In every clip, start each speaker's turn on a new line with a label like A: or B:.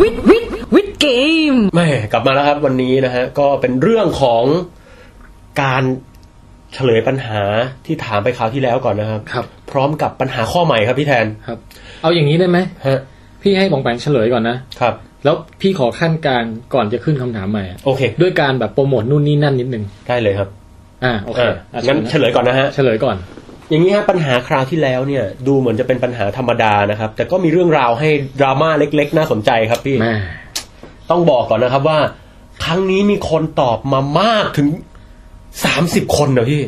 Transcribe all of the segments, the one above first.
A: วิดวิดวิดเกม
B: แม่กลับมาแล้วครับวันนี้นะฮะก็เป็นเรื่องของการเฉลยปัญหาที่ถามไปคราวที่แล้วก่อนนะครับ
C: ครับ
B: พร้อมกับปัญหาข้อใหม่ครับพี่แทน
C: ครับ เอาอย่างนี้ได้ไหม
B: ฮะ
C: พี่ให้บองแปงเฉลยก่อนนะ
B: ครับ
C: แล้วพี่ขอขั้นกลางก่อนจะขึ้นคำถามใหม่อะ
B: โอเค
C: ด้วยการแบบโปรโมทนู่นนี่นั่นนิดนึง
B: ได้เลยครับ
C: อ่า โอเค
B: อ่ะ
C: อ่ะ
B: งั้นเฉ
C: เชิญ
B: ลยก่อนนะฮะ
C: นะเฉลยก่อน
B: อย่างนี้ฮะปัญหาคราวที่แล้วเนี่ย ดูเหมือนจะเป็นปัญหาธรรมดานะครับ แต่ก็มีเรื่องราวให้ดราม่าเล็ก ๆ น่าสนใจครับพี่
C: แม่
B: ต้องบอกก่อนนะครับว่า ครั้งนี้มีคนตอบมามากถึงสามสิบคนนะพี่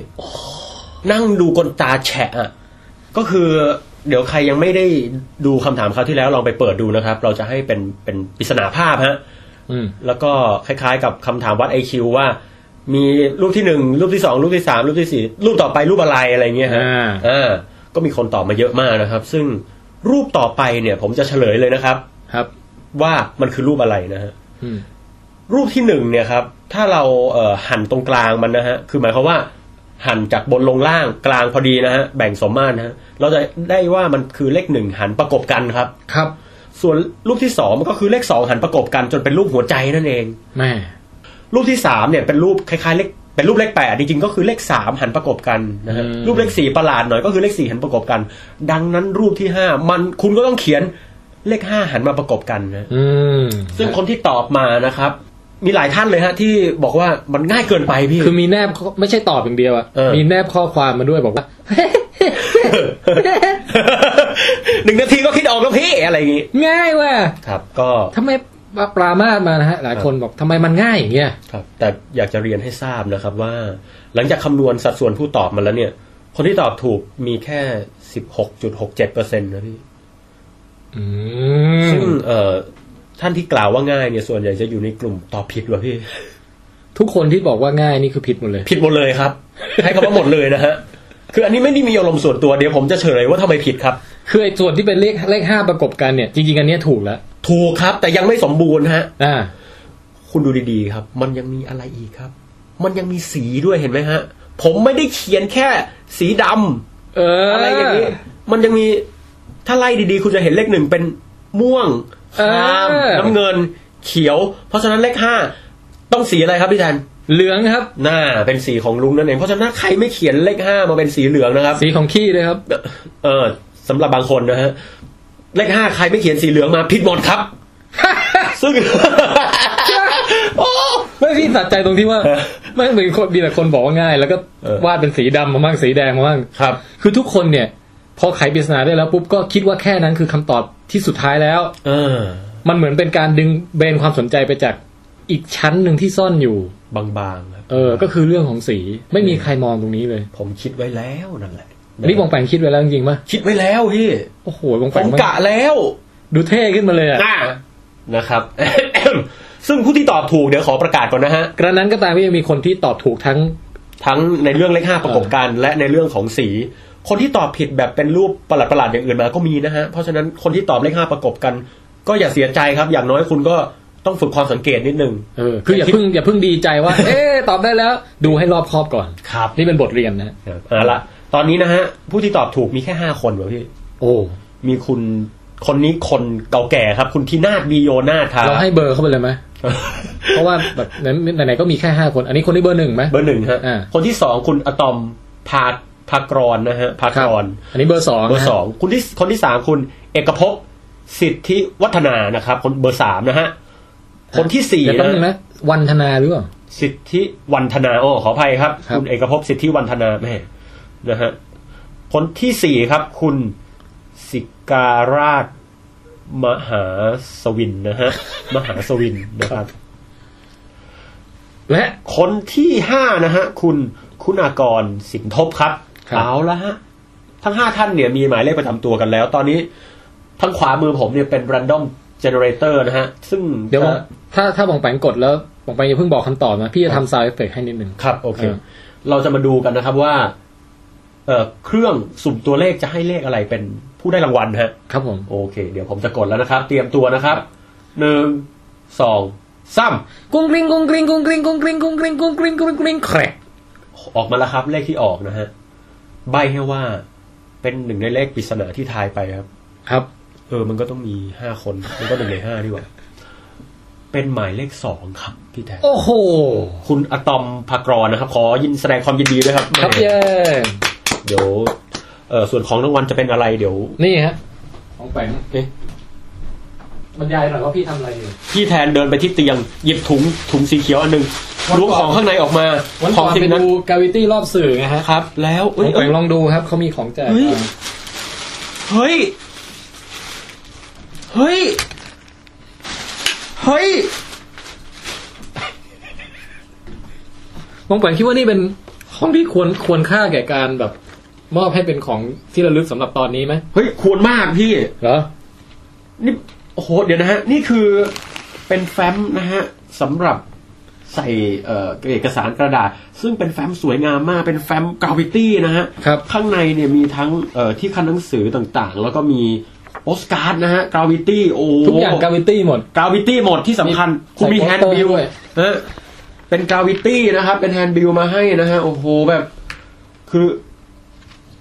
B: นั่งดูกนตาแฉะอะก็คือ เดี๋ยวใครยังไม่ได้ดูคำถามคราวที่แล้วลองไปเปิดดูนะครับ เราจะให้เป็นเป็นปริศนาภาพฮะ
C: อืม
B: แล้วก็คล้ายๆกับคำถามวัดไอคิวว่า มีรูปที่หนึ่งรูปที่สองรูปที่สามรูปที่สี่รูปต่อไปรูปอะไรอะไรเงี้ยฮะ
C: อ่า
B: อ่าก็มีคนตอบมาเยอะมากนะครับ ซึ่งรูปต่อไปเนี่ย ผมจะเฉลยเลยนะครับ
C: ครับ
B: ว่ามันคือรูปอะไรนะฮะ
C: อืม
B: รูปที่หนึ่งเนี่ยครับ ถ้าเราเอ่อหั่นตรงกลางมันนะฮะ คือหมายความว่า หั่นจากบนลงล่างกลางพอดีนะฮะ แบ่งสมมาตรนะฮะ เราจะได้ว่ามันคือเลขหนึ่งหันประกบกันครับ
C: ครับ
B: ส่วนรูปที่สองมันก็คือเลขสองหันประกบกันจนเป็นรูปหัวใจนั่นเอง
C: แม่
B: รูปที่สามเนี่ยเป็นรูปคล้ายๆเลขเป็นรูปเลขแปดจริงๆก็คือเลขสามหันประกบกันนะฮะ
C: อืม
B: รูปเลขสี่ประหลาดหน่อยก็คือเลขสี่หันประกบกัน ดังนั้นรูปที่ห้ามันคุณก็ต้องเขียนเลขห้าหันมาประกบกันนะ
C: อืม
B: ซึ่งคนที่ตอบมานะครับ มีหลายท่านเลยฮะ ที่บอกว่ามันง่ายเกินไปพี่
C: คือมีแนบข้อไม่ใช่ตอบอย่างเดียวอะ
B: เออ
C: มีแนบข้อความมาด้วยบอกว่า
B: หนึ่งนาทีก็คิดออกแล้วพี่อะไรอย่างงี้
C: ง่ายว่ะ
B: ครับ ก็
C: ทำไมปรามาสมานะฮะ หลายคนบอกทำไมมันง่ายอย่างเงี้ย
B: ครับ แต่อยากจะเรียนให้ทราบนะครับว่า หลังจากคำนวณสัดส่วนผู้ตอบมาแล้วเนี่ย คนที่ตอบถูกมีแค่สิบหกจุดหกเจ็ดเปอร์เซ็นต์นะพี่
C: อื
B: ซึ่ง
C: ม
B: เอ่อท่านที่กล่าวว่าง่ายเนี่ยส่วนใหญ่จะอยู่ในกลุ่มตอบผิดว่ะพี่
C: ทุกคนที่บอกว่าง่ายนี่คือผิดหมดเลย
B: ผิดหมดเลยครับ ใช้คำว่าหมดเลยนะฮะ คืออันนี้ไม่ได้มีอารมณ์ส่วนตัวเดี๋ยวผมจะเฉลยว่าทำไมผิดครับ
C: คือไอ้ส่วนที่เป็นเลขเลขห้าประกบกันเนี่ยจริงๆอันเนี้ยถูกแล้ว
B: ถูกครับ แต่ยังไม่สมบูรณ์ฮะ
C: อ่า
B: คุณดูดีๆครับ มันยังมีอะไรอีกครับ มันยังมีสีด้วยเห็นไหมฮะ ผมไม่ได้เขียนแค่สีดำ
C: เออ
B: อะไรอย่างนี้ มันยังมีถ้าไล่ดีๆ คุณจะเห็นเลขหนึ่งเป็นม่วงคราม
C: เออ
B: น้ำเงิน เขียว เพราะฉะนั้นเลขห้าต้องสีอะไรครับพี่แทน
C: เหลืองครับ
B: หน้าเป็นสีของลุงนั่นเอง เพราะฉะนั้นใครไม่เขียนเลขห้ามาเป็นสีเหลืองนะครับ
C: สีของขี้เลยครับ
B: เออสำหรับบางคนนะฮะ เลขห้าใครไม่เขียนสีเหลืองมาผิดหมดครับ ซึ่ง โอ้
C: ไม่พี่สัดใจตรงที่ ว่า
B: เออ
C: ไม่เหมือนคนมีแต่คนบอกว่าง่าย แล้วก็
B: เออ
C: วาดเป็นสีดำมาบ้างสีแดงมาบ้าง
B: ครับ
C: คือทุกคนเนี่ย พอไขปริศนาได้แล้วปุ๊บก็คิดว่าแค่นั้นคือคำตอบที่สุดท้ายแล้ว
B: เออ
C: มันเหมือนเป็นการดึงเบนความสนใจไปจากอีกชั้นหนึ่งที่ซ่อนอยู่
B: บางๆครับ
C: เออ ก็คือเรื่องของสีไม่มีใครมองตรงนี้เลย
B: ผมคิดไว้แล้วนั่นแหละ
C: นี่บองแปงคิดไว้แล้วจริงๆป่ะ
B: คิดไว้แล้วพี่
C: โอ้โหบอง
B: ผ
C: แปง
B: มกะแล้ว
C: ดูเท่ขึ้นมาเลยอะ
B: นะนะครับ ซึ่งผู้ที่ตอบถูกเดี๋ยวขอประกาศก่อนนะฮะ
C: กระนั้นก็ตามก็ยังมีคนที่ตอบถูกทั้ง
B: ทั้งในเรื่องเลขห้าประกบกันและในเรื่องของสี คนที่ตอบผิดแบบเป็นรูปประหลาดประหลาดๆอย่างอื่นมาก็มีนะฮะ เพราะฉะนั้นคนที่ตอบเลขห้าประกบกัน ก็อย่าเสียใจครับ อย่างน้อยคุณก็ต้องฝึกความสังเกตนิดนึง
C: เออ คืออย่าเพิ่งอย่าเพิ่งดีใจ ว่า เอ๊ะตอบได้แล้ว ดูให้รอบคอบก่อน
B: ครับ
C: นี่เป็นบทเรียนนะ
B: เอาละตอนนี้นะฮะ ผู้ที่ตอบถูกมีแค่ห้าคนเหรอพี่
C: โอ้
B: มีคุณคนนี้คนเก่าแก่ครับ คุณทีนาดมีโยนาทา
C: เรา ให้เบอร์เข้าไปเลยไหม เพราะว่าแบบไหนไหนๆก็มีแค่ห้าคน อันนี้คนที่เบอร์หนึ่งไหม
B: เบอร์หนึ่งฮะ
C: อ่า
B: คนที่สองคุณอะตอมพาพากรนะฮะพากร
C: อันนี้เบอร์สอง
B: เบอ
C: นะ
B: ร์สองคุณที่คนที่สามคุณเอกภพสิทธิวัฒนานะครับ คนเบอร์สามนะฮะ คนที่สี่
C: เดี๋ยวแป๊บนึง
B: นะ
C: นะ วันธนาหรือเปล่า
B: สิทธิวันธนาโอ้ขออภัยครับ
C: ครับ
B: คุณเอกภพสิทธิวันธนาแม่นะฮะคนที่สี่ครับ คุณสิการาชมหาสวินนะ ฮะ มหาสวินนะครับ
C: และ
B: คนที่ห้านะฮะ คุณคุณากรสินทบครับ
C: ครับ
B: เอาละฮะ ทั้งห้าท่านเนี่ยมีหมายเลขประจำตัวกันแล้ว ตอนนี้ทางขวามือผมเนี่ยเป็น random generator นะฮะ ซึ่ง
C: เดี๋ยวบ
B: จะ
C: องถ้าถ้าบองแปงกดแล้วบองแปงอย่าเพิ่งบอกคำตอบนะ พี่จะทำซาวเอฟเฟกให้นิดนึง
B: ครับ โอเค
C: เออ
B: เราจะมาดูกันนะครับว่า เอ่อเครื่องสุ่มตัวเลขจะให้เลขอะไรเป็นผู้ได้รางวัลฮะ
C: ครับผม
B: โอเค เดี๋ยวผมจะกดแล้วนะครับ เตรียมตัวนะครับหนึ่งสองสาม
C: กุ้งกริ้งกุ้งกริ้งกุ้งกริ้งกุ้งกริ้งกุ้งกริ้งกุ้งกริ้งกุ้งกริ้งแครก
B: ออกมาแล้วครับ เลขที่ออกนะฮะ ใบให้ว่าเป็นหนึ่งในเลขปริศนาที่ทายไปครับ
C: ครับ
B: เออ มันก็ต้องมีห้าคน มันก็หนึ่งในห้าดีกว่า เป็นหมายเลขสองครับ พี่แทน
C: โอ้โห
B: คุณอะตอมภากรนะครับ ขอยินแสดงความยินดีด้วยครับ
C: ครับ
B: แหม่
C: เย้
B: เดี๋ยวเออส่วนของรางวัลจะเป็นอะไรเดี๋ยว
C: นี่ฮะของแปง
B: เอ๊ะ
C: บรรยายหน่อยว่าพี่ทำอะไรอยู่
B: พี่แทนเดินไปที่เตียง หยิบถุงถุงสีเขียวอันหนึ่ง
C: วันก่อน
B: ล้วงของข้างในออกมา
C: วัน
B: ข
C: ก่
B: อ
C: อง น
B: สิ่
C: ไป
B: งนั้น
C: ดูกาวิตี้รอบสื่อไงฮะ
B: ครับ แล้ว
C: ข
B: เอ้
C: อยงแป
B: เอ้ย
C: งลองดูครับเขามีของแจก
B: เฮ้ย
C: มา
B: เฮ้ย เฮ้ย เฮ้ย
C: น้องแปงคิดว่านี่เป็นห้องที่ควรควรค่าแก่การแบบ มอบให้เป็นของที่ระลึกสำหรับตอนนี้ไหม
B: เฮ้ยควรมากพี่
C: เหรอ
B: นี่โอ้โหเดี๋ยวนะฮะ นี่คือเป็นแฟ้มนะฮะสำหรับใส่เอ่อเอกสารกระดาษ ซึ่งเป็นแฟ้มสวยงามมากเป็นแฟ้มกราวิตี้นะฮะ
C: ครับ
B: ข้างในเนี่ยมีทั้งเอ่อที่คันหนังสือต่างๆ แล้วก็มีโปสการ์ดนะฮะกราวิตี้โอ้
C: ทุกอย่างกาวิตี้หมด
B: กราวิตี้หมดที่สำคัญ
C: มี
B: คุณมี
C: ใส่
B: แฮน
C: poster
B: ด์บิล
C: ด้วย
B: ฮะเป็นกราวิตี้นะครับ เป็นแฮนด์บิลมาให้นะฮะโอ้โหแบบคือ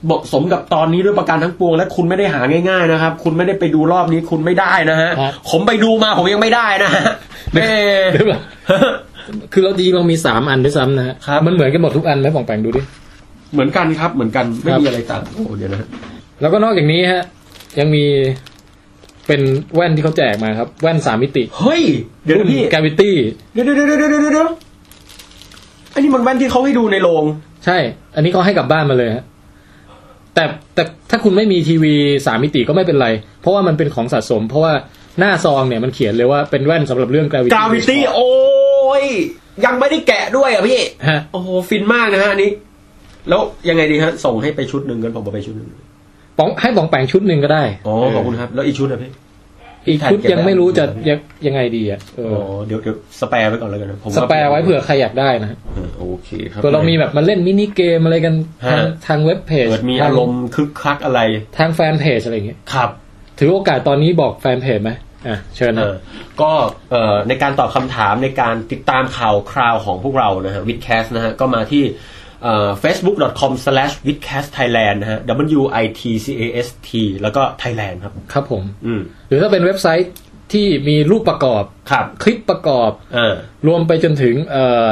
B: เหมาะสมกับตอนนี้ด้วยประการทั้งปวง และคุณไม่ได้หาง่าย ๆ นะครับ คุณไม่ได้ไปดูรอบนี้คุณไม่ได้นะฮะ
C: ฮะ
B: ผมไปดูมาผมยังไม่ได้นะฮะแม่
C: คือเราดีเรามีสามอันด้วยซ้ำนะฮะ
B: ครับ
C: มันเหมือนกันหมดทุกอันไหมปองแปงดูดิ
B: เหมือนกันครับ เหมือนกันไม่
C: ครับ
B: มีอะไรต่างโอ้เดี๋ยวนะฮะ
C: แล้วก็นอกจากนี้ฮะ ยังมีเป็นแว่นที่เขาแจกมาครับ แว่นสามมิติ
B: เฮ้ยเดี๋ยวนะพี่
C: กาวิตี้
B: เดี๋ยวเดี๋ยวเดี๋ยวเดี๋ยวเดี๋ยวเดี๋ยวอันนี้มันแว่นที่เขาให้ดูในโรง
C: ใช่ อันนี้เขาให้กลับบ้านมาเลยฮะแต่แต่ถ้าคุณไม่มีทีวีสามมิติก็ไม่เป็นไร เพราะว่ามันเป็นของสะสม เพราะว่าหน้าซองเนี่ยมันเขียนเลยว่าเป็นแว่นสำหรับเรื่องกาวิตี้
B: กราวิตี้โอ้ยยังไม่ได้แกะด้วยอ่ะพี่
C: ฮะ
B: โอ้โหฟินมากนะฮะอันนี้ แล้วยังไงดีฮะ ส่งให้ไปชุดหนึ่งกันผมเอาไปชุดหนึ่ง
C: ปองให้ปองแปงชุดหนึ่งก็ได้
B: อ๋อขอบคุณครับ แล้วอีกชุดอะพี่
C: อีกชุดยังไม่รู้จะยังยังไงดีอ่ะเออ
B: อ๋อเดี๋ยวเดี๋ยวสแปร์ไว้ก่อนแล้วกันนะผม
C: สแปร์ไว้เผื่อใครอยากได้นะฮะ
B: เออโอเคครับ
C: ตัวเรามีแบบมาเล่นมินิเกมอะไรกันทาง
B: ฮะ
C: ทางเว็บเพจ
B: เกิดมีอารมณ์คึกคักอะไร
C: ทางแฟนเพจอะไรอย่างเงี้ย
B: ครับ
C: ถือโอกาสตอนนี้บอกแฟนเพจไหมอ่ะเชิญ
B: เอ
C: นะ
B: อก็เอ่อในการตอบคำถามในการติดตามข่าวคราวของพวกเรานะฮะวิดแคสนะฮะก็มาที่เอ่อ facebook.com/withcastthailand นะฮะ w i t c a s t แล้วก็ Thailand ครับ
C: ครับผม
B: อืม
C: หรือถ้าเป็นเว็บไซต์ที่มีรูปประกอบ
B: ครับ
C: คลิปประกอบ
B: เออ
C: รวมไปจนถึงเอ่อ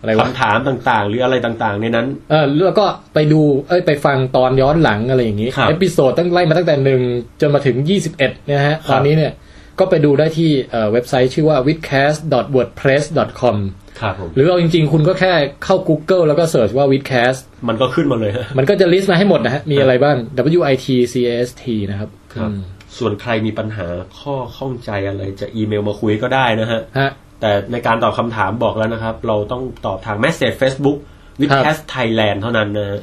C: อะไรวะ
B: คำถามต่างๆ หรืออะไรต่างๆ ในนั้น
C: เออแล้วก็ไปดูเอ้ยไปฟังตอนย้อนหลังอะไรอย่างนี้
B: ครับ
C: เอพิโซดตั้งไล่มาตั้งแต่หนึ่งจนมาถึง 21เนี่ยฮะ
B: ครับ
C: ตอนนี้เนี่ยก็ไปดูได้ที่เอ่อเว็บไซต์ชื่อว่า w i t c a s t w o r d p r e s s c o m
B: ครับผม
C: หรือเอาจริงๆ คุณก็แค่เข้า Google แล้วก็เสิร์ชว่า w i t c a s t
B: มันก็ขึ้นมาเลยฮะ
C: มันก็จะลิสต์มาให้หมดนะฮะ มีอะไรบ้าง W I T C A S T นะครับ
B: ครับ
C: อืม
B: ส่วนใครมีปัญหาข้อข้องใจอะไรจะอีเมลมาคุยก็ได้นะฮะ
C: ฮะ
B: แต่ในการตอบคำถามบอกแล้วนะครับ เราต้องตอบทาง Message Facebook วิด
C: ครับ
B: แคสไทยแลนด์เท่านั้นนะฮะ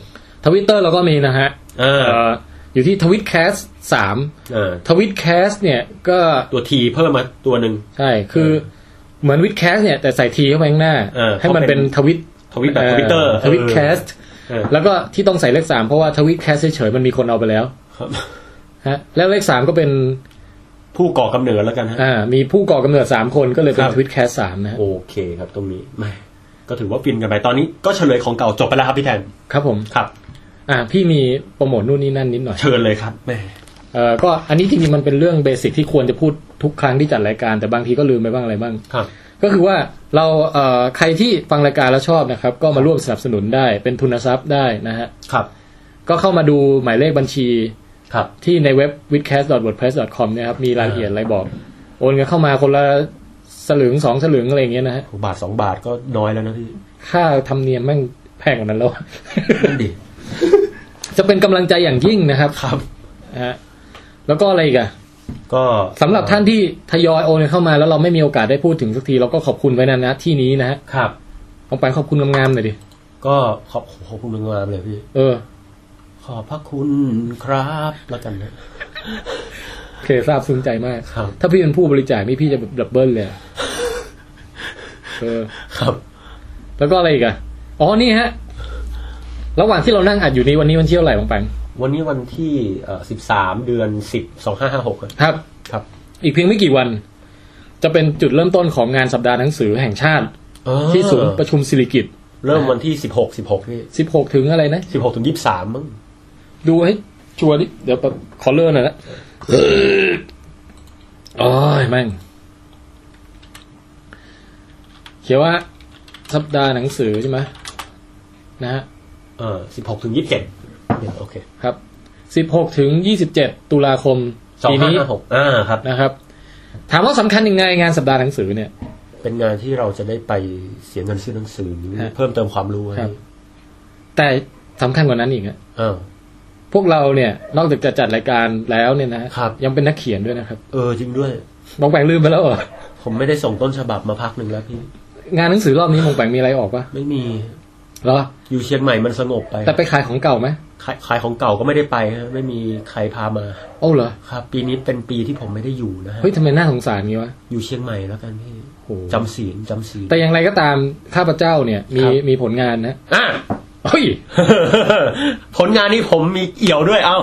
C: ทวิตเตอร์เราก็มีนะฮะ
B: เออ
C: เอ่ออยู่ที่ทวิตแคสสาม
B: เออ
C: ทวิตแคสเนี่ยก็
B: ตัวทีเพิ่มมาตัวหนึ่ง
C: ใช่คือเหมือนวิดแคสเนี่ยแต่ใส่ทีเข้าไปข้างหน้า
B: เออ
C: ให้มันเป็นทวิต
B: ทวิตแบบ Twitter เออ
C: ทวิตแคส
B: เออ
C: แล้วก็ที่ต้องใส่เลขสามเพราะว่าทวิตแคสเฉยๆมันมีคนเอาไปแล้ว
B: ครับ
C: ฮะแล้วเลขสามก็เป็น
B: ผู้ก่อกำเนิดแล้วกันฮะ
C: อ่ามีผู้ก่อกำเนิดสามคนก็เลยเป็
B: คน รับ
C: ทวิตแคสสามนะฮะ
B: โอเคครับตรงนี้ไม่ก็ถือว่าฟินกันไปตอนนี้ก็เฉลยของเก่าจบไปแล้วครับพี่แทน
C: ครับผม
B: ครับ
C: อ่าพี่มีโปรโมทนู่นนี่นั่นนิดหน่อย
B: เชิญเลยครับแม่
C: เอ่อก็อันนี้จริงๆมันเป็นเรื่องเบสิกที่ควรจะพูดทุกครั้งที่จัดรายการแต่บางทีก็ลืมไปบ้างอะไรบ้าง
B: ครับ
C: ก็คือว่าเราเอ่อใครที่ฟังรายการแล้วชอบนะครับ ก็มาร่วมสนับสนุนได้เป็นทุนทรัพย์ได้นะฮะ
B: ครับ
C: ก็เข้ามาดูหมายเลขบัญชี
B: ครับ
C: ที่ในเว็บ w i t c a s t w o r d p r e s s c o m นะครับมีรายละเอียดอะไรบอก โอนกันเข้ามาคนละสลึงสองสลึงอะไรอย่างเงี้ยนะฮะ
B: บาทสองบาทก็น้อยแล้วนะพี่
C: ค่าธรรมเนียมแม่งแพงกว่านั้น แล้ว
B: นั่นดิ
C: จะเป็นกำลังใจอย่างยิ่งนะครับ
B: ครับ
C: นะฮะแล้วก็อะไรอีกอะ
B: ก็
C: สำหรับท่านที่ทยอยโอนเข้ามาแล้วเราไม่มีโอกาสได้พูดถึงสักที เราก็ขอบคุณไว้นะนะที่นี้นะฮะ
B: ครับ
C: ลองไปขอบคุณงามๆหน่อยดิ
B: ก็ขอบขอบคุณมากๆเลยพี่
C: เออ
B: ขอบพระคุณครับแล้วกันนะ
C: โอเคทราบซึ้งใจมาก
B: ครับ
C: ถ้าพี่เป็นผู้บริจาคนี่พี่จะแบบดับเบิลเลยอะเออ
B: ครับ
C: แล้วก็อะไรอีกอะอ๋อนี่ฮะ ระหว่างที่เรานั่งอัดอยู่นี้วันนี้วันเที่ยวไหร่บางแปง
B: วันนี้วันที่เอ่อ13 เดือน 10 2556อะ
C: ครับ
B: ครับ
C: อีกเพียงไม่กี่วัน จะเป็นจุดเริ่มต้นของงานสัปดาห์หนังสือแห่งชาติ ที่ศูนย์ประชุมสิริกิติ์
B: เริ่มวันที่ 16 16พี่
C: 16 ถึงอะไรนะ
B: 16ถึง23มั้ง
C: ดูให้ ชัวร์ดิเดี๋ยวแบบขอเลอร์หน่อยนะ โอ้ยแม่ง เขียนว่า สัปดาห์หนังสือใช่ไหมนะฮะ
B: เออสิบหกถึงยี่สิบเจ็ดโอเค
C: ครับ 16 ถึง 27 ตุลาคม
B: สอง
C: ปี
B: ห้า
C: นี้
B: ห้าหกอ่าครับ
C: นะครับ ถามว่าสำคัญยังไงงานสัปดาห์หนังสือเนี่ย
B: เป็นงานที่เราจะได้ไปเสียเงินซื้อหนังสือหรือ
C: ฮะ
B: เพิ่มเติมความรู้ไว้
C: ครับ แต่สำคัญกว่านั้นอีกอะ
B: เออ
C: พวกเราเนี่ย นอกจากจะจัดรายการแล้วเนี่ยนะฮะ
B: ครับ
C: ยังเป็นนักเขียนด้วยนะครับ
B: เออจริงด้วย
C: มองแปงลืมไปแล้วเหรอ
B: ผมไม่ได้ส่งต้นฉบับมาพักหนึ่งแล้วพี่
C: งานหนังสือรอบนี้มองแปงมีอะไรออกปะ
B: ไม่มี
C: เหรอ
B: อยู่เชียงใหม่มันสงบไป
C: แต่ไปขายของเก่าไหม
B: ขายขายของเก่าก็ไม่ได้ไปฮะไม่มีใครพามา
C: โอ้าเหรอ
B: ครับ ปีนี้เป็นปีที่ผมไม่ได้อยู่นะฮะ
C: เฮ้ยทำไมน่าสงสารงี้วะ
B: อยู่เชียงใหม่แล้วกันพี่
C: โอ้
B: จำศีลจำศีล
C: แต่อย่างไรก็ตามข้าพเจ้าเนี่ย มี
B: ครับ
C: มีผลงานนะ
B: อ่ะ
C: เฮ้ย
B: ผลงานนี้ผมมีเอี่ยวด้วยเอา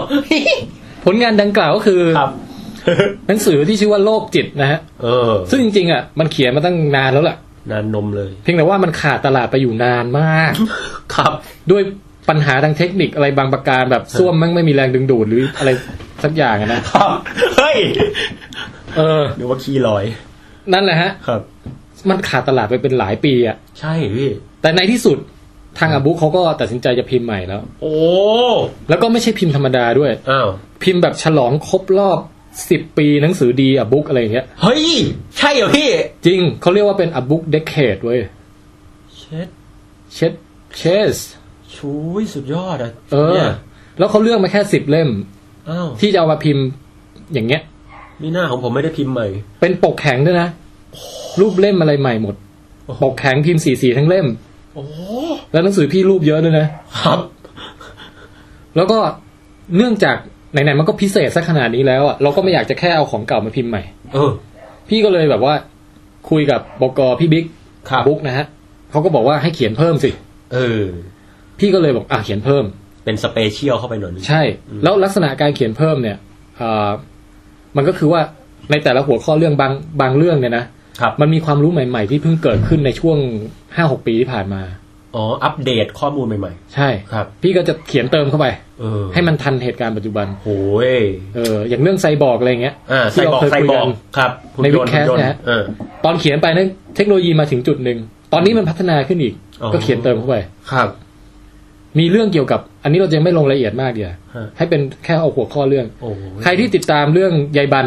C: ผลงานดังกล่าวก็คือ
B: ครับ
C: หนังสือที่ชื่อว่าโลกจิตนะฮะ
B: เออ
C: ซึ่งจริงๆอ่ะมันเขียนมาตั้งนานแล้วล่ะ
B: นานนมเลย
C: เพียงแต่ว่ามันขาดตลาดไปอยู่นานมาก
B: ครับ
C: ด้วยปัญหาทางเทคนิคอะไรบางประการแบบส้วมแมั่งไม่มีแรงดึงดูดหรืออะไรสักอย่างอะนะครับ
B: เฮ้ย
C: เออ
B: หรือว่าขี้ลอย
C: นั่นแหละฮะ
B: ครับ
C: มันขาดตลาดไปเป็นหลายปีอ่ะ
B: ใช่พี่
C: แต่ในที่สุดทางอาบุ๊กเขาก็ตัดสินใจจะพิมพ์ใหม่แล้ว
B: โอ้
C: แล้วก็ไม่ใช่พิมพ์ธรรมดาด้วย
B: อ้าว
C: พิมพ์แบบฉลองครบรอบสิบปีหนังสือดีอาบุ๊กอะไรอย่างเงี้ย
B: เฮ้ย ใช่เหรอพี่
C: จริงเขาเรียกว่าเป็นอาบุ๊กเดคเคดเว้ย
B: เช็ด
C: เช็ดเชส
B: ชูยสุดยอดอ่ะ
C: เออ
B: นี่ย
C: แล้วเขาเลือกมาแค่สิบเล่ม
B: อ้าว
C: ที่จะเอามาพิมพ์อย่างเงี้ย
B: มีหน้าของผมไม่ได้พิมพ์ใหม่
C: เป็นปกแข็งด้วยนะ รูปเล่มอะไรใหม่หมด
B: โอ้โห
C: ปกแข็งพิมพ์สีสีทั้งเล่ม
B: โอ้
C: แล้วหนังสือพี่รูปเยอะด้วยนะ
B: ครับ
C: แล้วก็เนื่องจากไหนๆมันก็พิเศษซะขนาดนี้แล้วอ่ะเราก็ไม่อยากจะแค่เอาของเก่ามาพิมพ์ใหม่
B: เออ
C: พี่ก็เลยแบบว่า คุยกับบกพี่บิ๊ก
B: ครับ
C: บุ๊กนะฮะเขาก็บอกว่าให้เขียนเพิ่มสิ
B: เออ
C: พี่ก็เลยบอกอ่ะเขียนเพิ่ม
B: เป็นสเปเชียลเข้าไปหน่อยนึง
C: ใช่
B: อืม
C: แล้วลักษณะการเขียนเพิ่มเนี่ยอ่ามันก็คือว่าในแต่ละหัวข้อเรื่องบางบางเรื่องเนี่ยนะ
B: ครับ
C: มันมีความรู้ใหม่ ๆ ที่เพิ่งเกิดขึ้นในช่วงห้าหกปีที่ผ่านมา
B: อ๋อ อัปเดตข้อมูลใหม่
C: ใช่
B: ๆ ครับ
C: พี่ก็จะเขียนเติมเข้าไป
B: เออ
C: ให้มันทันเหตุการณ์ปัจจุบัน
B: โอ้ย
C: เอออย่างเรื่องไซบอร์กอะไรเงี้ย
B: อ่าใส่บอก
C: ที่เราเคย
B: ใส่บอก
C: คุยกัน
B: ครับหุ่
C: ใน
B: ยต์
C: Witcast
B: หุ่ยต์
C: นะฮะ
B: เออ
C: ตอนเขียนไปนั้นเทคโนโลยีมาถึงจุดหนึ่งตอนนี้มันพัฒนาขึ้นอีก
B: อ๋อ
C: ก็เขียนเติมเข้าไป
B: ครับ
C: มีเรื่องเกี่ยวกับ อันนี้เราจะไม่ลงรายละเอียดมากเดียว
B: ฮะ
C: ให้เป็นแค่เอาหัวข้อเรื่อง
B: โอ้โห
C: ใครที่ติดตามเรื่องยายบัน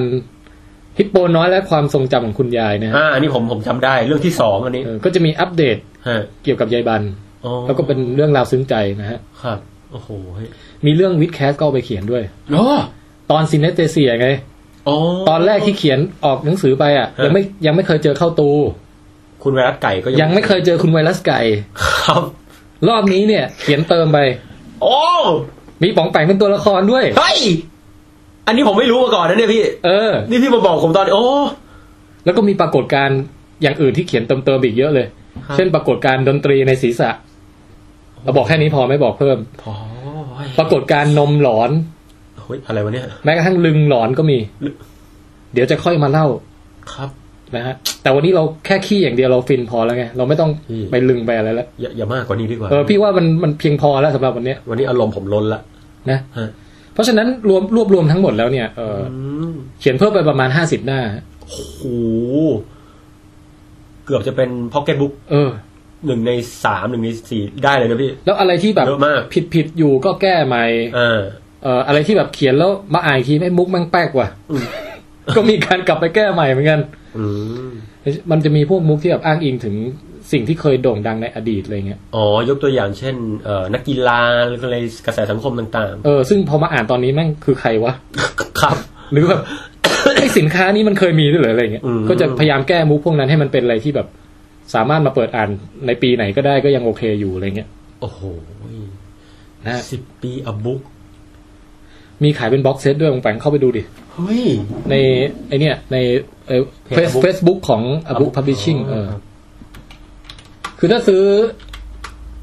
C: ฮิปโปน้อยและความทรงจำของคุณยายนะฮะ
B: อ่าอันนี้ผมผมจำได้เรื่องที่สองอันนี้
C: เออก็จะมีอัปเดต
B: ฮะ
C: เกี่ยวกับยายบัน
B: อ๋อ
C: แล้วก็เป็นเรื่องราวซึ้งใจนะฮะ
B: ครับ โอ้โหเฮ้ย
C: มีเรื่องวิดแคสก็เอาไปเขียนด้วย
B: โอ้
C: ตอนซินเนเตเซียไง
B: อ๋อ
C: ตอนแรกที่เขียนออกหนังสือไปอ่ะ
B: ฮะ
C: ยังไม่ยังไม่เคยเจอเข้าตู
B: คุณไวรัสไก่ก็
C: ยังไม่เคยเจอคุณไวรัสไก่
B: ครับ
C: รอบนี้เนี่ย เขียนเติมไป
B: โอ้
C: มีป๋องแปงเป็นตัวละครด้วย
B: เฮ้ยอันนี้ผมไม่รู้มาก่อนนะเนี่ยพี่
C: เออ
B: นี่พี่มาบอกผมตอนโอ้
C: แล้วก็มีปรากฏการณ์อย่างอื่นที่เขียนเติมเติมๆอีกเยอะเลย
B: ครับ
C: เช่นปรากฏการณ์ดนตรีในศีรษะเราบอกแค่นี้พอไม่บอกเพิ่ม
B: โอ้ย
C: ปรากฏการณ์นมหลอน
B: เฮ้ยอะไรวะเนี่ย
C: แม้กระทั่งลึงหลอนก็มี
B: ลึ
C: เดี๋ยวจะค่อยมาเล่า
B: ครับ
C: นะฮะ แต่วันนี้เราแค่ขี้อย่างเดียวเราฟินพอแล้วไงเราไม่ต้อง
B: อืม
C: ไปลึงไปอะไรแล้ว
B: อย่าอย่ามากกว่านี้ดีกว่า
C: เออพี่ว่ามันมันเพียงพอแล้วสำหรับวันเนี้ย
B: วันนี้อารมณ์ผมล้นละ
C: นะ
B: ฮะ
C: เพราะฉะนั้นรวมรวบรวมทั้งหมดแล้วเนี่ยเอ่ออ
B: อืม
C: เขียนเพิ่มไปประมาณห้าสิบหน้า
B: โอ้โหเกือบจะเป็นพ็อกเก็ตบุ๊ก
C: เออ
B: หนึ่งในสามหนึ่งในสี่ได้เลยนะพี่
C: แล้วอะไรที่แบบ
B: เยอะมาก
C: ผิดผิดอยู่ก็แก้ใหม่
B: อ่า
C: เอ่ออะไรที่แบบเขียนแล้วมาอ่านอีกทีไม่มุกแม่งแป๊กว่ะ
B: อืม
C: ก็มีการกลับไปแก้ใหม่เหมือนกัน
B: อืม
C: มันจะมีพวกมุกที่แบบอ้างอิงถึงสิ่งที่เคยโด่งดังในอดีตอะไรเงี้ย
B: อ๋อยกตัวอย่างเช่นเอ่อนักกีฬาหรืออะไรกระแสสังคมต่าง
C: เออซึ่งพอมาอ่านตอนนี้แม่งคือใครวะ
B: ๆ ครับ
C: หรือแบบ ไอสินค้านี้มันเคยมีด้วยเหรืออะไรเงี้ย
B: อืม
C: ก็จะพยายามแก้มุกพวกนั้นให้มันเป็นอะไรที่แบบ สามารถมาเปิดอ่านในปีไหนก็ได้ก็ยังโอเคอยู่อะไรเงี้ย
B: โอ้โห
C: นะฮะ
B: สิบปีอบุ๊ก
C: มีขายเป็นบ็อกเซตด้วยองแปงเข้าไปดูดิ
B: เฮ้ย
C: ในไอเนี่ยใน
B: เพ
C: เฟ
B: จ
C: ซ
B: Abook
C: เฟซบุ๊กของ a b o o k Publishing เออ คือถ้าซื้อ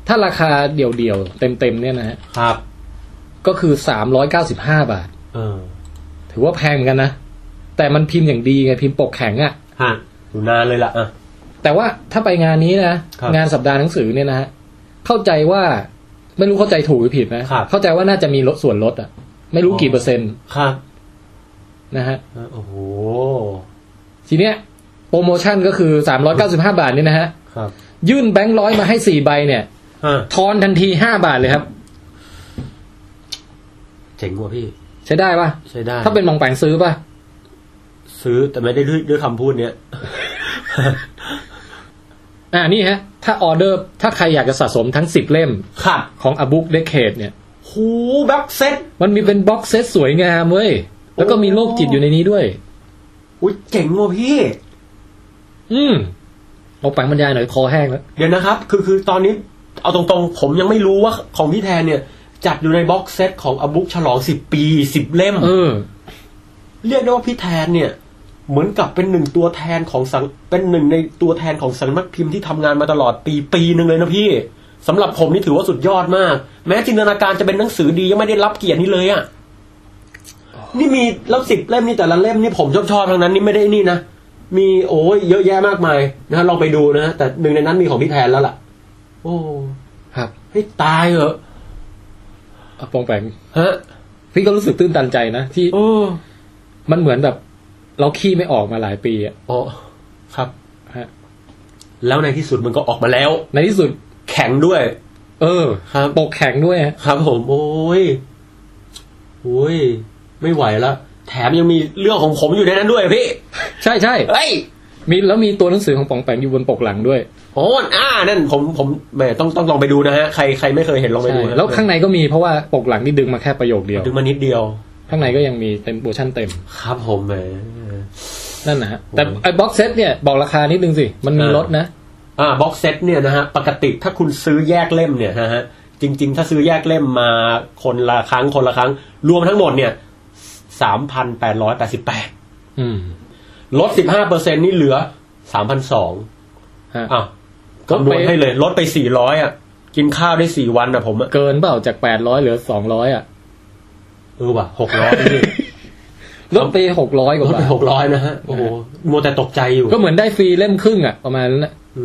C: ถ้าราคาเดี่ยวๆ เต็มๆ เนี่ยนะฮะ
B: ครับ
C: ก็คือ 395 บาท
B: เออ
C: ถือว่าแพงเหมือนกันนะ แต่มันพิมพ์อย่างดีไง พิมพ์ปกแข็งอะ่ะ
B: ฮะอยู่นานเลยล่ะอ่ะ
C: แต่ว่าถ้าไปงานนี้นะ
B: ครับ
C: งานสัปดาห์หนังสือเนี่ยนะฮะ เข้าใจว่า ไม่รู้เข้าใจถูกหรือผิดนะ
B: ครับ
C: เข้าใจว่าน่าจะมีลดส่วนลดอะ่ะ ไม่รู้กี่เปอร์เซ็นต์
B: ครับ
C: นะฮะ
B: โอ้โห
C: ทีเนี้ยโปรโมชั่นก็คือ 395 บาทนี่นะฮะ
B: ครับ
C: ยื่นแบงค์ร้อยมาให้ 4 ใบเนี่ย
B: อ่ะ
C: ทอนทันที 5 บาทเลยครับ
B: เจ๋งว่ะพี่
C: ใช้ได้ปะ
B: ใช้ได้
C: ถ้าเป็นมองแปงซื้อปะ
B: ซื้อแต่ไม่ได้ด้วยด้วยคำพูดเนี้ย
C: อ่านี่ฮะ ถ้าออเดอร์ถ้าใครอยากจะสะสมทั้ง 10 เล่ม
B: ครับ
C: ของอบุ k กเดคเคดเนี่ย
B: หูแบ็กเซ็ต
C: มันมีเป็นบ็อกเซตสวยงามเว้ย แล้วก็มีโลกจิตอยู่ในนี้ด้วย
B: อุ้ยเจ๋งว่ะพี่
C: อืมลองแปลงบรรยายหน่อยคอแห้งแล้ว
B: เดี๋ยวนะครับ คือคือตอนนี้เอาตรงๆ ผมยังไม่รู้ว่าของพี่แทนเนี่ย จัดอยู่ในบ็อกเซตของอบุกฉลองสิบปีสิบเล่ม
C: เออ
B: เรียกได้ว่าพี่แทนเนี่ย เหมือนกับเป็นหนึ่งตัวแทนของสังเป็นหนึ่งในตัวแทนของสังนักพิมพ์ที่ทำงานมาตลอดปีปีหนึ่งเลยนะพี่สำหรับผมนี่ถือว่าสุดยอดมาก แม้จินตนาการจะเป็นหนังสือดียังไม่ได้รับเกียรตินี้เลยอะ่ะนี่มีแล้วสิบเล่มนี่แต่ละเล่มนี่ผมชอบชอบๆทั้งนั้นนี่ไม่ได้นี่นะมีโอ้ยเยอะแยะมากมายนะฮะลองไปดูนะฮะแต่หนึ่งในนั้นมีของพี่แทนแล้วล่ะ โอ้
C: ครับ
B: ให้ตายเหอะ
C: อ่ะปองแปง
B: ฮะ
C: พี่ก็รู้สึกตื้นตันใจนะ ที่
B: โอ้
C: มันเหมือนแบบ เราขี้ไม่ออกมาหลายปีอะ
B: โอ้ครับ
C: ฮะ
B: แล้วในที่สุดมันก็ออกมาแล้ว
C: ในที่สุด
B: แข็งด้วย
C: เออ
B: ครับ
C: ปกแข็งด้วยฮะ
B: ครับผมโอ้ยโอ้ย ไม่ไหวละแถมยังมีเรื่องของผมอยู่ในนั้นด้วยพี่
C: ใช่ใช่
B: เฮ้ย
C: มีแล้วมีตัวหนังสือของปองแปงอยู่บนปกหลังด้วย
B: โอ้นอ่านั่นผมผมแหมต้องต้องลองไปดูนะฮะใครใครไม่เคยเห็นลองไป
C: ใช่
B: ดูนะ
C: แล้วข้างในก็มีเพราะว่าปกหลังนี่ดึงมาแค่ประโยคเดียว
B: ดึงมานิดเดียว
C: ข้างในก็ยังมีเต็มเวอร์ชั่นเต็ม
B: ครับผมแหม
C: นั่นนะฮะแต่
B: โอ้โห
C: ไอ้บ็อกเซตเนี่ยบอกราคานิดนึงสิ มันมี
B: อ่า
C: ลดนะ
B: อ่าบ็อกเซตเนี่ยนะฮะปกติถ้าคุณซื้อแยกเล่มเนี่ยนะฮะจริง ๆ ถ้าซื้อแยกเล่มมาคนละครั้งคนละครั้ง รวมทั้งหมดเนี่ยสามพันแปดร้อยแปดสิบแปด
C: อืม
B: ลดสิบห้าเปอร์เซ็นนี่เหลือสามพันสอง
C: ฮะ
B: อ้าว
C: ก็
B: คำนวณ
C: ไป
B: ให้เลยลดไปสี่ร้อยอ่ะ กินข้าวได้สี่วันอ่ะผมอะ
C: เกินเปล่าจากแปดร้อยเหลือสองร้อยอ่ะ
B: เออว่ะหกร้อย
C: ลดไปหก ร้อยก
B: ล
C: ว่า
B: ดไป
C: บาท
B: หกร้อยนะฮะ โอ้โหมัวแต่ตกใจอยู่
C: ก็เหมือนได้ฟรีเล่มครึ่งอ่ะประมาณนั้นนะ
B: อื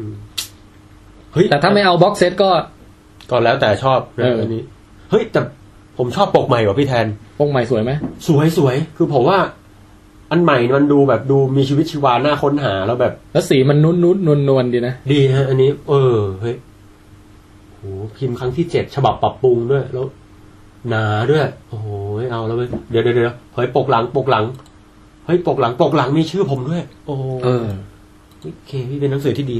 B: มเฮ้ย
C: แต่ถ้าไม่เอาบ็อกเซตก็
B: ก็แล้วแต่ชอบ
C: เอ
B: นะ
C: ออั
B: อันนี้ เฮ้ย แต่ผมชอบปกใหม่กว่าพี่แทน
C: ปกใหม่สวยไหม
B: สวยสวยคือผมว่า อันใหม่มันดูแบบดูมีชีวิตชีวาหน้าค้นหาแล้วแบบ
C: แล้วสีมันนุ่นนุ่นวลนวลๆดีนะ
B: ดีฮะ อันนี้ เออเฮ้ยโหพิมพ์ครั้งที่เจ็ดฉบับปรับปรุงด้วย แล้ว หนาด้วย โอ้โหเอาแล้วเว้ยเดี๋ยวเดี๋ยวเดี๋ยวเฮ้ยปกหลังปกหลังเฮ้ยปกหลังปกหลังมีชื่อผมด้วย โอ้โห
C: เออ
B: โอเคพี่เป็นหนังสือที่ดี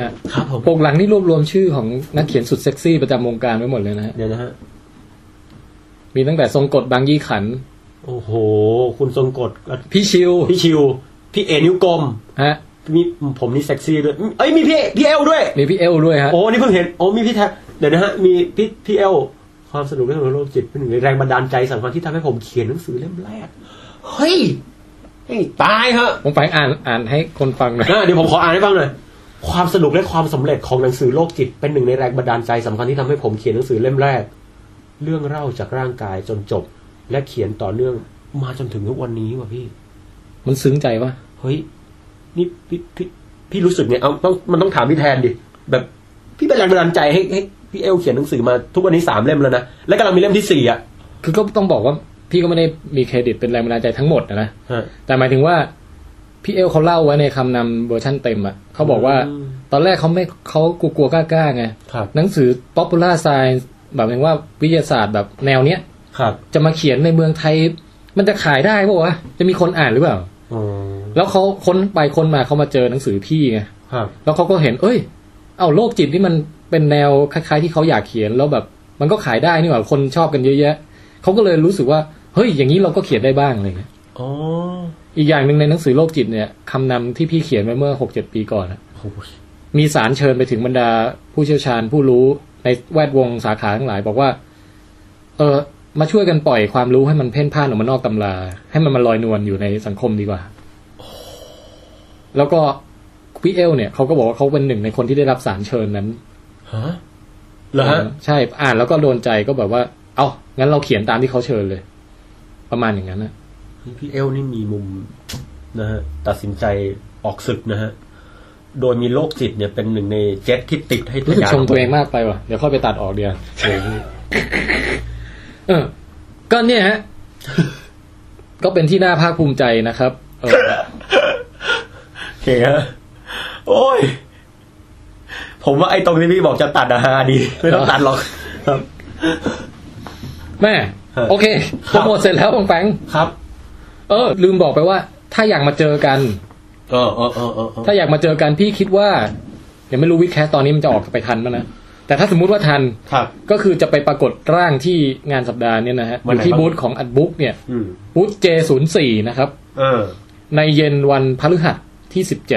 C: ฮะ
B: ครับผม
C: ปกหลังนี่รวบรวมชื่อของนักเขียนสุดเซ็กซี่ประจำวงการไว้หมดเลยนะฮะ
B: เดี๋ยวนะฮะ
C: มีตั้งแต่ทรงกฎบางยี่ขัน
B: โอ้โห คุณทรงกฎ
C: พี่ชิว
B: พี่ชิว พี่เอนิ้วกลม
C: ฮะ
B: มีผมนี่เซ็กซี่ด้วยเอ้ยมีพี่พี่เอลด้วย
C: มีพี่เอลด้วยฮะ
B: โอ้นี่เพิ่งเห็นโอ้มีพี่แทนเดี๋ยวนะฮะ มีพี่พี่เอลความสนุกเรื่องของโลกจิตเป็นหนึ่งในแรงบันดาลใจสำคัญที่ทำให้ผมเขียนหนังสือเล่มแรก เฮ้ยเฮ้ยตายฮะ
C: ผมไปอ่านอ่านให้คนฟังหน่อย
B: นะเดี๋ยวผมขออ่านให้ฟังหน่อย ความสนุกและความสำเร็จของหนังสือโลกจิต เป็นหนึ่งในแรงบันดาลใจสำคัญที่ทำให้ผมเขียนหนังสือเล่มแรก เรื่องเล่าจากร่างกายจนจบ และเขียนต่อเนื่องมาจนถึงทุกวันนี้ว่ะพี่
C: มันซึ้งใจวะ
B: เฮ้ย นี่พี่พี่พี่รู้สึกไงเอาต้องมันต้องถามพี่แทนดิ แบบพี่เป็นแรงบันดาลใจให้ให้พี่เอลเขียนหนังสือมาทุกวันนี้สามเล่มแล้วนะ และกำลังมีเล่มที่สี่อ่ะ
C: คือก็ต้องบอกว่าพี่ก็ไม่ได้มีเครดิตเป็นแรงบันดาลใจทั้งหมดนะนะ
B: ฮะ
C: แต่หมายถึงว่า พี่เอลเขาเล่าไว้ในคำนำเวอร์ชั่นเต็มอะเขาบอกว่า
B: อืม
C: ตอนแรกเขาไม่เขากลัวๆกล้าๆไง
B: ครับ
C: หนังสือ popular science แบบหมายถึงว่าวิทยาศาสตร์แบบแนวเนี้ย
B: ครับ
C: จะมาเขียนในเมืองไทย มันจะขายได้ปะวะ จะมีคนอ่านหรือเปล่า
B: อ๋อ
C: แล้วเขาค้นไปค้นมาเขามาเจอหนังสือพี่ไง
B: ครับ
C: แล้วเขาก็เห็น เอ้ย เอาโรคจิตนี่มันเป็นแนวคล้ายๆที่เขาอยากเขียนแล้วแบบ มันก็ขายได้นี่หว่าคนชอบกันเยอะแยะเขาก็เลยรู้สึกว่าเฮ้ยอย่างนี้เราก็เขียนได้บ้างอะไรเงี้ย
B: อ๋อ
C: อีกอย่างหนึ่งในหนังสือโรคจิตเนี่ยคำนำที่พี่เขียนไว้เมื่อหกเจ็ดปีก่อนอะ
B: โอ้โห
C: มีสารเชิญไปถึงบรรดาผู้เชี่ยวชาญผู้รู้ในแวดวงสาขาทั้งหลาย บอกว่า เออมาช่วยกันปล่อยความรู้ให้มันเพ่นพ่านออกมานอกตำรา ให้มันมาลอยนวลอยู่ในสังคมดีกว่า แล้วก็พี่เอลเนี่ยเขาก็บอกว่าเขาเป็นหนึ่งในคนที่ได้รับสารเชิญนั้น
B: ฮะเหรอฮะ
C: ใช่อ่านแล้วก็โดนใจก็แบบว่า เอางั้นเราเขียนตามที่เขาเชิญเลย ประมาณอย่างนั้นนะ
B: พี่เอลนี่มีมุมนะฮะตัดสินใจออกศึกนะฮะ โดยมีโรคจิตเนี่ยเป็นหนึ่งในเจ็ตที่ติดให้
C: รู้สึก
B: ยา
C: ชมตัวเองมากไปว่ะเดี๋ยวค่อยไปตัดออกเดียว
B: โอ้โห
C: เออ ก็เนี่ยฮะ ก็เป็นที่น่าภาคภูมิใจนะครับเออ
B: โอเคฮะโอ้ย ผมว่าไอ้ตรงที่พี่บอกจะตัดอะฮาดี ไม่ต้องตัดหรอกครับ
C: แม่โอเค
B: ค
C: โป
B: รั
C: ร
B: บ
C: โมทเสร็จแล้วปังแปง
B: ครับ
C: เออ ลืมบอกไปว่า ถ้าอยากมาเจอกัน
D: เออเออเออเออเออ
C: ถ้าอยากมาเจอกันพี่คิดว่ายังไม่รู้วิดแคสตอนนี้มันจะออกไปทันมั้ยนะแต่ถ้าสมมุติว่าทัน
B: ครับ
C: ก็คือจะไปปรากฏร่างที่งานสัปดาห์เนี่ยนะฮะอ
B: วันไหน
C: ยู่ที่
B: บ้าง
C: บูธของอัดบุ๊กเนี่ย
B: อืม
C: บูธ J04 นะครับ
B: เออ
C: ในเย็นวันพฤหัสที่ 17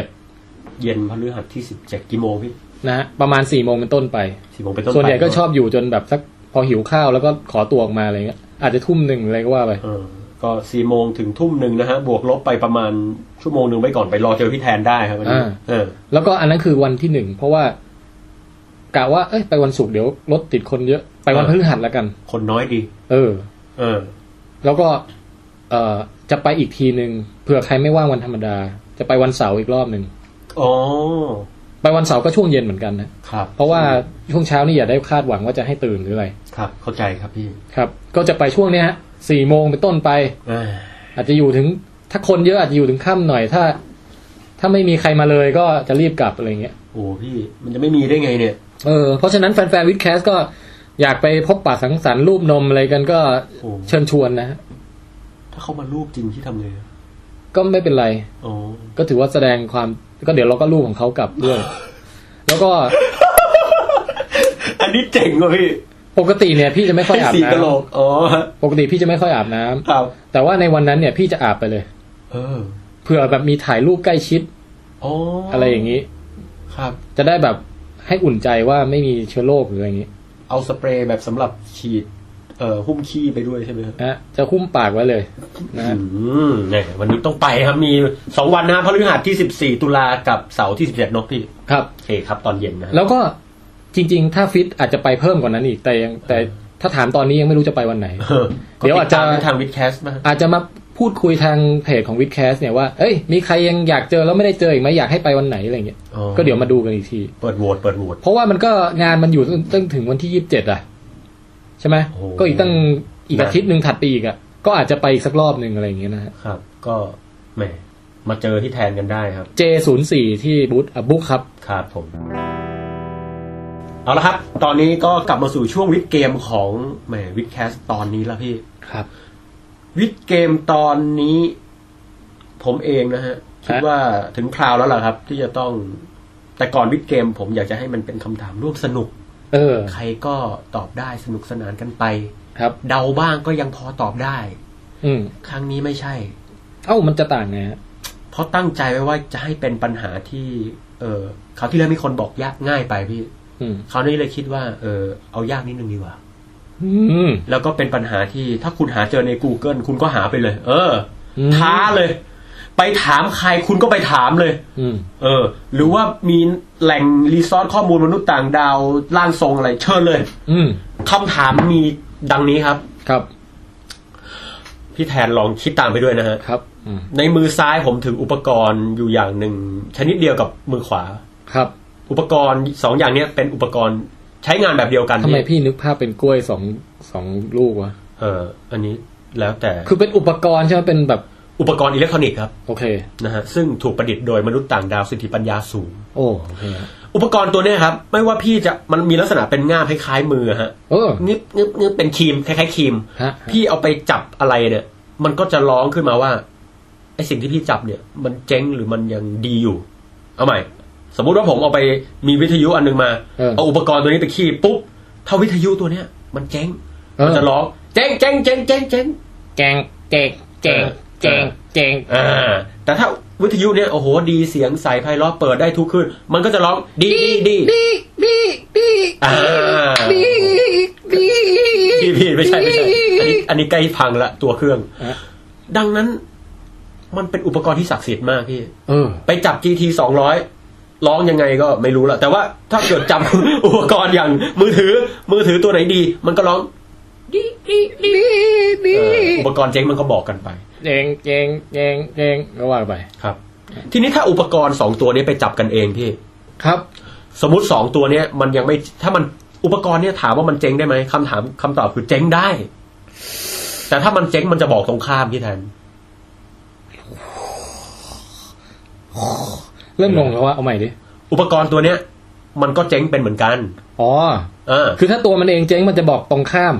B: เย็นพฤหัสที่สิบเจ็ดกี่โมงพี่
C: นะฮะประมาณ4โมงเป็นต้นไป
B: สิบโมงเป็นต้นไป
C: ส่วนใหญ่ก็ชอบอยู่จนแบบสักพอหิวข้าวแล้วก็ขอตัวออกมาอะไรเงี้ยอาจจะทุ่มหนึ่งอะไรก็ว่าไป
B: เออ ก็สี่โมงถึงทุ่มหนึ่งนะฮะ บวกลบไปประมาณชั่วโมงหนึ่งไว้ก่อนไปรอเจอพี่แทนได้ครับวันนี้เออ
C: แล้วก็อันนั้นคือวันที่หนึ่งเพราะว่ากะว่าเอ้ยไปวันศุกร์เดี๋ยวรถติดคนเยอะไปวัน
B: เอ
C: พ
B: อ
C: ฤหัสแล้วกัน
B: คนน้อยดี
C: เออ
B: เออ
C: แล้วก็เอ่อจะไปอีกทีหนึ่งเผื่อใครไม่ว่างวันธรรมดา จะไปวันเสาร์อีกรอบหนึ่ง
B: อ๋อ
C: ไปวันเสาร์ก็ช่วงเย็นเหมือนกันนะครับ เพราะว่าช่วงเช้านี่อย่าได้คาดหวังว่าจะให้ตื่นหรืออะไร
B: ครับ เข้าใจครับพี่
C: ครับ ก็จะไปช่วงเนี้ยฮะสี่โมงเป็นต้นไป
B: อ่า
C: อาจจะอยู่ถึงถ้าคนเยอะอาจจะอยู่ถึงค่ำหน่อยถ้า ถ้าไม่มีใครมาเลยก็จะรีบกลับอะไรเงี้ย
B: โอ้พี่ มันจะไม่มีได้ไงเนี่ย
C: เออเพราะฉะนั้นแฟนๆวิดแคสก็อยากไปพบปะสังสรรค์รูปนมอะไรกันก็
B: โอ้
C: เชิญชวนนะฮะ
B: ถ้าเขามารูปจริงที่ทำเลยอะ
C: ก็ไม่เป็นไร
B: อ๋อ
C: ก็ถือว่าแสดงความก็เดี๋ยวเราก็รูปของเขากลับด้วย แล้วก็
B: อันนี้เจ๋งว่ะพี่
C: ปกติเนี่ยพี่จะไม่ค่อยอาบ
B: สี
C: น้
B: กะโหลก อ๋อ
C: ำปกติพี่จะไม่ค่อยอาบน้ำ
B: ครับ
C: แต่ว่าในวันนั้นเนี่ยพี่จะอาบไปเลย
B: เออ
C: เผื่อแบบมีถ่ายรูปใกล้ชิด
B: อ๋ออะ
C: อะไรอย่างนี้
B: ครับ
C: จะได้แบบให้อุ่นใจว่าไม่มีเชื้อโรคหรืออะไรอย่างนี้
B: เอาสเปรย์แบบสำหรับฉีด เอ่อ หุ้มขี้ไปด้วยใช่ไหมครับ
C: นะฮะจะคุ้มปากไว้เลยนะฮะ
B: อืมเนี่ยวันนี้ต้องไปครับ มีสองวันนะฮะพฤหัสที่สิบสี่ตุลากับเสาร์ที่สิบเจ็ดนกพี่
C: ครับ
B: โอเคครับ ตอนเย็นนะฮะ
C: แล้วก็จริงๆ ถ้าฟิตอาจจะไปเพิ่มกว่านั้นอีกแต่ยังแต่ถ้าถามตอนนี้ยังไม่รู้จะไปวันไหน
B: เออ
C: เดี๋ยวอาจจะ
B: ก็ติตมได้ทางวิดแคสต์นะฮะ
C: อาจจะมาพูดคุยทางเพจของวิดแคสเนี่ยว่าเอ้ยมีใครยังอยากเจอแล้วไม่ได้เจออีกไหมอยากให้ไปวันไหนอะไรเงี้ย
B: อ๋อ
C: ก็เดี๋ยวมาดูกันอีกที
B: เปิดโหวตเปิดโหวต
C: เพราะว่ามันก็งานมันอยู่ตั้งถึงวันที่ยี่สิบเจ็ดอะใช่ไหม
B: โอ้โห
C: ก็อีกตั้งอีกอาทิตย์หนึ่งถัดไปอีกอะก็อาจจะไปอีกสักรอบหนึ่งอะไรอย่างเงี้ยนะฮะ
B: ครับ ก็แหมมาเจอที่แทนกันได้ครับ
C: J ศูนย์สี่ที่บูธอะบุ๊กครับ
B: ครับผม เอาละครับ ตอนนี้ก็กลับมาสู่ช่วงวิดเกมของแหมวิดแคสตอนนี้แล้วพี่
C: ครับ
B: วิดเกมตอนนี้ ผมเองนะฮะ คิดว่าถึงคราวแล้วล่ะครับ ที่จะต้องแต่ก่อนวิดเกม ผมอยากจะให้มันเป็นคำถามร่วมสนุก
C: เออ
B: ใครก็ตอบได้สนุกสนานกันไป
C: ครับ
B: เดาบ้างก็ยังพอตอบได้
C: อืม
B: ครั้งนี้ไม่ใช่
C: เอ้ามันจะต่างไงฮะ
B: เพราะตั้งใจไว้ว่าจะให้เป็นปัญหาที่ เออคราวที่แล้วมีคนบอกยากง่ายไปพี่
C: อืม
B: คราวนี้เลยคิดว่า เออเอายากนิดนึงดีกว่า
C: อืม
B: แล้วก็เป็นปัญหาที่ถ้าคุณหาเจอใน Google คุณก็หาไปเลย เอออ
C: ม
B: ท้าเลย ไปถามใครคุณก็ไปถามเลย
C: อืม
B: เออ หรือว่ามีแหล่งรีซอสข้อมูลมนุษย์ต่างดาวร่างทรงอะไร เชิญเลย
C: อืม
B: คำถามมีดังนี้ครับ
C: ครับ
B: พี่แทนลองคิดตามไปด้วยนะฮะ
C: ครับ อืม
B: ในมือซ้ายผมถืออุปกรณ์อยู่อย่างหนึ่ง ชนิดเดียวกับมือขวา
C: ครับ
B: อุปกรณ์สองอย่างเนี้ยเป็นอุปกรณ์ใช้งานแบบเดียวกัน
C: ทำไมพี่นึกภาพเป็นกล้วยสองสองลูกวะ
B: เออ อันนี้แล้วแต่
C: คือเป็นอุปกรณ์ใช่ไหมเป็นแบบ
B: อุปกรณ์อิเล็กทรอนิกส์ครับ
C: โอเค
B: นะฮะซึ่งถูกประดิษฐ์โดยมนุษย์ต่างดาวสิทธิปัญญาสูง
C: โอ้โอเคฮะ
B: อุปกรณ์ตัวเนี้ยครับ ไม่ว่าพี่จะมันมีลักษณะเป็นง่ามคล้ายๆมือฮะ
C: เออ
B: งึบงึบงึบเป็นครีมคล้ายๆครีม
C: ฮะ
B: พี่เอาไปจับอะไรเนี่ย มันก็จะร้องขึ้นมาว่าไอสิ่งที่พี่จับเนี่ย มันเจ๊งหรือมันยังดีอยู่ เอาใหม่ สมมุติว่าผมเอาไปมีวิทยุอันหนึงมา
C: เออ
B: อุปกรณ์ตัวนี้ไปคีบปุ๊บถ้าวิทยุตัวเนี้ย มันเจ๊ง
C: เอ
B: มั
C: อน
B: จะร้องเจ๊งเจ๊งเจ๊งเจ๊งเจ๊ง
C: แจงแจงแจงแจงแจง
B: อ่าแต่ถ้าวิทยุเนี่ยโอ้โหดีเสียงใสไพเราะเปิดได้ทุกคืนมันก็จะร้องดีดีดีดีดีอ่าดีพี่ไม่ใช่ไม่ใช่อันนี้อันนี้ใกล้พังละตัวเครื่อง ดังนั้น มันเป็นอุปกรณ์ที่ศักดิ์สิทธิ์มากพี่
C: เออ
B: ไปจับ GT สองร้อยร้องยังไงก็ไม่รู้ละแต่ว่าถ้าเกิดจำ อุปกรณ์อย่างมือถือ มือถือตัวไหนดี มันก็ร้องดีดีดีอุปกรณ์เจ๊งมันก็บอกกันไป
C: แจงแจงแจงแจงก็ว่าไป
B: ครับ ทีนี้ถ้าอุปกรณ์สองตัวนี้ไปจับกันเองพี่
C: ครับ
B: สมมติสองตัวเนี้ยมันยังไม่ถ้ามันอุปกรณ์เนี่ยถามว่ามันเจ๊งได้ไหมคำถามคำตอบคือเจ๊งได้ แ แต่ถ้ามันเจ๊งมันจะบอกตรงข้ามพี่แทน
C: เริ่มงงแล้วว่าเอาใหม่ดิ
B: อุปกรณ์ตัวเนี้ย มันก็เจ๊งเป็นเหมือนกัน
C: อ๋อ
B: เออ
C: คือถ้าตัวมันเองเจ๊งมันจะบอกตรงข้าม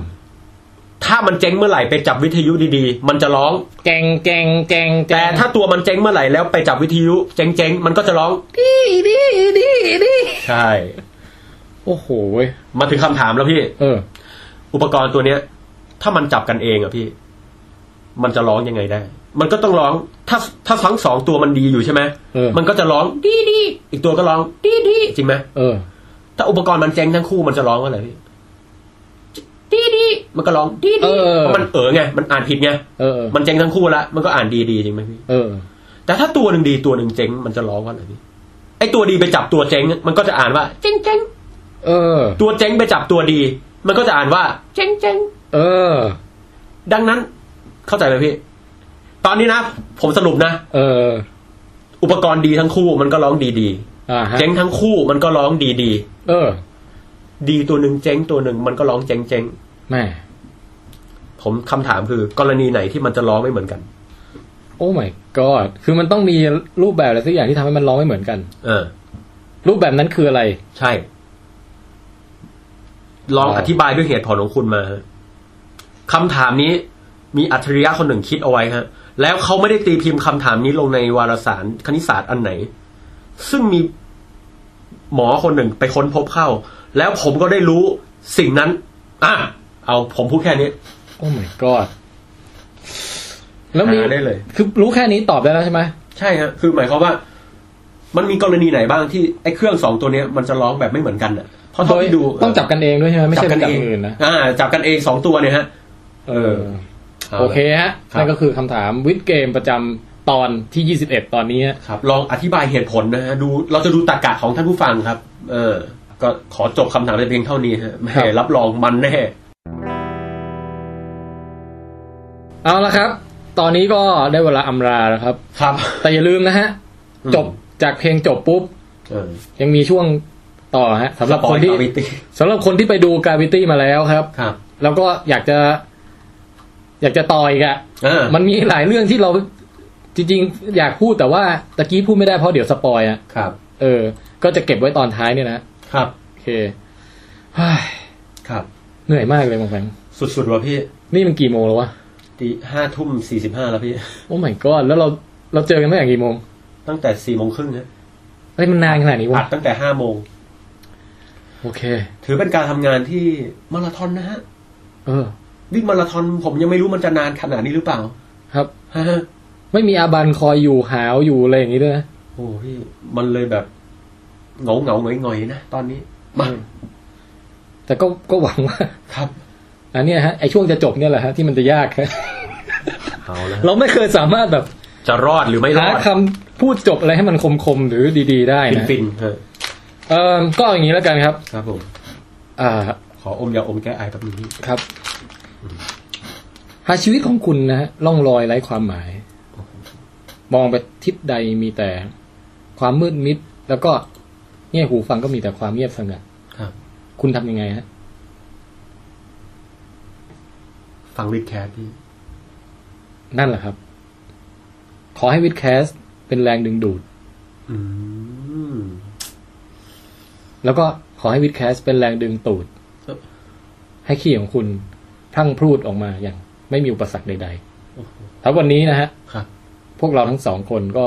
B: ถ้ามันเจ๊งเมื่อไหร่ไปจับวิทยุดีๆ มันจะร้อง
C: แกงแกงแกงกง
B: แต่ถ้าตัวมันเจ๊งเมื่อไหร่แล้วไปจับวิทยุเจ๊งๆ มันก็จะร้อง
C: ดีดีดีดี
B: ใช่
C: โอ้โหเว้ย
B: มาถึงคำถามแล้วพี่
C: เออ
B: อุปกรณ์ตัวเนี้ย ถ้ามันจับกันเองอะพี่ มันจะร้องยังไงได้ มันก็ต้องร้อง ถ้าถ้าทั้งสองตัวมันดีอยู่ใช่ไหม
C: เออ
B: มันก็จะร้องดีดีอีกตัวก็ร้องดีดีจริงไหม
C: เออ
B: ถ้าอุปกรณ์มันเจ๊งทั้งคู่มันจะร้องว่าอะไรพี่ดีดีมันก็ร้องดี
C: เอ
B: ดี
C: อ
B: เพราะมันเออไงมันอ่านผิดไง
C: เออ
B: มันเจ๊งทั้งคู่ละมันก็อ่านดีดีจริงไหมพี่
C: เออ
B: แต่ถ้าตัวหนึ่งดีตัวหนึ่งเจ๊งมันจะร้องว่าอะไรพี่ไอตัวดีไปจับตัวเจ๊ง มันก็จะอ่านว่าเจ๊งเจ๊ง
C: เออ
B: ตัวเจ๊งไปจับตัวดี มันก็จะอ่านว่าเจ๊งเจ๊ง
C: เออ
B: ดังนั้นเข้าใจไหมพี่ ตอนนี้นะ ผมสรุปนะ
C: เออ
B: อุปกรณ์ดีทั้งคู่มันก็ร้องดีดี
C: อ่า
B: ๆ
C: ฮะ
B: เจ๊งทั้งคู่มันก็ร้องดีดี
C: เออ
B: ๆดีตัวหนึ่งเจ๊งตัวหนึ่งมันก็ร้องเจ๊งเจ๊ง
C: แม่
B: ๆผมคำถามคือกรณีไหนที่มันจะร้องไม่เหมือนกัน
C: โอ้ my god คือมันต้องมีรูปแบบอะไรสักอย่างที่ทำให้มันร้องไม่เหมือนกัน
B: เออ
C: รูปแบบนั้นคืออะไร
B: ใช่ ลอง
C: ว้าว
B: อธิบายด้วยเหตุผลของคุณมาฮะคำถามนี้ มีอัจฉริยะคนหนึ่งคิดเอาไว้ฮะ แล้วเขาไม่ได้ตีพิมพ์คำถามนี้ลงในวารสารคณิตศาสตร์อันไหน ซึ่งมีหมอคนหนึ่งไปค้นพบเข้า แล้วผมก็ได้รู้สิ่งนั้น อ่ะ เอาผมพูดแค่นี้
C: โอ้ my god แล้วมี
B: หาได้เลย
C: คือรู้แค่นี้ตอบได้แล้วใช่ไหม
B: ใช่ฮะ คือหมายความว่า มันมีกรณีไหนบ้างที่ไอ้เครื่องสองตัวเนี้ยมันจะร้องแบบไม่เหมือนกันอ่ะเพราะเท่าที่ดู
C: โดยต้องจับกันเองด้วยใช่ไหมไม่ใช่
B: จับ
C: เป็
B: กันน
C: จับ
B: เอง
C: มืออื่นนะ
B: อ่า จับกันเองสองตัวเนี่ยฮะ เออ
C: โอเคฮะ
B: ครับ
C: นั่นก็คือคำถามวิดเกมประจำตอนที่ 21 ตอนนี้ฮะ
B: ครับลองอธิบายเหตุผลนะฮะดูเราจะดูตรรกะของท่านผู้ฟังครับ เออ ก็ขอจบคำถามแต่เพียงเท่านี้ฮะแหม่
C: ครับ
B: รับรองมันแน่
C: เอาละครับ ตอนนี้ก็ได้เวลาอำลาแล้วครับ
B: ครับ
C: แต่อย่าลืมนะฮะ
B: อืม
C: จบจากเพลงจบปุ๊บ
B: เออ
C: ยังมีช่วงต่อฮะสำหรับคนที่
B: สปอยล์วิตี้
C: สำหรับคนที่ไปดูกาวิตี้มาแล้วครับ
B: ครับ
C: แล้วก็อยากจะ อยากจะต่ออีกอะ
B: เออ
C: มันมีหลายเรื่องที่เราจริงๆ อยากพูดแต่ว่าตะกี้พูดไม่ได้เพราะเดี๋ยวสปอยอะ
B: ครับ
C: เออ ก็จะเก็บไว้ตอนท้ายเนี่ยนะครับ โอเคเฮ้ย
B: ครับ
C: เหนื่อยมากเลยบางแฟง
B: สุดๆว่ะพี่
C: นี่มันกี่โมงแล้ววะ
B: ตีห้าทุ่มสี่สิบห้าแล้วพี่
C: โอ้ my god แล้วเราเราเจอกันตั้งแต่กี่โมง
B: ตั้งแต่สี่โมงครึ่งนะ
C: เฮ้ยมันนานขนาดนี้
B: อั
C: วะ
B: ดตั้งแต่ห้าโมง
C: โอเค
B: ถือเป็นการทำงานที่มาราธอนนะฮะ
C: เออ
B: วิ่งมาราธอนผมยังไม่รู้มันจะนานขนาดนี้หรือเปล่า
C: ครับ
B: ฮะ
C: ไม่มีอาบันคอยอยู่หาวอยู่อะไรอย่างนี้ด้วยนะ
B: โอ้พี่มันเลยแบบเหงาเหงาๆหงอยๆนะตอนนี้มา
C: อืม แต่ก็ก็หวังว่า
B: ครับ
C: อันเนี้ยฮะไอช่วงจะจบเนี่ยแหละฮะที่มันจะยากฮะ
B: เอาละ
C: เราไม่เคยสามารถแบบ
B: จะรอดหรือไม่ร
C: หา
B: อด
C: คำพูดจบอะไรให้มันคมๆหรือดีๆได้
B: ฟิน
C: นะ
B: ฟินๆเออ
C: เออก็อย่างนี้แล้วกันครับ
B: ครับผม
C: อ่า
B: ขออมยาอมแก้ไอแป๊บนึงพี่
C: ครับหาชีวิตของคุณนะฮะล่องลอยไร้ความหมาย มองไปทิศใดมีแต่ ความมืดมิด แล้วก็เงี่ยหูฟังก็มีแต่ความเงียบสงัด
B: ครับ
C: คุณทำยังไงฮะ
B: ฟังวิดแคสพี่
C: นั่นแหละครับ ขอให้วิดแคสเป็นแรงดึงดูด
B: อืม
C: แล้วก็ขอให้วิดแคสเป็นแรงดึงตูด
B: ครับ
C: ให้ขี้ของคุณพรั่งพรูดออกมาอย่างไม่มีอุปสรรคใดๆถ้าวันนี้นะฮะ
B: ครับ
C: พวกเราทั้งสองคนก็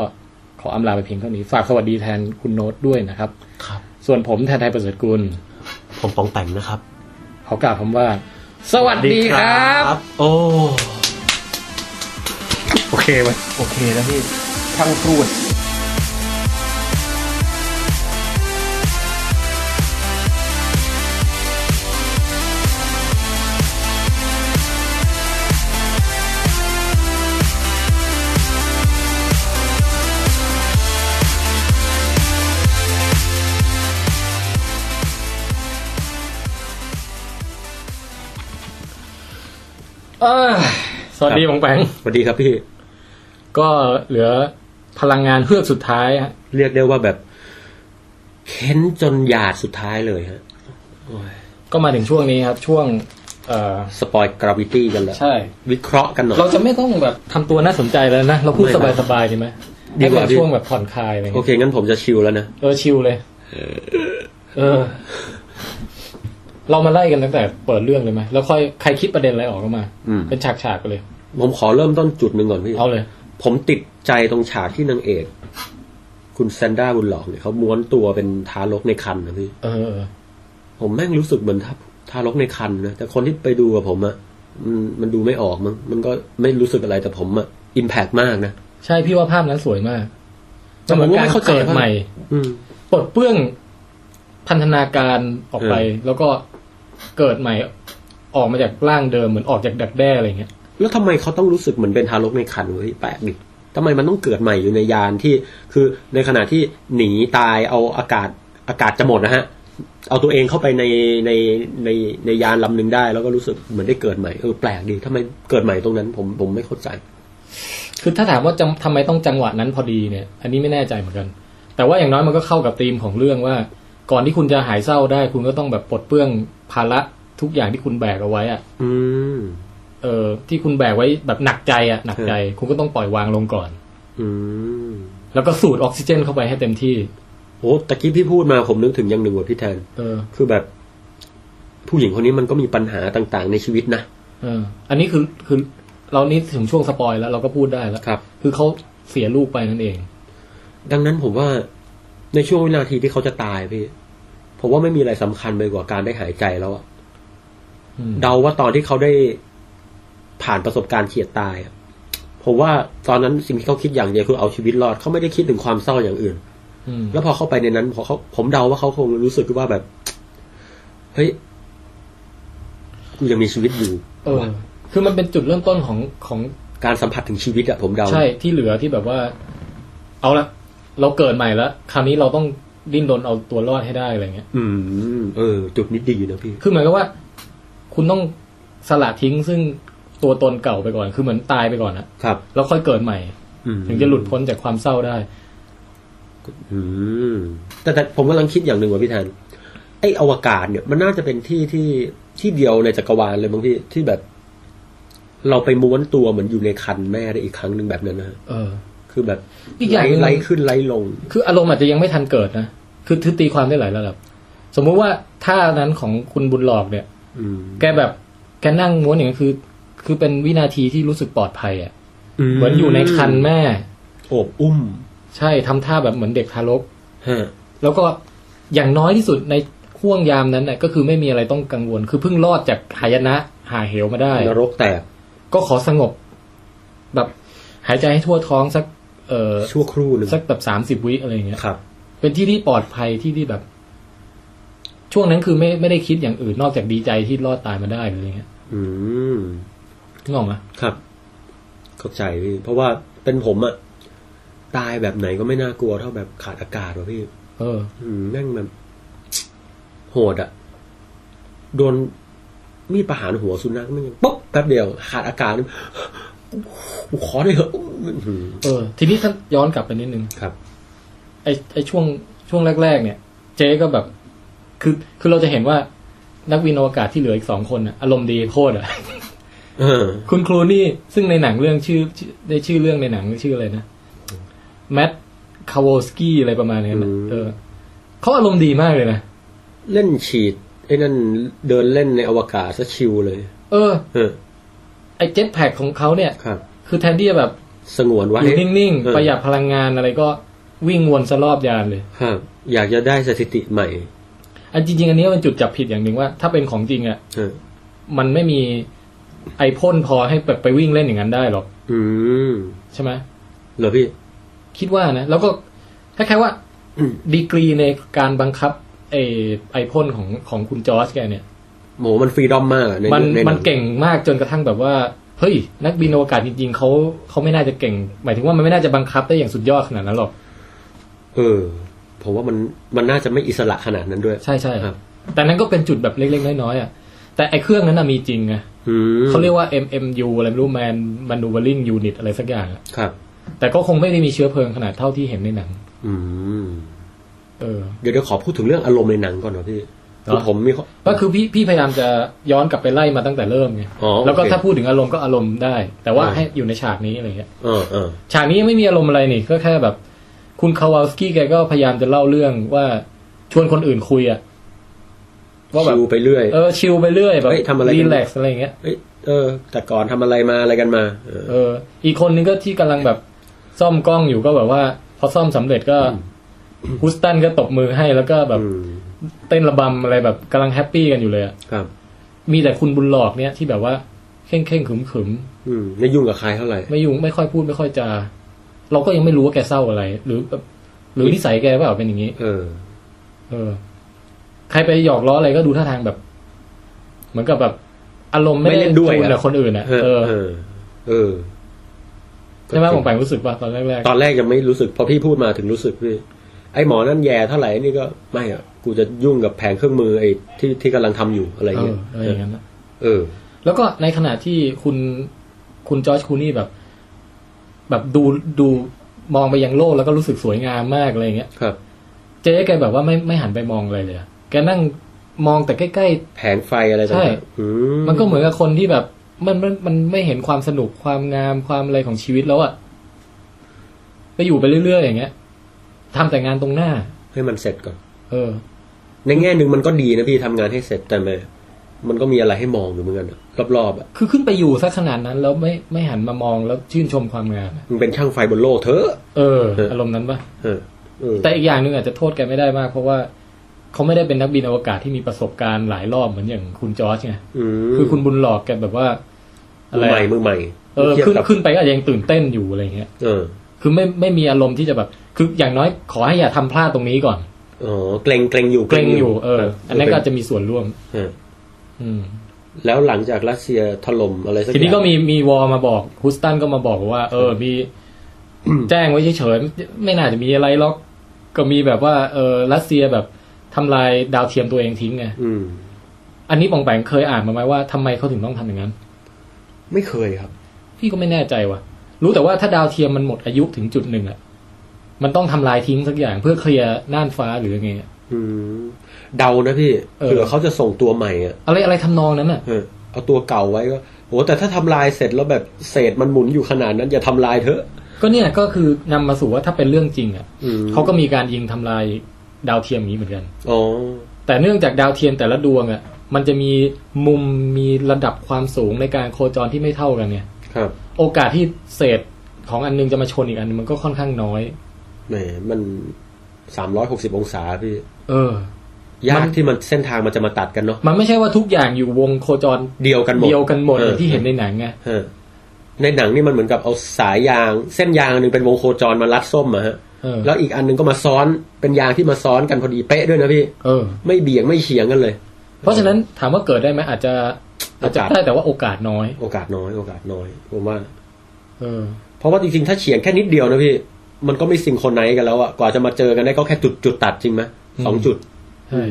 C: ขออำลาไปเพียงเท่านี้ ฝากสวัสดีแทนคุณโน้ตด้วยนะครับ
B: ครับ
C: ส่วนผมแทนไทยประเสริฐกุล
B: ผมปองแต่งนะครับ
C: ขอกล่าวคำว่า สวัสดีครับ
B: โอ้
C: โอเคไว้ย
B: โอเคแล้วพี่ทั้งพูด
C: เอ้ยสวัสดีบองแปง
B: สวัสดีครับพี่
C: ก็เหลือพลังงานเฮือกสุดท้ายฮะ
B: เรียกได้ว่าแบบเค้นจนหยาดสุดท้ายเลยฮะ
C: ก็มาถึงช่วงนี้ครับ ช่วง
E: เอ่อ
B: สปอยกราวิตี้กันเลย
E: ใช่
B: วิเคราะห์กันหน่อย
E: เราจะไม่ต้องแบบ
C: ทำตัวน่าสนใจแล้วนะ เราพูด
B: ไม่ค
C: ส
B: รับ
C: บายๆดีไหม
B: ดี
C: ให้
B: ก
C: เป็
B: ว่า
C: นช่วงแบบผ่อนคลายอะไร
B: โอ
C: เงี้ย
B: เค งั้นผมจะชิลแล้วนะ
C: เออชิลเลย เออ เรามาไล่กันตั้งแต่เปิดเรื่องเลยไหมแล้วค่อยใครคิดประเด็นอะไรออกก็มา
B: อืม
C: เป็นฉากๆไปเลย
B: ผมขอเริ่มต้นจุดหนึ่งก่อนพี่
C: เอาเลย
B: ผมติดใจตรงฉากที่นางเอก คุณแซนด้าบุญหลอกเนี่ยเขาม้วนตัวเป็นทารกในคันนะพี่
C: เออ
B: ผมแม่งรู้สึกเหมือนทาทารกในคันนะ แต่คนที่ไปดูกับผมอะมันมันดูไม่ออกมั้งมันก็ไม่รู้สึกอะไรแต่ผมอะอิมแพกมากนะ
C: ใช่พี่ว่าภาพนั้นสวยมาก
B: แต่ผม
C: น
B: ว่าไม่เข้าใจ
C: เกิดใหม่
B: อืม
C: ปลดเปลื้องพันธนาการออกไป
B: เออ
C: แล้วก็เกิดใหม่ ออกมาจากร่างเดิมเหมือนออกจากดักแด้อะไรเงี้ย
B: แล้วทำไมเขาต้องรู้สึกเหมือนเป็นทารกในครรภ์เว้ยแปลกดิทำไมมันต้องเกิดใหม่อยู่ในยานที่ คือในขณะที่หนีตายเอาอากาศอากาศจะหมดนะฮะ เอาตัวเองเข้าไปในในในในยานลำหนึ่งได้ แล้วก็รู้สึกเหมือนได้เกิดใหม่เออแปลกดีทำไมเกิดใหม่ตรงนั้น ผมผมไม่เข้าใจ
C: คือถ้าถามว่าจำทำไมต้องจังหวะนั้นพอดีเนี่ย อันนี้ไม่แน่ใจเหมือนกัน แต่ว่าอย่างน้อยมันก็เข้ากับธีมของเรื่องว่า ก่อนที่คุณจะหายเศร้าได้ คุณก็ต้องแบบปลดเปลื้องภาระทุกอย่างที่คุณแบกเอาไว้อะ
B: อืม
C: เออที่คุณแบกไว้แบบหนักใจอะหนักใจ คุณก็ต้องปล่อยวางลงก่อน
B: อืม
C: แล้วก็สูดออกซิเจนเข้าไปให้เต็มที่
B: โอ้ตะกี้พี่พูดมาผมนึกถึงอย่างหนึ่งว่ะพี่แทน
C: เออ
B: คือแบบ ผู้หญิงคนนี้มันก็มีปัญหาต่างๆ ในชีวิตนะ
C: เออ อันนี้คือคือเรานี่ถึงช่วงสปอยแล้วเราก็พูดได้แล้ว
B: ครับ
C: คือเขาเสียลูกไปนั่นเอง
B: ดังนั้นผมว่าในช่วงวินาทีที่เขาจะตายพี่ ผมว่าไม่มีอะไรสำคัญไปกว่าการได้หายใจแล้วอะ
C: อืม
B: เดาว่าตอนที่เขาได้ผ่านประสบการณ์เฉียดตายอะผมว่าตอนนั้นสิ่งที่เขาคิดอย่างเดียวคือเอาชีวิตรอดเขาไม่ได้คิดถึงความเศร้าอย่างอื่น
C: อืม
B: แล้วพอเข้าไปในนั้นพอเขาผมเดาว่าเขาคงรู้สึกว่าแบบเฮ้ยกูยังมีชีวิตอยู่
C: เออ คือมันเป็นจุดเริ่มต้นของของ
B: การสัมผัสถึงชีวิตอะผมเดา
C: ใช่ที่เหลือที่แบบว่า เอาละเราเกิดใหม่แล้วคราวนี้เราต้องดิ้นรนเอาตัวรอดให้ได้อะไรเงี้ย
B: อืม เออ จุดนี้ดีนะพี่
C: คือเหมือนกับว่า คุณต้องสละทิ้งซึ่งตัวตนเก่าไปก่อน คือเหมือนตายไปก่อนนะครับ แล้วค่อยเกิดใหม่
B: อืม
C: ถึงจะหลุดพ้นจากความเศร้าได้
B: อืมแต่แต่ผมกำลังคิดอย่างหนึ่งว่าพี่แทนไอ้อวกาศเนี่ย มันน่าจะเป็นที่ที่ที่เดียวในจักรวาลเลยบางที่ที่แบบ เราไปม้วนตัวเหมือนอยู่ในคันแม่ได้อีกครั้งหนึ่งแบบนั้นนะฮะ
C: เออ
B: คือแบบ
C: อีกอย่างหนึ่ง
B: ไล่ขึ้นไล่ลง
C: คืออารมณ์อาจจะยังไม่ทันเกิดนะคือคือตีความได้หลายระดับสมมุติว่าท่านั้นของคุณบุญหลอกเนี่ย
B: อืม
C: แกแบบแกนั่งม้วนอย่างนั้นคือ คือเป็นวินาทีที่รู้สึกปลอดภัยอ่ะเหมือนอยู่ในคันแม่
B: โอบอุ้ม
C: ใช่ทำท่าแบบเหมือนเด็กทารก
B: ฮะ
C: แล้วก็อย่างน้อยที่สุดในห่วงยามนั้นน่ะก็คือไม่มีอะไรต้องกังวล คือเพิ่งรอดจากหายนะหาเหวมาได้
B: นรกแตก
C: ก็ขอสงบ แบบหายใจให้ทั่วท้องสัก เออ
B: ชั่วครู่หนึ่ง
C: สักแบบสามสิบวิอะไรอย่างเงี้ย
B: ครับ
C: เป็นที่ที่ปลอดภัยที่ที่แบบ ช่วงนั้นคือไม่ไม่ได้คิดอย่างอื่นนอกจากดีใจที่รอดตายมาได้หรืออะไรเงี้ย
B: อืม
C: นึกออกไหม
B: ครับ เข้าใจพี่เพราะว่าเป็นผมอะตายแบบไหนก็ไม่น่ากลัวเท่าแบบขาดอากาศว่ะพี่
C: เออ
B: อืมแม่งแบบ โหดอะโดนมีดประหารหัวสุนัขแม่งยังปุ๊บแป๊บเดียว ขาดอากาศเลยกูขอได้เหอะอืม
C: เออทีนี้ท่านย้อนกลับไปนิดนึง
B: ครับ
C: ไอ้ไอ้ช่วงช่วงแรก ๆ เนี่ย เจ๊ก็แบบ คือคือเราจะเห็นว่า นักวินอวกาศที่เหลืออีกสองคนน่ะอารมณ์ดีโคตรอ่ะ
B: เออ
C: คุณครูนี่ซึ่งในหนังเรื่องชื่อชื่อได้ชื่อเรื่องในหนังชื่ออะไรนะแม t คาวสกี้อะไรประมาณเนี้ยนะ
B: อืม
C: เออเขาอารมณ์ดีมากเลยนะ
B: เล่นฉีดไอ้นั่นเดินเล่นในอวกาศซะชิวเลย
C: เออ
B: เออ
C: ไอ้เจ็ตแพคของเขาเนี่ย
B: ครับ
C: คือแทนที่จะแบบ
B: สงวนไว้
C: อยู่นิ่ง
B: เออ
C: ๆ ประหยัดพลังงานอะไรก็วิ่งวนสรอบยานเลย
B: ครับ อยากจะได้สถิติใหม่
C: อันจริงๆ อันนี้เป็นจุดจับผิดอย่างหนึ่งว่า ถ้าเป็นของจริงอ่ะ
B: เออ
C: มันไม่มีไอพ่นพอให้แบบไปวิ่งเล่นอย่างนั้นได้หรอก
B: อืม
C: ใช่ไหม
B: เหรอพี่
C: คิดว่านะ แล้วก็คล้ายๆว่า
B: อืม
C: ดีกรีในการบังคับ ไอไอพ่นของของคุณจอร์จแกเนี่ย
B: โหมันฟรีดอมมากอะใน
C: มัน
B: ในห
C: มัน
B: ง
C: เก่งมากจนกระทั่งแบบว่าเฮ้ยนักบินอวกาศจริง ๆเขาเขาไม่น่าจะเก่ง หมายถึงว่ามันไม่น่าจะบังคับได้อย่างสุดยอดขนาดนั้นหรอก
B: เออ ผมว่ามันมันน่าจะไม่อิสระขนาดนั้นด้วย
C: ใช่ใช่ๆ
B: ครับ
C: แต่นั้นก็เป็นจุดแบบเล็กๆน้อยๆอ่ะแต่ไอเครื่องนั้นน่ะมีจริงไง
B: อืม
C: เขาเรียกว่า MMU อะไรไม่รู้ Man Maneuvering Unit อะไรสักอย่างอะ
B: ครับ
C: แต่ก็คงไม่ได้มีเชื้อเพลิงขนาดเท่าที่เห็นในหนัง
B: อืม
C: เออ
B: เดี๋ยวเดี๋ยวขอพูดถึงเรื่องอารมณ์ในหนังก่อนนะพี่ คือผมมีข้อ
C: ก็คือพี่พี่พยายามจะย้อนกลับไปไล่มาตั้งแต่เริ่มไง
B: อ๋อโอเค
C: แล้วก็ถ้าพูดถึงอารมณ์ก็อารมณ์ได้ แต่ว่า
B: อ่า
C: ให้อยู่ในฉากนี้อะไรเงี้ย
B: เออเออ
C: ฉากนี้ไม่มีอารมณ์อะไรนี่ก็แค่แบบ คุณคาวาลสกี้แกก็พยายามจะเล่าเรื่องว่าชวนคนอื่นคุยอะว่าแบบ
B: ชิวไปเรื่อย
C: เออชิลไปเรื่อยแบบ
B: เฮ้ยทำอะไรกัน
C: รีแลกซ์อะไรเงี้ย
B: เอ้ยเออ แต่ก่อนทำอะไรมาอะไรกันมา เออ
C: เออ อีกคนนึงก็ที่กำลังแบบซ่อมกล้องอยู่ก็แบบว่า พอซ่อมสำเร็จก็ฮุสตันก็ตบมือให้แล้วก็แบบ
B: อืม
C: เต้นระบำอะไรแบบกำลังแฮปปี้กันอยู่เลยอะ
B: ครับ
C: มีแต่คุณบุญหลอกเนี่ยที่แบบว่าเข่งเข่งๆขึมขึมๆ
B: อืม ไม่ยุ่งกับใครเท่าไหร่
C: ไม่ยุ่งไม่ค่อยพูดไม่ค่อยจะ เราก็ยังไม่รู้ว่าแกเศร้าอะไร หรือแบบหรือนิสัยแกเปล่าเป็นอย่างนี้
B: เออ
C: เออ ใครไปหยอกล้ออะไรก็ดูท่าทางแบบ เหมือนกับแบบ อารมณ์ไม่
B: ไม่เล่
C: ได้
B: นด้วยอะ
C: จูนกับคนอื่นอ่ะ
B: เออ
C: เออ
B: เออ เออ
C: ใช่ไหมผมไปรู้สึกว่าตอนแรก
B: ตอนแรกยังไม่รู้สึก พอพี่พูดมาถึงรู้สึกพี่ ไอ้หมอนั่นแย่เท่าไหร่นี่ก็ไม่อ่ะ กูจะยุ่งกับแผงเครื่องมือไอ้ที่ที่กำลังทำอยู่อะไร
C: ๆเอ
B: เงี้
C: อย อะไรอย่างนั้นนะ
B: เออ
C: แล้วก็ในขณะที่คุณคุณจอร์จคลูนี่แบบ แบบดูดูมองไปยังโลกแล้วก็รู้สึกสวยงามมากอะไรอย่างเงี้ย
B: ครับ
C: เจ๊แกแบบว่าไม่ไม่หันไปมองอะไรเลยอะแกนั่งมองแต่ใกล้ ๆ
B: แผงไฟอะไรต่าง
C: ใช่
B: ๆอื
C: มันก็เหมือนกับคนที่แบบมันมันมันไม่เห็นความสนุกความงามความอะไรของชีวิตแล้วอะก็อยู่ไปเรื่อยๆอย่างเงี้ยทำแต่งานตรงหน้า
B: ให้มันเสร็จก่อน
C: เออ
B: ในแง่หนึ่งมันก็ดีนะพี่ทำงานให้เสร็จแต่แม่มันก็มีอะไรให้มองอยู่เหมือนกันอะรอบๆอ่ะ
C: คือขึ้นไปอยู่ซะขนาดนั้น แล้วไม่ไม่หันมามองแล้วชื่นชมความงามอะ
B: มันเป็นช่างไฟบนโลกเถอะ
C: เออ
B: เอออ
C: อารมณ์นั้นปะ
B: เออเออ
C: แต่อีกอย่างหนึ่งอาจจะโทษแกไม่ได้มาก เพราะว่าเขาไม่ได้เป็นนักบินอวกาศที่มีประสบการณ์หลายรอบเหมือนอย่างคุณจอร์จไง
B: อืม
C: คือคุณบุญหลอกแกแบบว่าอะ
B: มื
C: ไร
B: อใหม่
C: อะ
B: มือใหม่
C: เออ
B: ทียบ
C: ขึ้น
B: กับ
C: ขึ้นไปก็อาจจะยังตื่นเต้นอยู่อะไรอย่างเงี้ย
B: เออ
C: คือไม่ไม่มีอารมณ์ที่จะแบบ คืออย่างน้อยขอให้อย่าทำพลาดตรงนี้ก่อน
B: อ๋อเกรงเกรงอยู่
C: เกรงอยู่ เออ อันนั้นก็อาจจะมีส่วนร่วม
B: เออ
C: อืม
B: แล้วหลังจากรัสเซียถล่มอะไรสักอย่าง
C: ทีนี้ก็มีมีวอลมาบอกฮุสตันก็มาบอกว่า เออ มี แจ้งไว้เฉยๆไม่น่าจะมีอะไรหรอก ก็มีแบบว่า เออรัสเซียแบบทำลายดาวเทียมตัวเองทิ้งไง
B: อืม
C: อันนี้ปองแปงเคยอ่านมาไหมว่าทำไมเขาถึงต้องทำอย่างนั้น
B: ไม่เคยครับ
C: พี่ก็ไม่แน่ใจว่ะ รู้แต่ว่าถ้าดาวเทียมมันหมดอายุถึงจุดหนึ่งอะมันต้องทำลายทิ้งสักอย่างเพื่อเคลียร์น่านฟ้าหรือยังไงอะ
B: อืม เดานะพี่
C: เออ
B: เผื่อเขาจะส่งตัวใหม่อ่ะ
C: อะไรอะไรทำนองนั้นอะ
B: เออเอาตัวเก่าไว้ก็โหแต่ถ้าทำลายเสร็จแล้วแบบเศษมันหมุนอยู่ขนาดนั้นอย่าทำลายเถอะ
C: ก็เนี่ยก็คือนำมาสู่ว่าถ้าเป็นเรื่องจริงอ่ะ
B: อืม
C: เขาก็มีการยิงทำลายดาวเทียมอย่างนี้เหมือนกัน
B: อ๋อ
C: แต่เนื่องจากดาวเทียมแต่ละดวงอ่ะมันจะมีมุมมีระดับความสูงในการโคจรที่ไม่เท่ากันเนี่ย
B: ครับ
C: โอกาสที่เศษของอันนึงจะมาชนอีกอันนึงมันก็ค่อนข้างน้อย
B: แหมมันสามร้อยหกสิบองศาพี่
C: เออ
B: ยาก
C: มัน
B: ที่มันเส้นทางมันจะมาตัดกันเนาะ
C: มันไม่ใช่ว่าทุกอย่างอยู่วงโคจร
B: เดียวกันหมด
C: เดียวกันหมด
B: อ
C: อ
B: อย่าง
C: ที่เห็นในหนังไง
B: เออในหนังนี่มันเหมือนกับเอาสายยาง เส้นยางอันหนึงเป็นวงโคจรมารัดส้มอะฮะ
C: เออ
B: แล้วอีกอันหนึงก็มาซ้อนเป็นยางที่มาซ้อนกันพอดีเป๊ะด้วยนะพี่
C: เออ
B: ไม่เบี่ยงไม่เฉียงกันเลย
C: เพราะฉะนั้นถามว่าเกิดได้ไหมอาจจะ
B: โอกาส
C: อาจจะได้แต่ว่าโอกาสน้อย
B: โอกาสน้อยโอกาสน้อยผมว่า
C: เออ
B: เพราะว่าจริงๆถ้าเฉียงแค่นิดเดียวนะพี่ มันก็ไม่ซิงโครไนซ์กันแล้วอะกว่าจะมาเจอกันได้ก็แค่จุดจุดตัดจริงไหมสอง
C: อืม
B: จุด
C: ใช่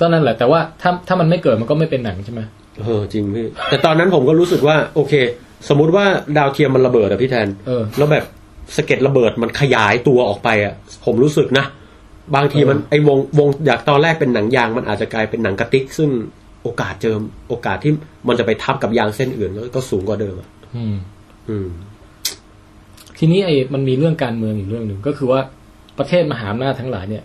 C: ก็นั่นแหละ แต่ว่าถ้าถ้ามันไม่เกิดมันก็ไม่เป็นหนังใช่ไหม
B: เออจริงพี่ แต่ตอนนั้นผมก็รู้สึกว่า โอเค สมมุติว่าดาวเทียมมันระเบิดอะพี่แทน
C: เออ
B: แล้วแบบสะเก็ดระเบิดมันขยายตัวออกไปอะผมรู้สึกนะ บางทีมัน
C: เออ
B: ไอวงวงจากตอนแรกเป็นหนังยางมันอาจจะกลายเป็นหนังกระติก ซึ่งโอกาสเจอมโอกาสที่มันจะไปทับกับยางเส้นอื่นก็ก็สูงกว่าเดิมอะ
C: อืม
B: อืม
C: ทีนี้ไอ้มันมีเรื่องการเมืองอยู่เรื่องหนึ่งก็คือว่าประเทศมหาอำนาจทั้งหลายเนี่ย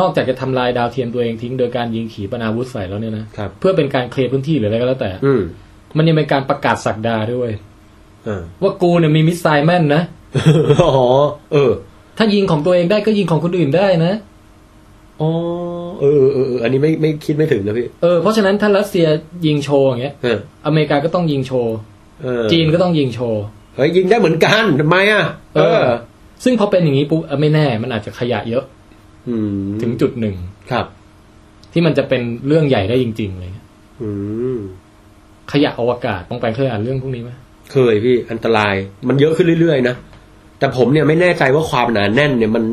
C: นอกจากจะทำลายดาวเทียมตัวเองทิ้งโดยการยิงขีปนาวุธใส่แล้วเนี่ยนะครับ เพื่อเป็นการเคลียร์พื้นที่หรืออะไรก็แล้วแต่
B: อืม
C: มันยังเป็นการประกาศสักดาด้วย
B: อ่า
C: ว่ากูเนี่ยมีมิสไซล์แม่นนะ
B: อ๋อเออ
C: ถ้ายิงของตัวเองได้ก็ยิงของคนอื่นได้นะ
B: อ๋อเออเออเอออันนี้ไม่ไม่คิดไม่ถึงนะพี่
C: เออเพราะฉะนั้นถ้ารัสเซียยิงโชว์อย่างเงี้ย
B: เออ
C: อเมริกาก็ต้องยิงโชว์
B: เออ
C: จีนก็ต้องยิงโชว์
B: เฮ้ยยิงได้เหมือนกันทำไมอะ
C: เออ ซึ่งพอเป็นอย่างนี้ปุ๊บเออไม่แน่ มันอาจจะขยะเยอะ
B: อืม
C: ถึงจุดหนึ่ง
B: ครับ
C: ที่มันจะเป็นเรื่องใหญ่ได้จริงๆเลย
B: อืม
C: ขยะอวกาศต้องไปเคยอ่านเรื่องพวกนี้ไหม
B: เคยพี่อันตรายมันเยอะขึ้นเรื่อยๆนะ แต่ผมเนี่ยไม่แน่ใจว่าความหนาแน่นเนี่ยมัน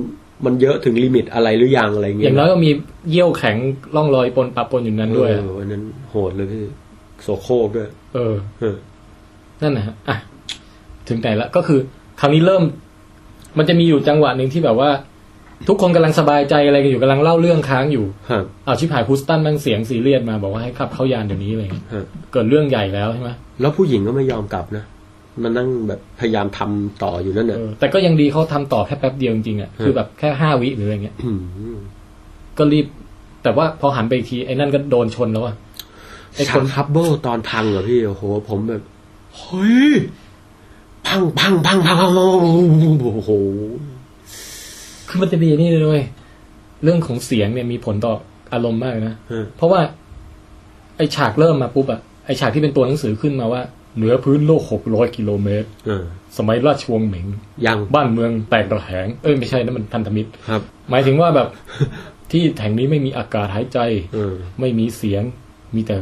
B: มันเยอะถึงลิมิตอะไรหรือยังอะไรเงี้
C: อย่างน้อย
B: นะ
C: ก็มีเยี่ยวแข็งร่องรอยปนปะปนอยู่นั้นด้วย
B: เอออันนั้นโหดเลยพี่โสโครกด้วย
C: เออ
B: เออ
C: นั่นนะฮะอ่ะ ถึงไหนละก็คือ คราวนี้เริ่ม มันจะมีอยู่จังหวะหนึ่งที่แบบว่า ทุกคนกำลังสบายใจอะไรกันอยู่กำลังเล่าเรื่องค้างอยู่
B: ฮะ
C: เอาวชิบหายฮูสตันแมันเสียงซีเรียสมาบอกว่าให้ขับเข้ายานเดี๋ยวนี้อะไรเงี้ย
B: ฮะ
C: เกิดเรื่องใหญ่แล้วใช่ไหม
B: แล้วผู้หญิงก็ไม่ยอมกลับนะมันนั่งแบบพยายามทำต่ออยู่นั่นน่ะ
C: เออแต่ก็ยังดีเขาทำต่อแค่แป๊บเดียวจริงๆอ่ะ
B: ฮะ
C: คือแบบแค่ห้าวิหรืออะไรเงี้ย
B: อืม
C: ก็รีบ แต่ว่าพอหันไปอีกทีไอ้นั่นก็โดนชนแล้วอ่ะไอ้
B: ฉา
C: ค
B: ก
C: น
B: ฮับเบิลตอนพังเหรอพี่โอ้โหผมแบบเฮ้ยพังพังพังพังพังพังโอ้โห
C: คือมันจะมีนี่เลยเว้ยเรื่องของเสียงเนี่ยมีผลต่ออารมณ์มากนะ
B: ฮะ
C: เพราะว่า ไอฉากเริ่มมาปุ๊บอะไอฉากที่เป็นตัวหนังสือขึ้นมาว่า เหนือพื้นโลกหกร้อยกิโลเมตร
B: เออ
C: สมัยราชวงศ์เหมิง
B: ยัง
C: บ้านเมืองแตกระแหง เอ้ยไม่ใช่นะมันพันธมิตร
B: ครับ
C: หมายถึงว่าแบบ ที่แห่งนี้ไม่มีอากาศหายใจ
B: เออ
C: ไม่มีเสียง มีแต่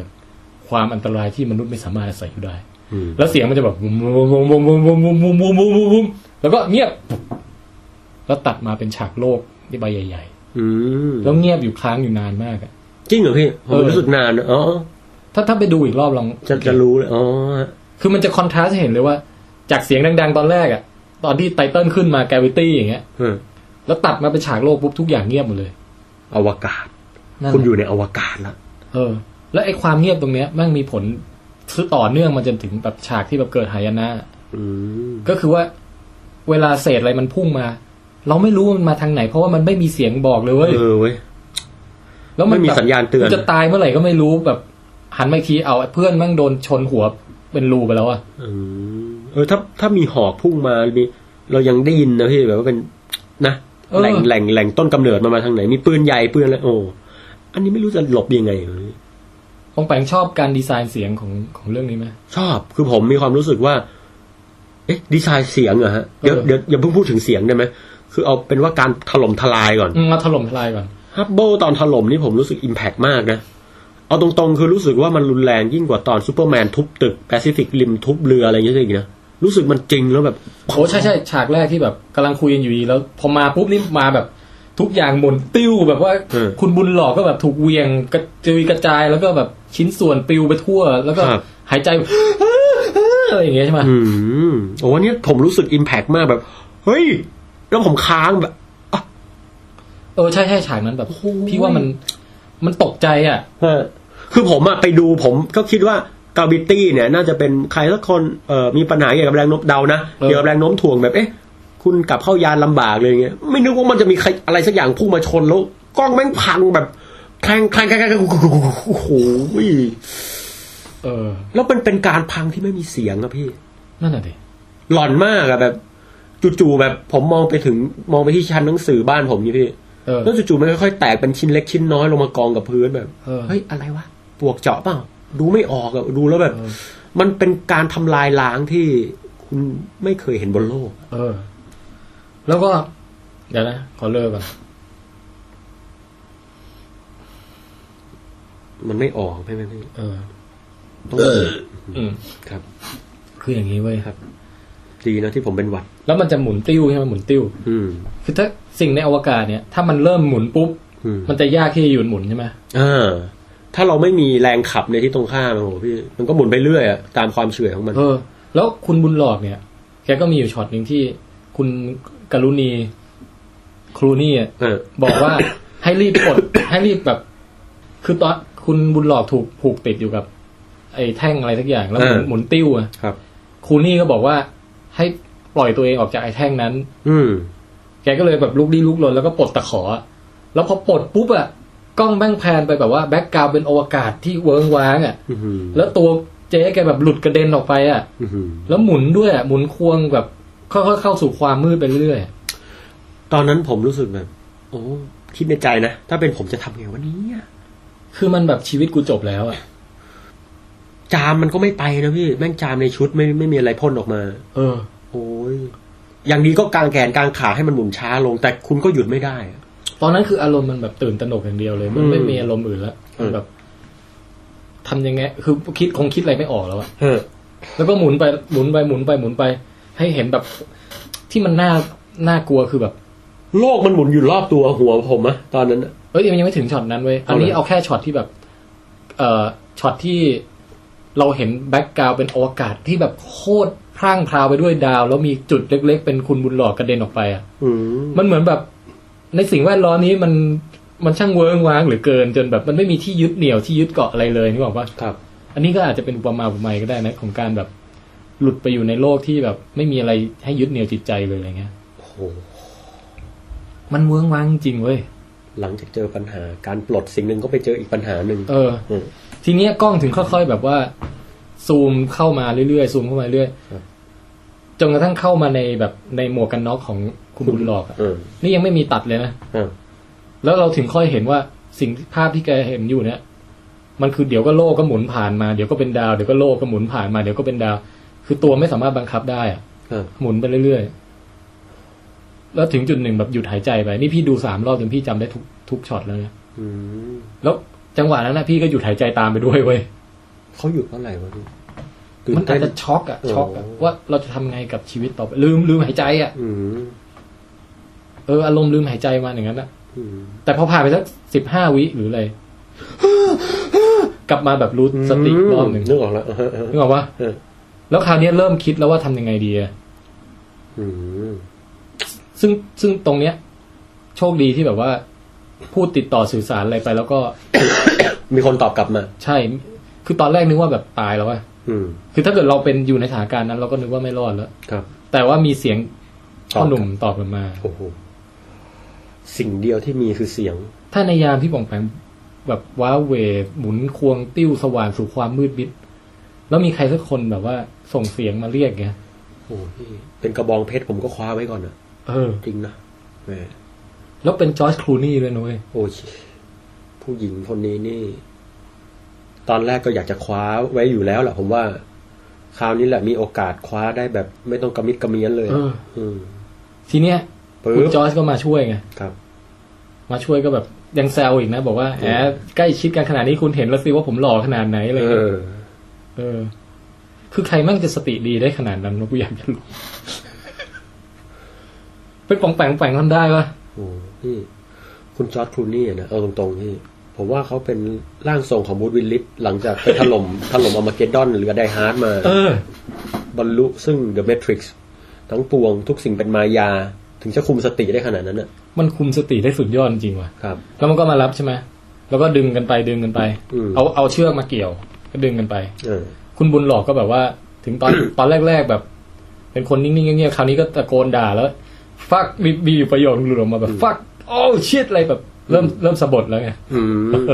C: ความอันตรายที่มนุษย์ไม่สามารถอาศัยอยู่ได้
B: อืม
C: แล้วเสียงมันจะแบบวุ้มวุ้มวุ้มวุ้มวุ้มวุ้มวุ้มวุ้มวุ้มวุ้มวุ้มวุ้มแล้วก็เงียบ แล้วตัดมาเป็นฉากโลกที่ใบใหญ่
B: อืม
C: ๆ แล้วเงียบอยู่ค้างอยู่นานมากอะ
B: จริงเหรอพี่ผม
C: เออ
B: รู้สึกนานนะอ๋อ
C: ถ้าถ้าไปดูอีกรอบลอง
B: จะจะรู้เลยอ๋อฮะ
C: คือมันจะคอนทราสต์ให้เห็นเลยว่า จากเสียงดังๆ ตอนแรกอะตอนที่ไตเติลขึ้นมาแกวิตี้อย่างเงี้ย
B: เออ
C: แล้วตัดมาเป็นฉากโลกปุ๊บทุกอย่างเงียบหมดเลย
B: อวกาศ
C: นั่น
B: คุณอ
C: แหละ
B: ยู่ในอวกาศละ
C: เออ แล้วไอ้ความเงียบตรงเนี้ยแมันมีผลซื้อต่อเนื่องมาจนถึงแบบฉากที่แบบเกิดหายนะ
B: อืม
C: ก็คือว่าเวลาเศษอะไรมันพุ่งมา เราไม่รู้ว่ามันมาทางไหน เพราะว่ามันไม่มีเสียงบอกเลยเว้ย
B: เออเว้ย
C: แล้วมัน
B: ไม่มี
C: แบบ
B: สัญญาณเตือน
C: มันจะตายเมื่อไหร่ก็ไม่รู้แบบ หันมาอีกทีเอาเพื่อนแมั่งโดนชนหัวเป็นรูไปแล้วอะ
B: อืมเออถ้าถ้ามีหอกพุ่งมามีเรายังได้ยินนะพี่แบบว่าเป็นนะแหล่งแหล่งแหล่งต้นกำเนิดมันมาทางไหน มีปืนใหญ่ปืนอะไรโอ้อันนี้ไม่รู้จะหลบยังไงวะ
C: ปองแปงชอบการดีไซน์เสียงของของเรื่องนี้ไหม
B: ชอบคือผมมีความรู้สึกว่า เอ๊ะดีไซน์เสียงเหรอฮะเดี๋ยว
C: เออ
B: เดี๋ยวอย่าเพิ่งพูดถึงเสียงได้ไหมคือเอาเป็นว่าการถล่มทลายก่อน
C: อืมมาถล่มทลายก่อน
B: ฮับเบิลตอนถล่มนี่ผมรู้สึกอิมแพกมากนะ เอาตรงๆ คือรู้สึกว่ามันรุนแรงยิ่งกว่าตอนซูเปอร์แมนทุบตึกแปซิฟิกริมทุบเรืออะไรอย่างเงี้ยอีกนะรู้สึกมันจริงแล้วแบบ
C: โอ้ใช่ใช่ฉากแรกที่แบบกำลังคุยกันอยู่ดีแล้ว พอมาปุ๊บนี่มาแบบทุกอย่างหมุนติ้วแบบว่า
B: เออ
C: คุณบุญหลอกก็แบบถูกเหวียงกระจุยกระจายแล้วก็แบบชิ้นส่วนปลิวไปทั่ว แล้วก็
B: ครับ
C: หายใจแบบ อะไรอย่างเงี้ยใช่ไหม
B: อืมโอ้วันนี้ผมรู้สึกอิมแพกมากแบบ เฮ้ย แล้วผมค้างแบบ
C: เออใช่ใช่ฉากนั้นแบบ พี่ว่ามันมันตกใจอ่ะ
B: เออคือผมอะไปดูผมก็คิดว่า กาบิตี้เนี่ย น่าจะเป็นใครสักคนเอ่อมีปัญหาเกี่ยวกับแรงโน้มเดานะ
C: เออ
B: เกี่ยวกับแรงโน้มถ่วงแบบเอ๊ะ คุณกลับเข้ายานลำบากเลยอย่างเงี้ยไม่นึกว่ามันจะมีใครอะไรสักอย่างพุ่งมาชนแล้วกล้องแม่งพังแบบแคลงแคลงแคลงแคลงแคลงโอ้โห
C: เออ
B: แล้วมันเป็นการพังที่ไม่มีเสียงอะพี่
C: นั่นแหะดิ
B: หลอนมากอะแบบจู่ๆแบบผมมองไปถึงมองไปที่ชั้นหนังสือบ้านผมนี่พี่
C: เออ
B: แล้วจู่ๆมันค่อยๆแตกเป็นชิ้นเล็กชิ้นน้อยลงมากองกับพื้นแบบ
C: เออ
B: เฮ้ยอะไรวะปวกเจาะเปล่าดูไม่ออกอะดูแล้วแบบ
C: เออ
B: มันเป็นการทำลายล้างที่คุณไม่เคยเห็นบนโลก
C: เออ แล้วก็ เดี๋ยวนะ ขอเลิกก่อน
B: มันไม่ออกใช่ไหมพี่
C: เออ
B: ต้อง
C: อืม
B: ครับ
C: คืออย่างนี้เว้ย
B: ครับ ดีนะที่ผมเป็นหวัด
C: แล้วมันจะหมุนติ้วใช่ไหมหมุนติ้ว
B: อืม
C: คือถ้าสิ่งในอวกาศเนี่ย ถ้ามันเริ่มหมุนปุ๊บ
B: อืม
C: มันจะยากที่จะหยุดหมุนใช่ไหม
B: อ่าถ้าเราไม่มีแรงขับในที่ตรงข้ามอะโหพี่ มันก็หมุนไปเรื่อยอะตามความเฉื่อยของมัน
C: เออ แล้วคุณบุญหลอกเนี่ย แกก็มีอยู่ช็อตหนึ่งที่คุณกรุณีครูนี่อะ
B: เออ
C: บอกว่า ให้รีบกด ให้รีบแบบ คือตอนคุณบุญหลอกถูกผูกติดอยู่กับ ไอ้แท่งอะไรสักอย่างแล้วหมุน
B: เออ
C: หมุนติ้วอะ
B: ครับ
C: ครูนี่ก็บอกว่า ให้ปล่อยตัวเองออกจากไอ้แท่งนั้น
B: อืม
C: แกก็เลยแบบลุกลี้ลุกลนแล้วก็ปลดตะขออะแล้วพอปลดปุ๊บอะกล้องแม่งแพนไปแบบว่าแบ็กกราวเป็นอวกาศที่เวิงว้างอะ
B: อือหือ
C: แล้วตัวเจ๊แกแบบหลุดกระเด็นออกไปอะ
B: อือหือ
C: แล้วหมุนด้วยอะหมุนควงแบบค่อยๆเข้าสู่ความมืดไปเรื่อย
B: ตอนนั้นผมรู้สึกแบบ โอ้ คิดในใจนะ ถ้าเป็นผมจะทำไงวะเนี่ย
C: คือมันแบบชีวิตกูจบแล้วอะ
B: จามมันก็ไม่ไปนะพี่ แม่งจามในชุดไม่ไม่มีอะไรพ่นออกมา
C: เออ
B: โอ้ย อย่างนี้ก็กางแขนกางขาให้มันหมุนช้าลง แต่คุณก็หยุดไม่ได้อะ
C: ตอนนั้นคืออารมณ์มันแบบตื่นตระหนกอย่างเดียวเลย มัน
B: อืม
C: ไม่มีอารมณ์อื่นละ
B: อืม
C: แบบทำยังไง คือคิดคงคิดอะไรไม่ออกแล้วอะ
B: เออ
C: แล้วก็หมุนไปหมุนไปหมุนไปหมุนไป ให้เห็นแบบ ที่มันน่าน่ากลัวคือแบบ
B: โลกมันหมุนอยู่รอบตัวหัวผมอะตอนนั้นอะ
C: เอ้ยมันยังไม่ถึงช็อตนั้นเว้ย อันนี้
B: เอาเลย
C: เอาแค่ช็อตที่แบบ เอ่อช็อตที่เราเห็นแบ็กกราวด์เป็นอวกาศที่แบบโคตรพร่างพราวไปด้วยดาว แล้วมีจุดเล็ก ๆ เป็นคุณบุญหลอกกระเด็นออกไปอ่ะ
B: อืม
C: มันเหมือนแบบ ในสิ่งแวดล้อมนี้มันมันช่างเวิ้งว้างเหรือเกินจนแบบมันไม่มีที่ยึดเหนี่ยวที่ยึดเกาะอะไรเลยนึกออกปะ
B: ครับ
C: อันนี้ก็อาจจะเป็นอุปมาอุปไมยก็ได้นะ ของการแบบหลุดไปอยู่ในโลกที่แบบไม่มีอะไรให้ยึดเหนี่ยวจิตใจเลยอะไรเงี้ย
B: โอ้โห
C: มันเวิ้งว้างจริงเว้ย
B: หลังจากเจอปัญหาการปลดสิ่งหนึ่งก็ไปเจออีกปัญหาหนึ่ง
C: เออ
B: ม
C: ทีเนี้ยกล้องถึงค่อย ๆ แบบว่า ซูมเข้ามาเรื่อยๆซูมเข้ามาเรื่อย
B: ครับ
C: จนกระทั่งเข้ามาในแบบในหมวกกันน็อกของคุณบุญหลอกอะ
B: เออ
C: นี่ยังไม่มีตัดเลยนะ
B: เออ
C: แล้วเราถึงค่อยเห็นว่าสิ่งภาพที่แกเห็นอยู่เนี่ย มันคือเดี๋ยวก็โลกก็หมุนผ่านมาเดี๋ยวก็เป็นดาวเดี๋ยวก็โลกก็หมุนผ่านมาเดี๋ยวก็เป็นดาว คือตัวไม่สามารถบังคับได้อะ
B: เออ
C: หมุนไปเรื่อยๆแล้วถึงจุดหนึ่งแบบหยุดหายใจไปนี่พี่ดูสามรอบจนพี่จำได้ทุกทุกช็อตแล้วนะ
B: อืม
C: แล้วจังหวะนั้นนะพี่ก็หยุดหายใจตามไปด้วยเว้ย
B: เขาอยู่เท่าไหร่วะพี่ตื่
C: มัน
B: เต้
C: อาจ
B: น
C: จะช็อกอะ
B: เออ
C: ช็อกอะว่าเราจะทำไงกับชีวิตต่อไปลืมลืมหายใจอะ
B: อืม
C: เอออารมณ์ลืมหายใจมาอย่างนั้นอะ
B: อืม
C: แต่พอผ่านไปสักสิบห้าวิหรืออะไร กลับมาแบบรู้สติรอบหนึ่ง
B: นึกออกแล้วเออเออ
C: นึกออกว่า
B: เออ
C: แล้วคราวเนี้ยเริ่มคิดแล้วว่าทำยังไงดีอะ
B: อืม
C: ซึ่งซึ่งตรงเนี้ย โชคดีที่แบบว่า พูดติดต่อสื่อสารอะไรไป แล้วก็
B: มีคนตอบกลับมา
C: ใช่ คือตอนแรกนึกว่าแบบตายแล้วอะ
B: อืม
C: คือถ้าเกิดเราเป็นอยู่ในสถานการณ์นั้น เราก็นึกว่าไม่รอดแล้ว
B: ครับ
C: แต่ว่ามีเสียง
B: ตอบกลับ
C: พ่อหนุ่มตอบกลับมา
B: โอ้โหสิ่งเดียวที่มีคือเสียง
C: ถ้าในยามที่ป่องแปงแบบว้าเหวหมุนควงติ้วสว่างสู่ความมืดมิด แล้วมีใครสักคนแบบว่า ส่งเสียงมาเรียกไง
B: โอ้โหพี่เป็นกระบองเพชรผมก็คว้าไว้ก่อนนะ
C: เออ
B: จริงนะแหม
C: แล้วเป็นจอร์จคลูนี่ด้วยนุ้ย
B: โอ้ยผู้หญิงคนนี้นี่ ตอนแรกก็อยากจะคว้าไว้อยู่แล้วแหละผมว่า คราวนี้แหละมีโอกาสคว้าได้แบบ ไม่ต้องกระมิดกระเมียนเลย
C: เออ
B: อืม
C: ทีเนี้ย
B: ปึ๊
C: คุณจ
B: บ
C: อร์จก็มาช่วยไง
B: ครับ
C: มาช่วยก็แบบยังแซวอีกนะ บอกว่าแหมใกล้ชิดกันขนาดนี้คุณเห็นแล้วสิว่าผมหล่อขนาดไหนอะไร
B: เอ
C: เงี้ย
B: อ
C: เออ คือใครแมั่งจะสติดีได้ขนาดนั้นวะกูอยากจะรู้ เป็นป่องแปงแปงทำได้ปะ
B: โอ้โหพี่คุณจอร์ดครูนี่อะนะเอาตรงๆพี่ผมว่าเขาเป็นร่างทรงของบูธวิลลิสหลังจากไปถล่ม ถล่มอมาเกดดอน หรือไดฮาร์ดมา
C: เออ
B: บรรลุซึ่งเดอะเมทริกซ์ทั้งปวงทุกสิ่งเป็นมายา ถึงจะคุมสติได้ขนาดนั้นนะ
C: มันคุมสติได้สุดยอดจริงว่ะ
B: ครับ
C: แล้วมันก็มารับใช่ไหม แล้วก็ดึงกันไปดึงกันไป
B: อืม
C: เอาเอาเชือกมาเกี่ยว ก็ดึงกันไป
B: เออ
C: คุณบุญหลอกก็แบบว่า ถึงตอน ตอนแรก ๆแบบ เป็นคนนิ่งๆเงียบๆคราวนี้ก็ตะโกนด่าแล้ว ฟักมีมีอยู่ประโยคหลุดออกมาแบบฟักโอ้เชียดอะไรแบบ เริ่มเริ่มสะบัดแล้วไง
B: อืม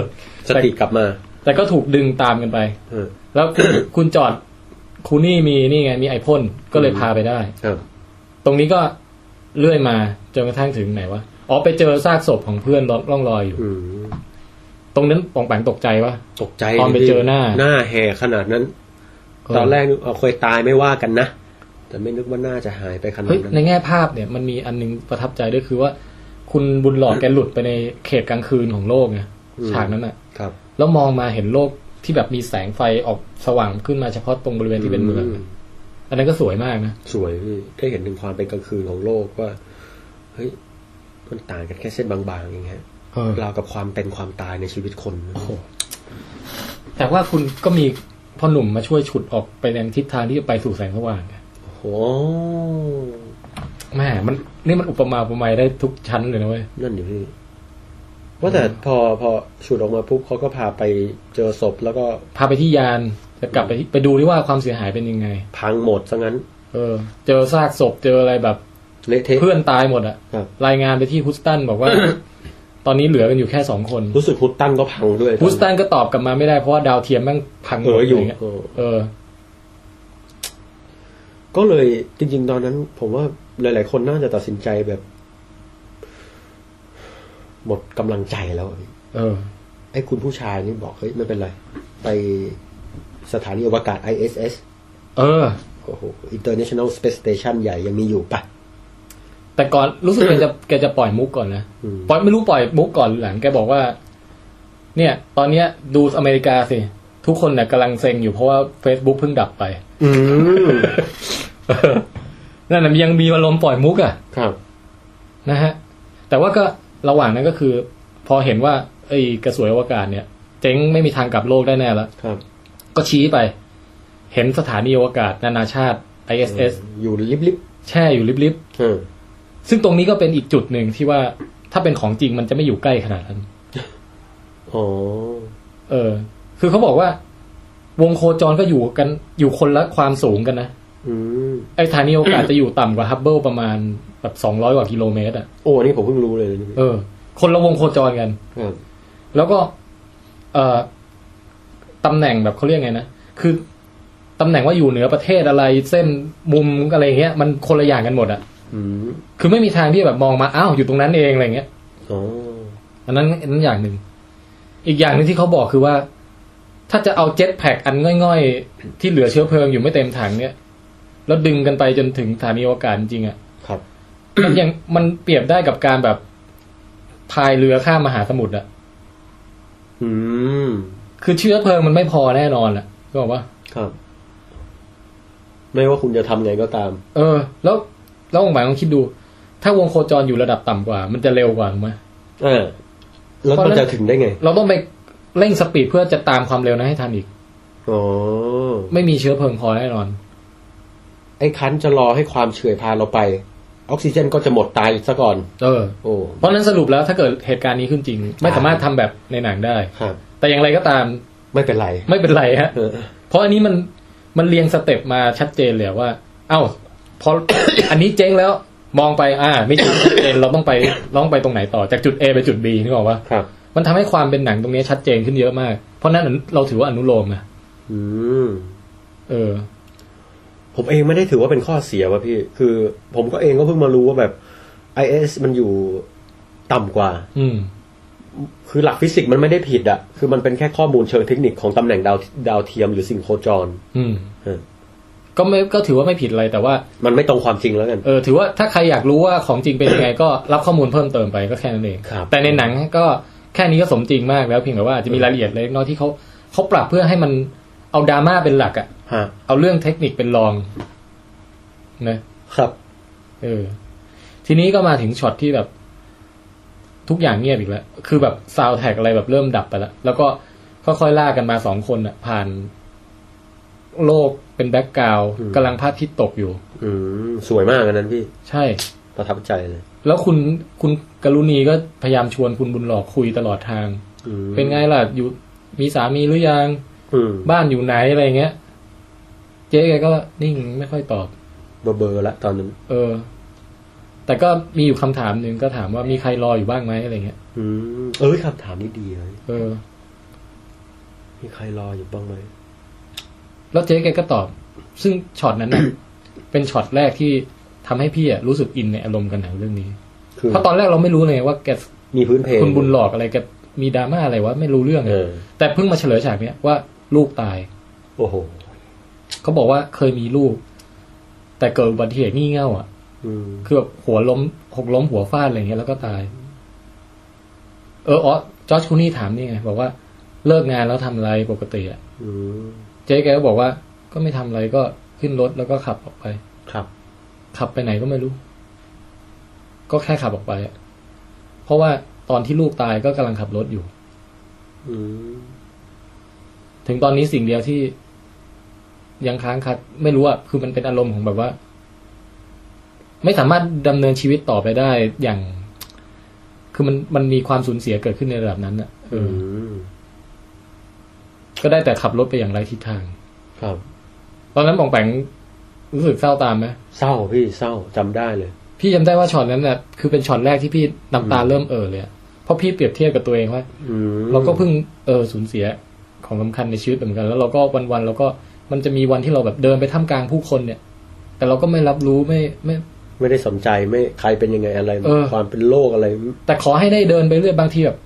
B: สติกลับมา
C: แต่ก็ถูกดึงตามกันไป
B: เออ
C: แล้ว คุณจอ ดคูนี่มีนี่ไง มีไอพ่นก็เลยพาไปได้
B: ครับ
C: ตรงนี้ก็เลื่อยมาจนกระทั่งถึงไหนวะ อ๋อไปเจอซากศพของเพื่อนร่องรอยอยู่
B: อืม
C: ตรงนั้นปองแปงตกใจวะ
B: ตกใจ
C: ตอนไป
B: พี่
C: เจอหน้า
B: หน้าแห่ขนาดนั้น ตอนแรกนึกเอาเคยตายไม่ว่ากันนะ แต่ไม่นึกว่าหน้าจะหายไปขนาด
C: เฮ้ย
B: นั้น
C: ในแง่ภาพเนี่ยมันมีอันนึงประทับใจด้วยคือว่า คุณบุญหลอดแกหลุดไปในเขตกลางคืนของโลกไง
B: อืม
C: ฉากนั้นอ่ะ
B: ครับ
C: แล้วมองมาเห็นโลกที่แบบมีแสงไฟออกสว่างขึ้นมาเฉพาะตรงบริเวณที่เป็นเมือง
B: ม
C: อันนั้นก็สวยมากนะ
B: สวยพี่ได้เห็นถึงความเป็นกลางคืนของโลกว่า เฮ้ย มันต่างกันแค่เส้นบางๆเองฮะ
C: เออ
B: ราวกับความเป็นความตายในชีวิตคนนะ
C: โอ้โหแต่ว่าคุณก็มีพ่อหนุ่มมาช่วยฉุดออกไปในทิศทางที่จะไปสู่แสงสว่างไง
B: โอ้โห
C: แม่มันนี่มันอุปมาอุปไมยได้ทุกชั้นเลยนะเว้ย
B: นั่นดิพี่ว่าแต่พอพอฉุดออกมาปุ๊บเขาก็พาไปเจอศพแล้วก็
C: พาไปที่ยานจะกลับไปที่ไปดูที่ว่าความเสียหายเป็นยังไง
B: พังหมดซะงั้น
C: เออ เจอซากศพเจออะไรแบบ
B: เละเทะ
C: เพื่อนตายหมดอะ
B: ครับ
C: รายงานไปที่ฮุสตันบอกว่า ตอนนี้เหลือกันอยู่แค่สองคน
B: รู้สึกฮุตตันก็พังด้วย
C: ฮุสตันก็ตอบกลับมาไม่ได้เพราะว่าดาวเทียมแม่งพังหม
B: เอออยู่
C: ดะไรเงี้
B: เออ
C: เออ
B: ก็เลยจริง ๆ ตอนนั้น ผมว่าหลาย ๆ คนน่าจะตัดสินใจแบบ หมดกำลังใจแล้วอะพี่
C: เออ
B: ไอ้คุณผู้ชายนี่บอกเฮ้ยไม่เป็นไร ไปสถานีอวกาศ ISS
C: เออ
B: โอ้โห International Space Station ใหญ่ยังมีอยู่ปะ
C: แต่ก่อนรู้สึกแกจะแกจะปล่อยมุกก่อนนะ
B: อืม
C: ปล่อยไม่รู้ปล่อยมุกก่อนหรือหลังแกบอกว่า เนี่ย ตอนเนี้ยดูอเมริกาสิ ทุกคนเนี่ยกำลังเซ็งอยู่เพราะว่า Facebook เพิ่งดั บไป
B: อืม
C: นั่นนะยังมีอารมณ์ปล่อยมุกอ่ะ
B: ครับ
C: นะฮะ แต่ว่าก็ระหว่างนั้นก็คือ พอเห็นว่าไอ้กระสวยอวกาศเนี่ย เจ๊งไม่มีทางกลับโลกได้แน่ละ
B: ครับ
C: ก็ชี้ไป เห็นสถานีอวกาศนานาชาติ ISS
B: อยู่ลิบลิบ
C: แช่อยู่ลิบ
B: ๆเออ
C: ๆ ซึ่งตรงนี้ก็เป็นอีกจุดหนึ่งที่ว่า ถ้ ถ้าเป็นของจริงมันจะไม่อยู่ใกล้ขนาดนั้น
B: โอ้
C: เออ คือเขาบอกว่าวงโคจรก็อยู่กันอยู่คนละความสูงกันนะ
B: อืม
C: ไอ้ฐานีโอกาสจะอยู่ต่ำกว่าฮับเบิลประมาณแบบสองร้อยกว่ากิโลเมตรอ่ะ
B: โอ้นี่ผมเพิ่งรู้เลยนะพี่
C: เออ คนละวงโคจรกัน
B: ครับ
C: แล้วก็ เอ่อตำแหน่งแบบเขาเรียกไงนะ คือตำแหน่งว่าอยู่เหนือประเทศอะไร เส้นมุมอะไรอย่างเงี้ย มันคนละอย่างกันหมดอ่ะ
B: อืม
C: คือไม่มีทางที่แบบมองมา อ้าว อยู่ตรงนั้นเองอะไรเงี้ย
B: โอ้
C: อันนั้นอันนั้นอย่างหนึ่ง อีกอย่างหนึ่งที่เขาบอกคือว่า ถ้าจะเอาเจ็ตแพ็กอันง่อยๆ ที่เหลือเชื้อเพลิงอยู่ไม่เต็มถังเนี่ย แล้วดึงกันไปจนถึงสถานีอวกาศจริงๆอะ
B: ครับ
C: มันยังมันเปรียบได้กับการแบบพายเรือข้ามมหาสมุทรอะ
B: อืม
C: คือเชื้อเพลิงมันไม่พอแน่นอนอะก็บอกว่า
B: ครับ ไม่ว่าคุณจะทำไงก็ตาม
C: เออ แล้วแล้วองค์หมายลองคิดดู ถ้าวงโคจรอยู่ระดับต่ำกว่า มันจะเร็วกว่าถูกไหม
B: เออ แล้ว
C: เพราะ
B: มัน
C: ฉะนั้น
B: จะถึงได้ไง
C: เราต้องไปเร่งสปีดเพื่อจะตามความเร็วนั้นให้ทันอีก
B: อ๋อ
C: ไม่มีเชื้อเพลิงพอแน่นอน
B: ไอ้คันจะรอให้ความเฉื่อยพาเราไป ออกซิเจนก็จะหมดตายซะก่อน
C: เออ
B: โอ้
C: เพราะฉะนั้นสรุปแล้วถ้าเกิดเหตุการณ์นี้ขึ้นจริง ไม่สามารถทำแบบในหนังได้
B: ครับ
C: แต่อย่างไรก็ตาม
B: ไม่เป็นไร
C: ไม่เป็นไรฮะ
B: เออ
C: เพราะอันนี้มันมันเรียงสเต็ปมาชัดเจนเลยว่า เอ้าพอ อันนี้เจ๊งแล้วมองไปอ่า ไม่ถึงจุดเอเราต้องไปเราต้องไปตรงไหนต่อจากจุด A ไปจุด B นึกออกว่า
B: ครับ
C: มันทำให้ความเป็นหนังตรงนี้ชัดเจนขึ้นเยอะมาก เพราะนั้นเราถือว่าอนุโลมนะ
B: อืม
C: เออ
B: ผมเองไม่ได้ถือว่าเป็นข้อเสียว่ะพี่ คือ ผมก็เองก็เพิ่งมารู้ว่าแบบ IS มันอยู่ต่ำกว่า
C: อืม
B: คือหลักฟิสิกส์มันไม่ได้ผิดอะคือมันเป็นแค่ข้อมูลเชิงเทคนิคของตำแหน่งดาวดาวเทียมหรือสิ่งโคจร
C: อืม
B: เออ
C: ก็ไม่ก็ถือว่าไม่ผิดอะไรแต่ว่า
B: มันไม่ตรงความจริงแล้วกัน
C: เออถือว่าถ้าใครอยากรู้ว่าของจริงเป็นยังไง ก็รับข้อมูลเพิ่มเติมไปก็แค่นั้นเอง
B: ครับ
C: แต่ในหนังก็แค่นี้ก็สมจริงมากแล้วเพียงแต่ว่าอาจจะมีรายละเอียดเล็กน้อยที่เขาเขาปรับเพื่อให้มันเอาดราม่าเป็นหลักอะ
B: ฮะ
C: เอาเรื่องเทคนิคเป็นรองนะครับ เออ ทีนี้ก็มาถึงช็อตที่แบบ ทุกอย่างเงียบอีกแล้ว คือแบบซาวแท็กอะไรแบบเริ่มดับไปแล้ว แล้วก็ค่อยๆลากกันมาสองคนอ่ะ ผ่านโลกเป็นแบ็กกราวด์
B: อืม
C: กำลังพระอาทิตย์ตกอยู่
B: อืม สวยมากอันนั้นพี่
C: ใช่
B: ประทับใจเลย
C: แล้วคุณคุณกรุณีก็พยายามชวนคุณบุญหลอกคุยตลอดทาง
B: อืม
C: เป็นไงล่ะ อยู่มีสามีหรือยัง
B: อืม
C: บ้านอยู่ไหนอะไรเงี้ย เจ๊แกก็นิ่งไม่ค่อยตอบ
B: เบอร์เบอร์ละตอนนั้น
C: เออ แต่ก็มีอยู่คำถามหนึ่งก็ถามว่ามีใครรออยู่บ้างไหมอะไรเงี้ย
B: อืม เอ้ยคำถามนี้ดีเลย
C: เออ
B: มีใครรออยู่บ้างไหม
C: แล้วเจ๊แกก็ตอบ ซึ่งช็อตนั้นน่ะ เป็นช็อตแรกที่ทำให้พี่อะรู้สึกอินในอารมณ์กันหนังเรื่องนี้
B: คือ
C: เพราะตอนแรกเราไม่รู้เลยว่าแก
B: มีพื้นเพลง
C: คุณบุญหลอกอะไรแกมีดราม่าอะไรวะไม่รู้เรื่อง
B: เออ
C: แต่เพิ่งมาเฉลยฉากเนี้ยว่าลูกตาย
B: โอ้โห
C: เขาบอกว่าเคยมีลูก แต่เกิดอุบัติเหตุงี่เง่าอ่ะ
B: อืม
C: คือแบบหัวล้มหกล้มหัวฟาดอะไรเงี้ยแล้วก็ตาย เอออ๋อจอร์จคูนี่ถามนี่ไง บอกว่าเลิกงานแล้วทำอะไรปกติอะ
B: อืม
C: เจ๊แกก็บอกว่า ก็ไม่ทำอะไรก็ขึ้นรถแล้วก็ขับออกไป
B: ครับ
C: ขับไปไหนก็ไม่รู้ ก็แค่ขับออกไปอะเพราะว่าตอนที่ลูกตายก็กำลังขับรถอยู่
B: อืม
C: ถึงตอนนี้สิ่งเดียวที่ยังค้างคาไม่รู้อะคือมันเป็นอารมณ์ของแบบว่า ไม่สามารถดำเนินชีวิตต่อไปได้อย่าง คือมันมันมีความสูญเสียเกิดขึ้นในระดับนั้นอะเอ
B: อื
C: อ
B: ม
C: ก็ได้แต่ขับรถไปอย่างไรทิศทาง
B: ครับ
C: ตอนนั้นปองแปงรู้สึกเศร้าตามไหม
B: เศร้าพี่เศร้าจำได้เลย
C: พี่จำได้ว่าช็อตนั้นน่ะคือเป็นช็อตแรกที่พี่น้ำตาเริ่มเอ่อเลยอะเพราะพี่เปรียบเทียบกับตัวเองว่า
B: อืม
C: เราก็เพิ่งเออสูญเสียของสำคัญในชีวิตเหมือนกัน แล้วเราก็วันๆเราก็มันจะมีวันที่เราแบบเดินไปท่ามกลางผู้คนเนี่ย แต่เราก็ไม่รับรู้ไม่ไม่
B: ไม่ได้สนใจไม่ใครเป็นยังไงอะไร
C: เออ
B: ความเป็นโรคอะไร
C: แต่ขอให้ได้เดินไปเรื่อยบางทีแบบ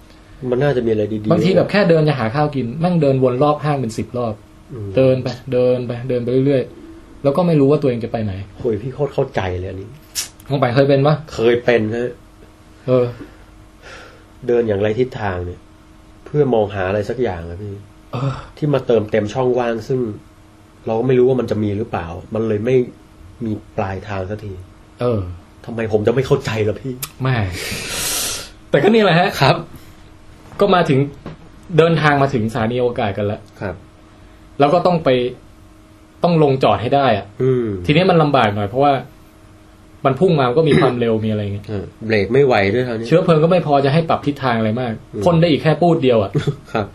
B: มันน่าจะมีอะไรดีๆ
C: บางทีแบบแค่เดินจะหาข้าวกินแมั่งเดินวนรอบห้างเป็นสิบรอบ
B: อืม
C: เดินไปเดินไปเดินไปเรื่อยๆแล้วก็ไม่รู้ว่าตัวเองจะไปไหน
B: โอ้ยพี่โคตรเข้าใจเลยอันนี้
C: มองไปเคยเป็นปะ
B: เคยเป็นฮะ
C: เออ
B: เดินอย่างไรทิศทางเนี่ย เพื่อมองหาอะไรสักอย่างอะพี่
C: เออ
B: ที่มาเติมเต็มช่องว่างซึ่ง เราก็ไม่รู้ว่ามันจะมีหรือเปล่า มันเลยไม่มีปลายทางสักที
C: เออ
B: ทำไมผมจะไม่เข้าใจล่ะพี่
C: แม่แต่ก็นี่แหละฮะ
B: ครับ
C: ก็มาถึงเดินทางมาถึงสถานีโอวกาสกันแล้ว
B: ครับ
C: แล้วก็ต้องไปต้องลงจอดให้ได้อะ
B: อืม
C: ทีนี้มันลำบากหน่อยเพราะว่า มันพุ่งมามันก็มีความเร็วมีอะไรเงี้ย
B: เออเบรกไม่ไหวด้วยคราวนี้
C: เชื้อเพลิงก็ไม่พอจะให้ปรับทิศทางอะไรมาก
B: อืม
C: พ่นได้อีกแค่ปูดเดียวอ่ะ
B: ครับ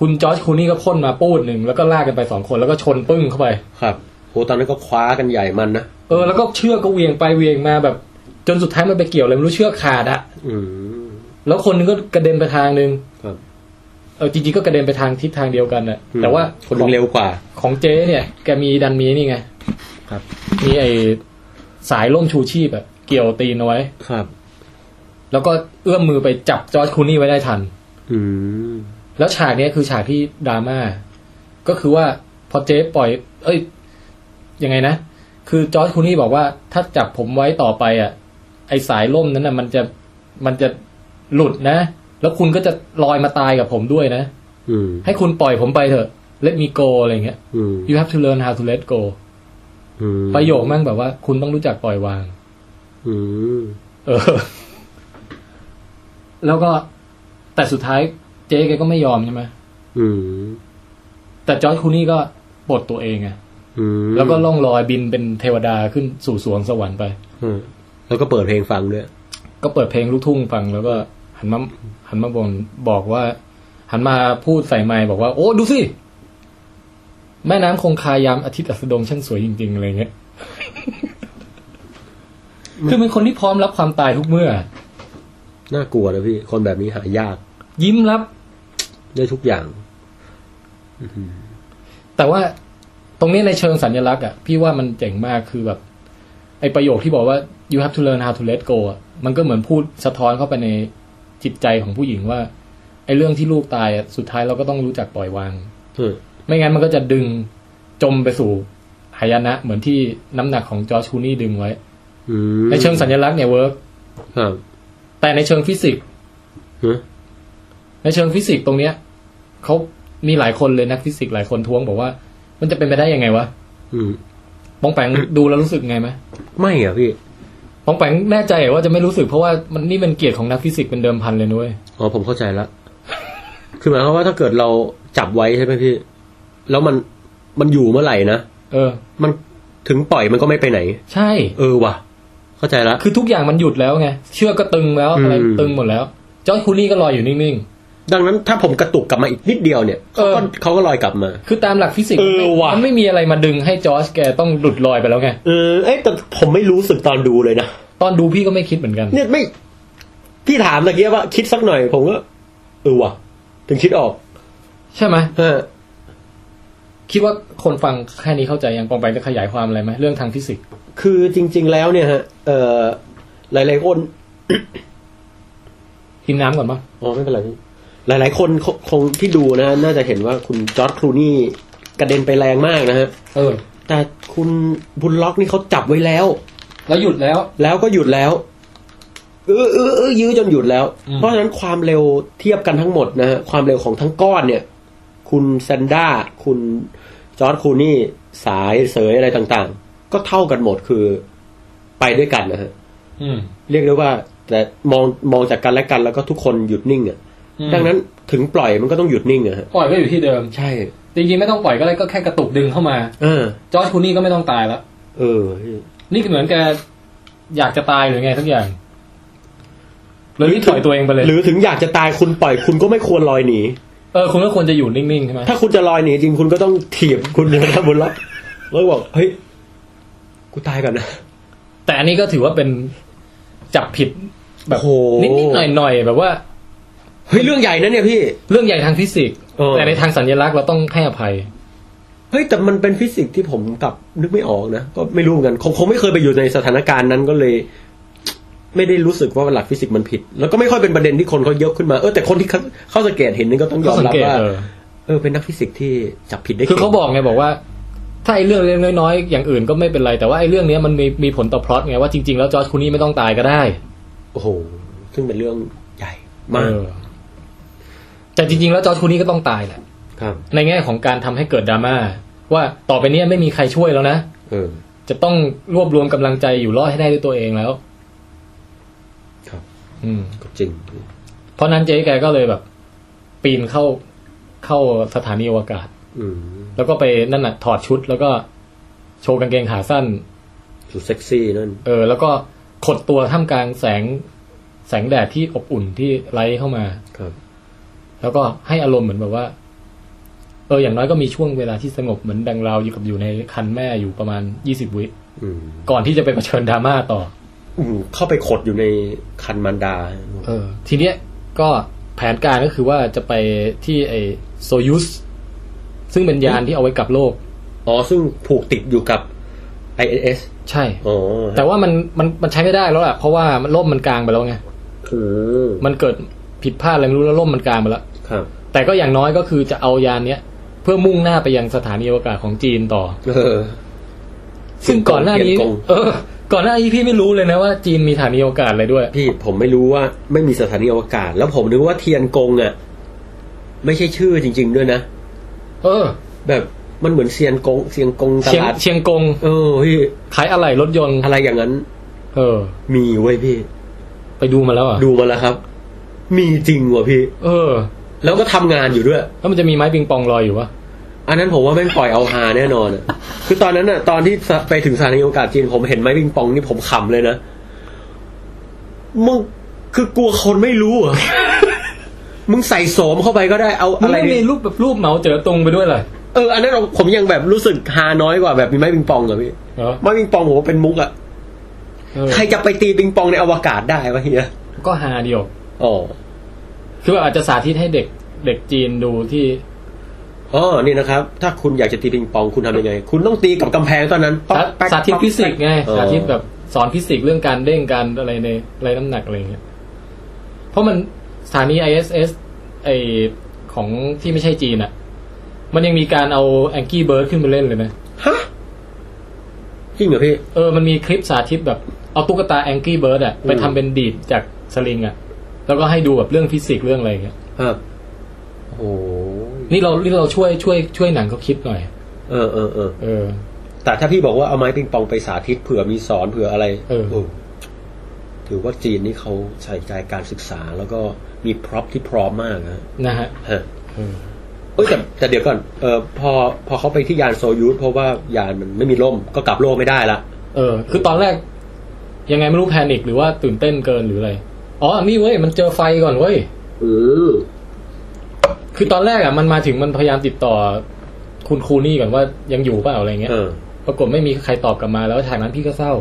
C: คุณจอร์จคลูนี่ก็พ่นมาปูดหนึ่งแล้วก็ลากกันไปสองคนแล้วก็ชนปึ้งเข้าไป
B: ครับโหตอนนั้นก็คว้ากันใหญ่มันนะ
C: เออแล้วก็เชือกก็เหวียงไปเหวียงมาแบบ จนสุดท้ายมันไปเกี่ยวอะไรไม่รู้เชือกขาดอะ
B: อืม
C: แล้วคนนึงก็กระเด็นไปทางนึง
B: ครับ
C: เออจริงๆก็กระเด็นไปทางทิศทางเดียวกันแหละแต่ว่า
B: คนหนึ่งเร็วกว่า
C: ของเจ๊เนี่ยแกมีดันมีนี่ไง
B: ครับ
C: มีไอสายล่มชูชีพอะเกี่ยวตีนเอาไว้
B: ครับ
C: แล้วก็เอื้อมมือไปจับจอร์จคลูนี่ไว้ได้ทัน
B: อืม
C: แล้วฉากเนี้ยคือฉากที่ดราม่าก็คือว่าพอเจ๊ปล่อย เอ้ยยังไงนะ คือจอร์จคลูนี่บอกว่าถ้าจับผมไว้ต่อไปอ่ะ ไอสายล่มนั้นน่ะ มันจะมันจะหลุดนะ แล้วคุณก็จะลอยมาตายกับผมด้วยนะ
B: อืม
C: ให้คุณปล่อยผมไปเถอะ let me go อะไรเงี้ย
B: อืม
C: you have to learn how to let go
B: อืม
C: ประโยคแมั่งแบบว่า คุณต้องรู้จักปล่อยวาง
B: อืม
C: เออ แล้วก็แต่สุดท้ายเจ๊แกก็ไม่ยอมใช่ไหม
B: อืม
C: แต่จอร์จคลูนี่ก็ปลดตัวเองไง
B: อืม
C: แล้วก็ล่องลอยบินเป็นเทวดาขึ้นสู่สวงสวรรค์ไป
B: อืมแล้วก็เปิดเพลงฟังด้วย
C: ก็เปิดเพลงลูกทุ่งฟังแล้วก็หันมาหันมาบอกบอกว่า หันมาพูดใส่ไมค์บอกว่า โอ้ดูสิแม่น้ำคงคายามอาทิตย์อัสดงช่างสวยจริงๆอะไรเงี้ย คือเป็นคนที่พร้อมรับความตายทุกเมื่อ
B: น่ากลัวนะพี่ คนแบบนี้หายาก
C: ยิ้มรับ
B: ได้ทุกอย่าง
C: แต่ว่าตรงนี้ในเชิงสัญลักษณ์อ่ะพี่ว่ามันเจ๋งมากคือแบบ ไอประโยคที่บอกว่า you have to learn how to let go อะมันก็เหมือนพูดสะท้อนเข้าไปในจิตใจของผู้หญิงว่าไอเรื่องที่ลูกตายอะสุดท้ายเราก็ต้องรู้จักปล่อยวาง
B: อืม
C: ไม่งั้นมันก็จะดึงจมไปสู่หายนะ เหมือนที่น้ำหนักของจอร์จคูนี่ดึงไว้
B: อืม
C: ในเชิงสัญลักษณ์เนี่ยเวิร์ก
B: ครับ
C: แต่ในเชิงฟิสิกส์
B: ฮะ
C: ในเชิงฟิสิกส์ตรงเนี้ยเขามีหลายคนเลยนักฟิสิกส์หลายคนท้วงบอกว่า มันจะเป็นไปได้ยังไงวะ
B: อืม
C: ปองแปงดูแล้วรู้สึกไงไหม
B: ไม่อ่ะพี่
C: ปองแปงแน่ใจเหรอว่าจะไม่รู้สึกเพราะว่ามันนี่เป็นเกียรติของนักฟิสิกส์เป็นเดิมพันเลยนุ้ย
B: อ๋อผมเข้าใจละคือหมายความว่าถ้าเกิดเราจับไว้ใช่ไหมพี่ แล้วมันมันอยู่เมื่อไหร่นะ
C: เออ
B: มันถึงปล่อยมันก็ไม่ไปไหน
C: ใช่
B: เออว่ะ เข้าใจละ
C: คือทุกอย่างมันหยุดแล้วไง เชือกก็ตึงแล้ว
B: อืม
C: อะไรตึงหมดแล้ว จอร์จคูนี่ก็ลอยอยู่นิ่ง
B: ดังนั้นถ้าผมกระตุกกลับมาอีกนิดเดียวเนี่ยเขาก็
C: เออ
B: เขาก็ลอยกลับมา
C: ๆ คือตามหลักฟิสิกส์
B: เออว่ะ
C: มันไม่มีอะไรมาดึงให้จอร์จแกต้องหลุดลอยไปแล้วไง
B: เออเอ้ยแต่ผมไม่รู้สึกตอนดูเลยนะ
C: ตอนดูพี่ก็ไม่คิดเหมือนกัน
B: เนี่ยไม่ พี่ถามตะเกียว่าคิดสักหน่อยผมก็เออว่ะ ถึงคิดออก
C: ใช่ไหม
B: ฮะ
C: คิดว่าคนฟังแค่นี้เข้าใจยังปองแปงจะขยายความอะไรไหมเรื่องทางฟิสิกส์
B: คือจริง ๆ แล้วเนี่ยฮะ เออหลาย ๆ คน
C: กินน้ำก่อนปะ
B: อ๋อไม่เป็นไรพี่หลาย ๆ คนคคงที่ดูนะฮะน่าจะเห็นว่าคุณจอร์ดครูนี่กระเด็นไปแรงมากนะฮะ
C: เออ
B: แต่คุณบุญล็อกนี่เขาจับไว้แล้ว
C: แล้วหยุดแล้ว
B: แล้วก็หยุดแล้ว เออเออเออยื้อจนหยุดแล้ว
C: อืม
B: เพราะฉะนั้นความเร็วเทียบกันทั้งหมดนะฮะ ความเร็วของทั้งก้อนเนี่ย คุณแซนด้า คุณจอร์ดคูนี่ สายเสยอะไรต่างๆ ก็เท่ากันหมดคือไปด้วยกันนะฮะ
C: อืม
B: เรียกได้ว่า แต่มองมองจากกันและกันแล้วก็ทุกคนหยุดนิ่งอะ่ะ ดังนั้นถึงปล่อยมันก็ต้องหยุดนิ่งอะฮะ
C: ปล่อยก็อยู่ที่เดิม
B: ใช่
C: จริงๆไม่ต้องปล่อยก็ได้ก็แค่กระตุกดึงเข้ามา
B: เออ
C: จอร์จคูนี่ก็ไม่ต้องตายแล้ว
B: เออ
C: นี่เหมือนแกอยากจะตายหรือไงทั้งอย่างเลยรีบถอยตัวเองไปเลย
B: หรือถึงอยากจะตายคุณปล่อยคุณก็ไม่ควรลอยหนี
C: เออคุณก็ควรจะอยู่นิ่งๆใช่ไหม
B: ถ้าคุณจะลอยหนีจริงคุณก็ต้องถีบคุณนะ บนรถแล้วบอกเฮ้ยกูตายก่อนนะ
C: แต่อันนี้ก็ถือว่าเป็นจับผิดแบบ
B: โอ้โห
C: นิดๆหน่อยๆแบบว่า
B: เฮ้ยเรื่องใหญ่นะเนี่ยพี่
C: เรื่องใหญ่ทางฟิสิกส์
B: เออ
C: แต่ในทางสัญลักษณ์เราต้องให้อภัย
B: เฮ้ยแต่มันเป็นฟิสิกส์ที่ผมกลับนึกไม่ออกนะก็ไม่รู้เหมือนกันคงคงไม่เคยไปอยู่ในสถานการณ์นั้นก็เลย ไม่ได้รู้สึกว่าหลักฟิสิกส์มันผิด แล้วก็ไม่ค่อยเป็นประเด็นที่คนเขายกขึ้นมาเออแต่คนที่เขาเข้าสังเกตเห็นนี่ก็ต้องย
C: ก็
B: อม
C: สัง
B: รับ
C: เกต
B: ว่า
C: เออ
B: เออเป็นนักฟิสิกส์ที่จับผิดได้
C: คือเขาบอกไงบอกว่า ถ้าไอ้เรื่องเล็กๆน้อยๆอย่างอื่นก็ไม่เป็นไรแต่ว่าไอ้เรื่องเนี้ยมันมีมีผลต่อพล็อตไงว่าจริงๆแล้วจอร์จคูนี่ไม่ต้องตายก็ได้
B: โอ้โหซึ่งเป็นเรื่องใหญ่มา
C: เอกอแต่จริงๆแล้วจอร์จคูนี่ก็ต้องตายแหละ
B: ครับ
C: ในแง่ของการทำให้เกิดดราม่าว่าต่อไปเนี้ไม่มีใครช่วยแล้วนะ
B: เออ
C: จะต้องรวบรวมกำลังใจอยู่รอดให้ได้ด้วยตัวเองแล้ว
B: ครับ
C: อืม
B: ก็จริง
C: เพราะนั้นเจ๊แกก็เลยแบบ ปีนเข้าเข้าสถานีอวกาศ
B: อืม
C: แล้วก็ไปนั่นน่ะถอดชุด แล้วก็โชว์กางเกงขาสั้น
B: สุดเซ็กซี่นั่น
C: เออ แล้วก็ขดตัวท่ามกลางแสงแสงแดดที่อบอุ่นที่ไล่เข้ามา
B: ครับ
C: แล้วก็ให้อารมณ์เหมือนแบบว่า เอออย่างน้อยก็มีช่วงเวลาที่สงบเหมือนดังเราอยู่กับอยู่ในคันแม่อยู่ประมาณยี่สิบวิ
B: อืม
C: ก่อนที่จะไปเผชิญดราม่าต่อ
B: อืมเข้าไปขดอยู่ในคันมันดา
C: เออ ทีเนี้ยก็แผนการก็คือว่าจะไปที่ไอโซยุสซึ่งเป็นยานที่เอาไว้กลับโลก
B: อ๋อ ซึ่งผูกติดอยู่กับ ISS
C: ใช่
B: อ๋อ
C: แต่ว่ามันมันมันใช้ไม่ได้แล้วล่ะ เพราะว่ามันล่มมันกลางไปแล้วไง
B: อืม
C: มันเกิดผิดพลาดอะไรไม่รู้แล้วล่มมันกลางไปแล้ว
B: ครับ
C: แต่ก็อย่างน้อยก็คือจะเอายานเนี้ย เพื่อมุ่งหน้าไปยังสถานีอวกาศของจีนต่อ
B: เออ
C: ซึ่งก่อนหน้านี้
B: เปลี่ยนกรง
C: เออ ก่อนหน้านี้พี่ไม่รู้เลยนะว่าจีนมีสถานีอวกาศอะไรด้วย
B: พี่ผมไม่รู้ว่าไม่มีสถานีอวกาศ แล้วผมนึกว่าเทียนกงอ่ะ ไม่ใช่ชื่อจริง ๆ ด้วยนะ
C: เออ
B: แบบมันเหมือนเซียนกงเซียนกงต
C: เชียง
B: ลาด
C: เชียงกง
B: เออพี่
C: ขายอะไหล่รถยนต์
B: อะไรอย่างนั้น
C: เออ
B: มีไว้ยพี่
C: ไปดูมาแล้วเหรอ่ะ
B: ดูมาแล้วครับ มีจริงว่ะพี่
C: เออ
B: แล้วก็ทำงานอยู่ด้วย
C: แล้วมันจะมีไม้ปิงปองลอยอยู่วะ
B: อันนั้นผมว่าแม่งปล่อยเอาฮาแน่นอน อะคือตอนนั้นอ่ะ ตอนที่ไปถึงสถานีโอกาสจีนผมเห็นไม้ปิงปองนี่ผมขำเลยนะ มึงคือกลัวคนไม่รู้เหรอ มึงใส่โสมเข้าไปก็ได้เอา
C: มั
B: อะ
C: น
B: ไร
C: ไม่
B: ดี
C: มีรูปแบบรูปเหมาเจ๋อตรงไปด้วยเลย
B: เอออันนั้นเราผมยังแบบรู้สึกฮาน้อยกว่าแบบมีไม้ปิงปองเหรอพี่
C: เหรอ
B: ไม้ปิงปองผมว่าเป็นมุกอะ
C: เออ
B: ใครจะไปตีปิงปองในอวกาศได้วะเฮีย
C: ก็หาเดียว
B: อ๋อ
C: คือแบบอาจจะสาธิตให้เด็กเด็กจีนดูที่
B: อ๋อ นี่นะครับ ถ้าคุณอยากจะตีปิงปองคุณทำยังไง คุณต้องตีกับกำแพงตอนนั้น
C: สา
B: แป๊ก
C: สาธิต
B: แป๊ก
C: ฟิสิกส์ไง
B: อ๋อ
C: สาธิตแบบสอนฟิสิกส์เรื่องการเด้งการอะไรในอะไรน้ำหนักอะไรอย่างเงี้ย เพราะมันสถานี ISS ไอของที่ไม่ใช่จีนอะ่ะ มันยังมีการเอาแองกี้เบิร์ดขึ้นไปเล่นเลยนะ
B: ฮะจริงเหรอพี่
C: เออ มันมีคลิปสาธิตแบบเอาตุ๊กตาแองกี้เบิร์ดอ่ะ ไปทำเป็นดีดจากสลิงอะ่ะ แล้วก็ให้ดูแบบเรื่องฟิสิกส์เรื่องอะไรอย่างเงี้ย
B: ครับโอ้
C: นี่เรานี่เราช่วยช่วยช่วยหนังเขาคิดหน่อย
B: เออเออเออ
C: เออ
B: แต่ถ้าพี่บอกว่าเอาไม้ปิงปองไปสาธิตเผื่อมีสอนเผื่ออะไร
C: เออ
B: โถือว่าจีนนี่เขาใส่ใจการศึกษาแล้วก็มีพร็อพที่พร้อมมากนะ
C: นะฮะ
B: ฮะ
C: เออ
B: เอ้ยแต่แต่เดี๋ยวก่อนเออพอพอเขาไปที่ยานโซยูสเพราะว่ายานมันไม่มีร่มก็กลับโลกไม่ได้ละ
C: เออ คือตอนแรก ยังไงไม่รู้แพนิคหรือว่าตื่นเต้นเกินหรืออะไร อ๋อ นี่เว้ย มันเจอไฟก่อนเว้ย
B: เออ
C: คือตอนแรกอ่ะมันมาถึงมันพยายามติดต่อ คุณครูนี่ก่อนว่ายังอยู่เปล่าอะไรเงี้ย
B: เออ
C: ปรากฏไม่มีใครตอบกลับมาแล้วฉากนั้นพี่ก็เศร้า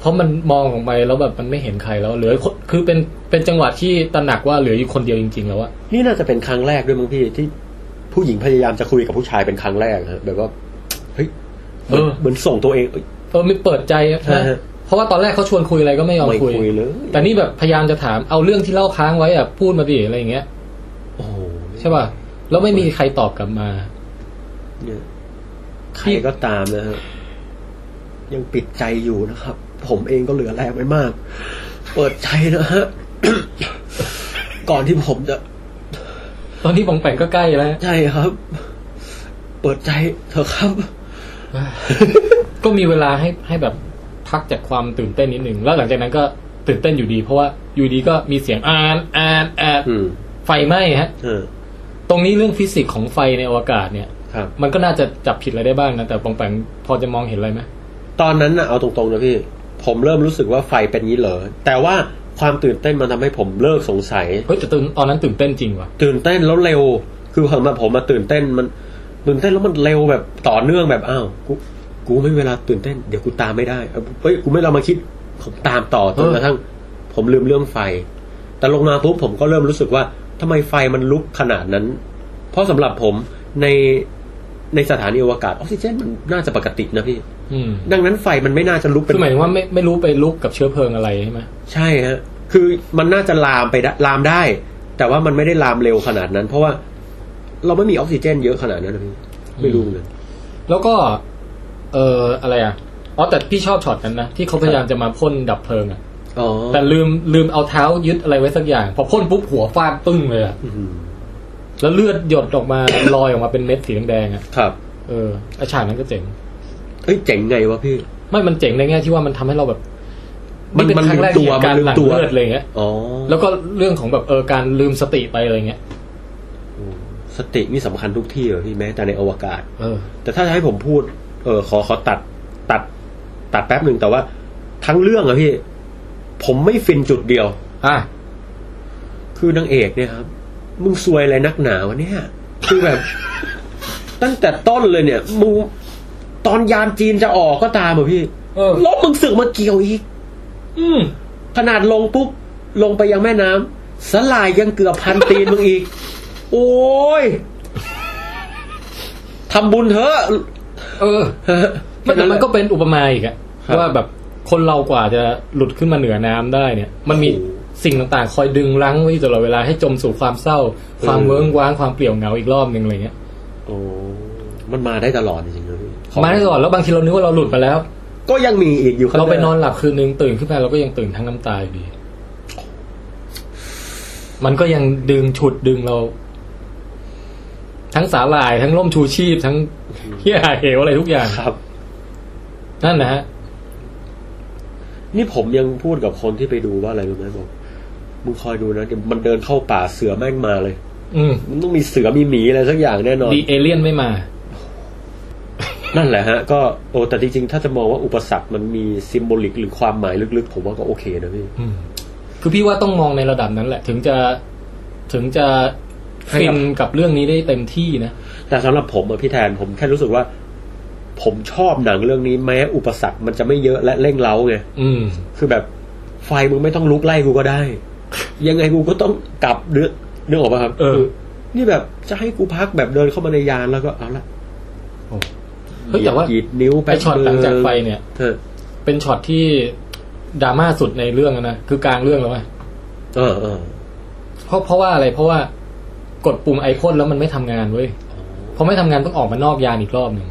C: เพราะมันมองออกไปแล้วแบบมันไม่เห็นใครแล้วเหลือคนคือเป็นเป็นจังหวะที่ตระหนักว่าเหลืออยู่คนเดียวจริง ๆ แล้วอะ
B: นี่น่าจะเป็นครั้งแรกด้วยมั้งพี่ที่ผู้หญิงพยายามจะคุยกับผู้ชายเป็นครั้งแรกนะแบบว่าเฮ้ย
C: เออ
B: เหมือนส่งตัวเองเอ้ย
C: เออไม่เปิดใจนะ
B: ใช่ฮะ
C: เพราะว่าตอนแรกเขาชวนคุยอะไรก็ไม่ยอม
B: ไม่
C: คุย
B: คุยเลย
C: แต่นี่แบบพยายามจะถามเอาเรื่องที่เล่าค้างไว้อะพูดมาดิอะไรอย่างเงี้ย
B: โอ้โห
C: ใช่ป่ะแล้วไม่มีใครตอบกลับมา
B: เนี่ยใครก็ตามนะฮะยังปิดใจอยู่นะครับ ผมเองก็เหลือแรงไม่มาก เปิดใจนะฮ ะ ก่อนที่ผมจะ
C: ตอนที่บองแปงก็ใกล้ แล้ว
B: ใช่ครับ เปิดใจเถอะครับ
C: ก็มีเวลาให้ให้แบบพักจากความตื่นเต้นนิดหนึ่งแล้วหลังจากนั้นก็ตื่นเต้นอยู่ดี เพราะว่าอยู่ดีก็มีเสียงอ่านอ่านอ่าน
B: อืม
C: ไฟไหม้ฮะ
B: เออ
C: ตรงนี้เรื่องฟิสิกส์ของไฟในอวกาศเนี่ย
B: ครับ
C: มันก็น่าจะจับผิดอะไรได้บ้างนะ แต่ปองแปงพอจะมองเห็นอะไรไหม
B: ตอนนั้นนะเอาตรงๆนะพี่ ผมเริ่มรู้สึกว่าไฟเป็นงี้เหรอแต่ว่าความตื่นเต้นมันทำให้ผมเลิกสงสัย
C: เฮ้ยแต่ตอนตอนนั้นตื่นเต้นจริงว่ะ
B: ตื่นเต้นแล้วเร็ว คือผมมาผมมาตื่นเต้นมันตื่นเต้นแล้วมันเร็วแบบต่อเนื่องแบบอ้าวกูกูไม่มีเวลาตื่นเต้นเดี๋ยวกูตามไม่ได้เอ้ยเฮ้ยกูไม่เรามาคิดผมตามต่อจน
C: เออ
B: กระทั่งผมลืมเรื่องไฟ แต่ลงมาปุ๊บผมก็เริ่มรู้สึกว่าทำไมไฟมันลุกขนาดนั้น เพราะสำหรับผมในในสถานีอวกาศออกซิเจนมันน่าจะปกตินะพี่
C: อืม
B: ดังนั้นไฟมันไม่น่าจะลุกเป็
C: คื
B: น
C: อหมายถึงว่าไม่ไม่รู้ไปลุกกับเชื้อเพลิงอะไรใช่ไหม
B: ใช่ฮะ คือมันน่าจะลามไปได้ลามได้ แต่ว่ามันไม่ได้ลามเร็วขนาดนั้น เพราะว่าเราไม่มีออกซิเจนเยอะขนาดนั้นนะพี่ไม่รู้เหมือนกัน
C: แล้วก็ เอ่ออะไรอ่ะอ๋อแต่พี่ชอบช็อตนั้นนะที่เขาพยายามจะมาพ่นดับเพลิงอ่ะ
B: อ๋อ
C: แต่ลืมลืมเอาเท้ายึดอะไรไว้สักอย่าง พอพ่นปุ๊บหัวฟาดตึ้งเลยอ่ะ
B: อื้อหือ
C: แล้วเลือดหยดออกมา ลอยออกมาเป็นเม็ดสีแดงๆอ่ะ
B: ครับ
C: เออไอฉากนั้นก็เจ๋ง
B: เอ้ยเจ๋งไงวะพี่
C: ไม่มันเจ๋งในแง่ที่ว่ามันทำให้เราแบบ
B: มัน
C: เป็ครั้งแรก
B: มันลืมตัวมันลืม
C: ที่เห็การห
B: ตัว
C: ลังเลือดอะไรเงี้ย
B: อ๋อ
C: แล้วก็เรื่องของแบบเออการลืมสติไปอะไรเงี้ย
B: สตินี่สำคัญทุกที่เหรอพี่แม้แต่ในอวกาศ
C: เออ
B: แต่ถ้าจะให้ผมพูด เออขอขอตัดตัด ตัดแป๊บหนึ่งแต่ว่า ทั้งเรื่องอะพี่ ผมไม่ฟินจุดเดียว
C: อ่ะ
B: คือนางเอกเนี่ยครับ มึงซวยอะไรนักหนาวะเนี่ย คือแบบ ตั้งแต่ต้นเลยเนี่ยมึงตอนยามจีนจะออกก็ตามอะพี่
C: เออ
B: ลบมึงสึกมาเกี่ยวอีก
C: อืม
B: ขนาดลงปุ๊บ ลงไปยังแม่น้ำสลายยังเกือบพันตีนมึงอีก โอ้ยทำบุญเถอะ
C: เออ ไม่แต่มันก็เป็นอุปมาอีกอะ
B: ครับ
C: ว่าแบบคนเรากว่าจะหลุดขึ้นมาเหนือน้ำได้เนี่ย มันมีสิ่งต่างๆ คอยดึงรั้งไว้อยู่ตลอดเวลาให้จมสู่ความเศร้า ความเวิ้งว้างความเปลี่ยวเหงาอีกรอบหนึ่งอะไรเงี้ย
B: โอ้มันมาได้ตลอดจริงๆนะพี่
C: มาได้ตลอดแล้วบางทีเรานึกว่าเราหลุดมาแล้ว
B: ก็ยังมีอีกอยู่ข้งห
C: เราไปนอนหลับคืนนึงตื่นขึ้นมาเราก็ยังตื่นทั้งน้ำตาอยู่ดี มันก็ยังดึงฉุดดึงเรา ทั้งสาหร่ายทั้งร่มชูชีพทั้งเหี้ยเหวอะไรทุกอย่าง
B: ครับ
C: นั่นนะฮะ
B: นี่ผมยังพูดกับคนที่ไปดูว่าอะไรรู้ไหมบอกมึงคอยดูนะเดี๋ยวมันเดินเข้าป่าเสือแม่งมาเลย
C: อืม
B: มันต้องมีเสือมีหมีอะไรสักอย่างแน่นอน
C: ดีเอเลี่ยนไม่มา
B: นั่นแหละฮะ ก็โอ้แต่จริงๆ ถ้าจะมองว่าอุปสรรคมันมีซิมโบลิกหรือความหมายลึกๆ ผมว่าก็โอเคนะพี่
C: อืมคือพี่ว่าต้องมองในระดับนั้นแหละ ถึงจะถึงจะ
B: ให้
C: ฟิ
B: กับ
C: นกับเรื่องนี้ได้เต็มที่นะ
B: แต่สำหรับผมอะพี่แทนผมแค่รู้สึกว่า ผมชอบหนังเรื่องนี้แม้อุปสรรคมันจะไม่เยอะและเร่งเร้าไง
C: อืม
B: คือแบบไฟมึงไม่ต้องลุกไล่กูก็ได้ ยังไงกูก็ต้องกลับเนื้อเนื้อออกป่ะครับ
C: เออ
B: นี่แบบจะให้กูพักแบบเดินเข้ามาในยานแล้วก็เอาละ
C: เฮ้ยแต่ว่า
B: หยีดนิ้วไป
C: ไอช็อตหลังจากไฟเนี่ย
B: เออ
C: เป็นช็อตที่ดราม่าสุดในเรื่องอะนะคือกลางเรื่องแล้วไง
B: เออเออ
C: เพราะเพราะว่าอะไรเพราะว่ากดปุ่มไอพ่นแล้วมันไม่ทำงานเว้ยพอไม่ทำงานต้องออกมานอกยานอีกรอบหนึ่ง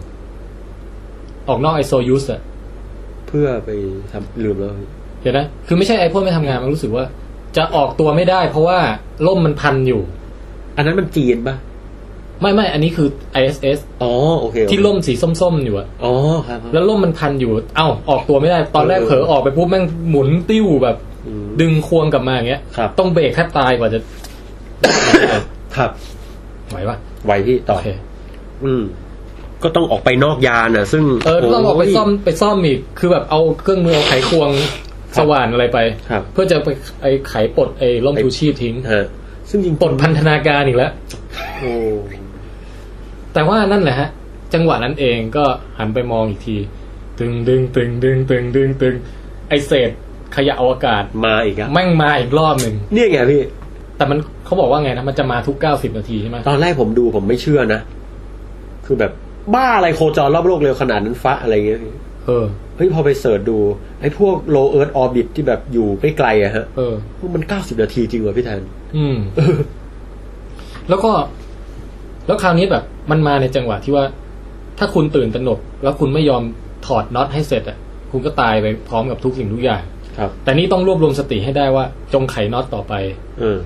C: ออกนอกไอโซยูสอะ
B: เพื่อไปทำลืมแล้ว
C: เดี๋ยวนะคือไม่ใช่ไอพ่นไม่ทำงานมันรู้สึกว่า จะออกตัวไม่ได้ เพราะว่าล่มมันพันอยู่
B: อันนั้นมันจีนป่ะ
C: ไม่ไม่อันนี้คือ ISS
B: อ๋อโอเคโอเค
C: ที่ล่มสีส้มๆอยู่อะ
B: อ๋อครับครับ
C: แล้วล่มมันพันอยู่ เอ้า ออกตัวไม่ได้ ตอนแรก
B: เออ
C: เผลอออกไปปุ๊บแม่งหมุนติ้วแบบ
B: อืม
C: ดึงควงกลับมาอย่างเงี้ย
B: ครับ
C: ต้องเบรกแทบตายกว่าจะ
B: ครับ
C: ไหวปะ
B: ไหวพี่ต่อ
C: โอเค
B: อืม ก็ต้องออกไปนอกยานน่ะ ซึ่ง
C: เออต้องออกไป
B: โย
C: ซ่อมไปซ่อมอีก คือแบบเอาเครื่องมือเอาไขควง
B: ครับ
C: สว่านอะไรไป
B: ครับ
C: เพื่อจะไปไอไขปลดไอล่ม
B: ไอ้
C: ชูชีพทิ้ง
B: ฮะซึ่งจริง
C: ปลดพันธนาการอีกแล้ว
B: โอ้
C: แต่ว่านั่นแหละฮะ จังหวะนั้นเองก็หันไปมองอีกที ตึงดึงตึงดึงตึงดึงตึงไอเศษขยะอวกาศ
B: มาอีกอะ
C: แม่งมาอีกรอบหนึ่ง
B: เนี่ยไงพี่
C: แต่มันเขาบอกว่าไงนะ มันจะมาทุก 90 นาทีใช่ไหม
B: ตอนแรกผมดูผมไม่เชื่อนะ คือแบบบ้าอะไรโคจรรอบโลกเร็วขนาดนั้นฟ้าอะไรเงี้ยพี่
C: เออ
B: เฮ้ยพอไปเสิร์ชดู ไอ้พวก low earth orbit ที่แบบอยู่ใกล้ๆอะฮะ
C: เออ
B: พวกมันเก้าสิบนาทีจริงเหรอพี่แทน
C: อืม แล้วก็ แล้วคราวนี้แบบ มันมาในจังหวะที่ว่า ถ้าคุณตื่นตระหนก แล้วคุณไม่ยอมถอดน็อตให้เสร็จอ่ะ คุณก็ตายไปพร้อมกับทุกสิ่งทุกอย่าง
B: ครับ
C: แต่นี่ต้องรวบรวมสติให้ได้ว่า จงไขน็อตต่อไป
B: เออ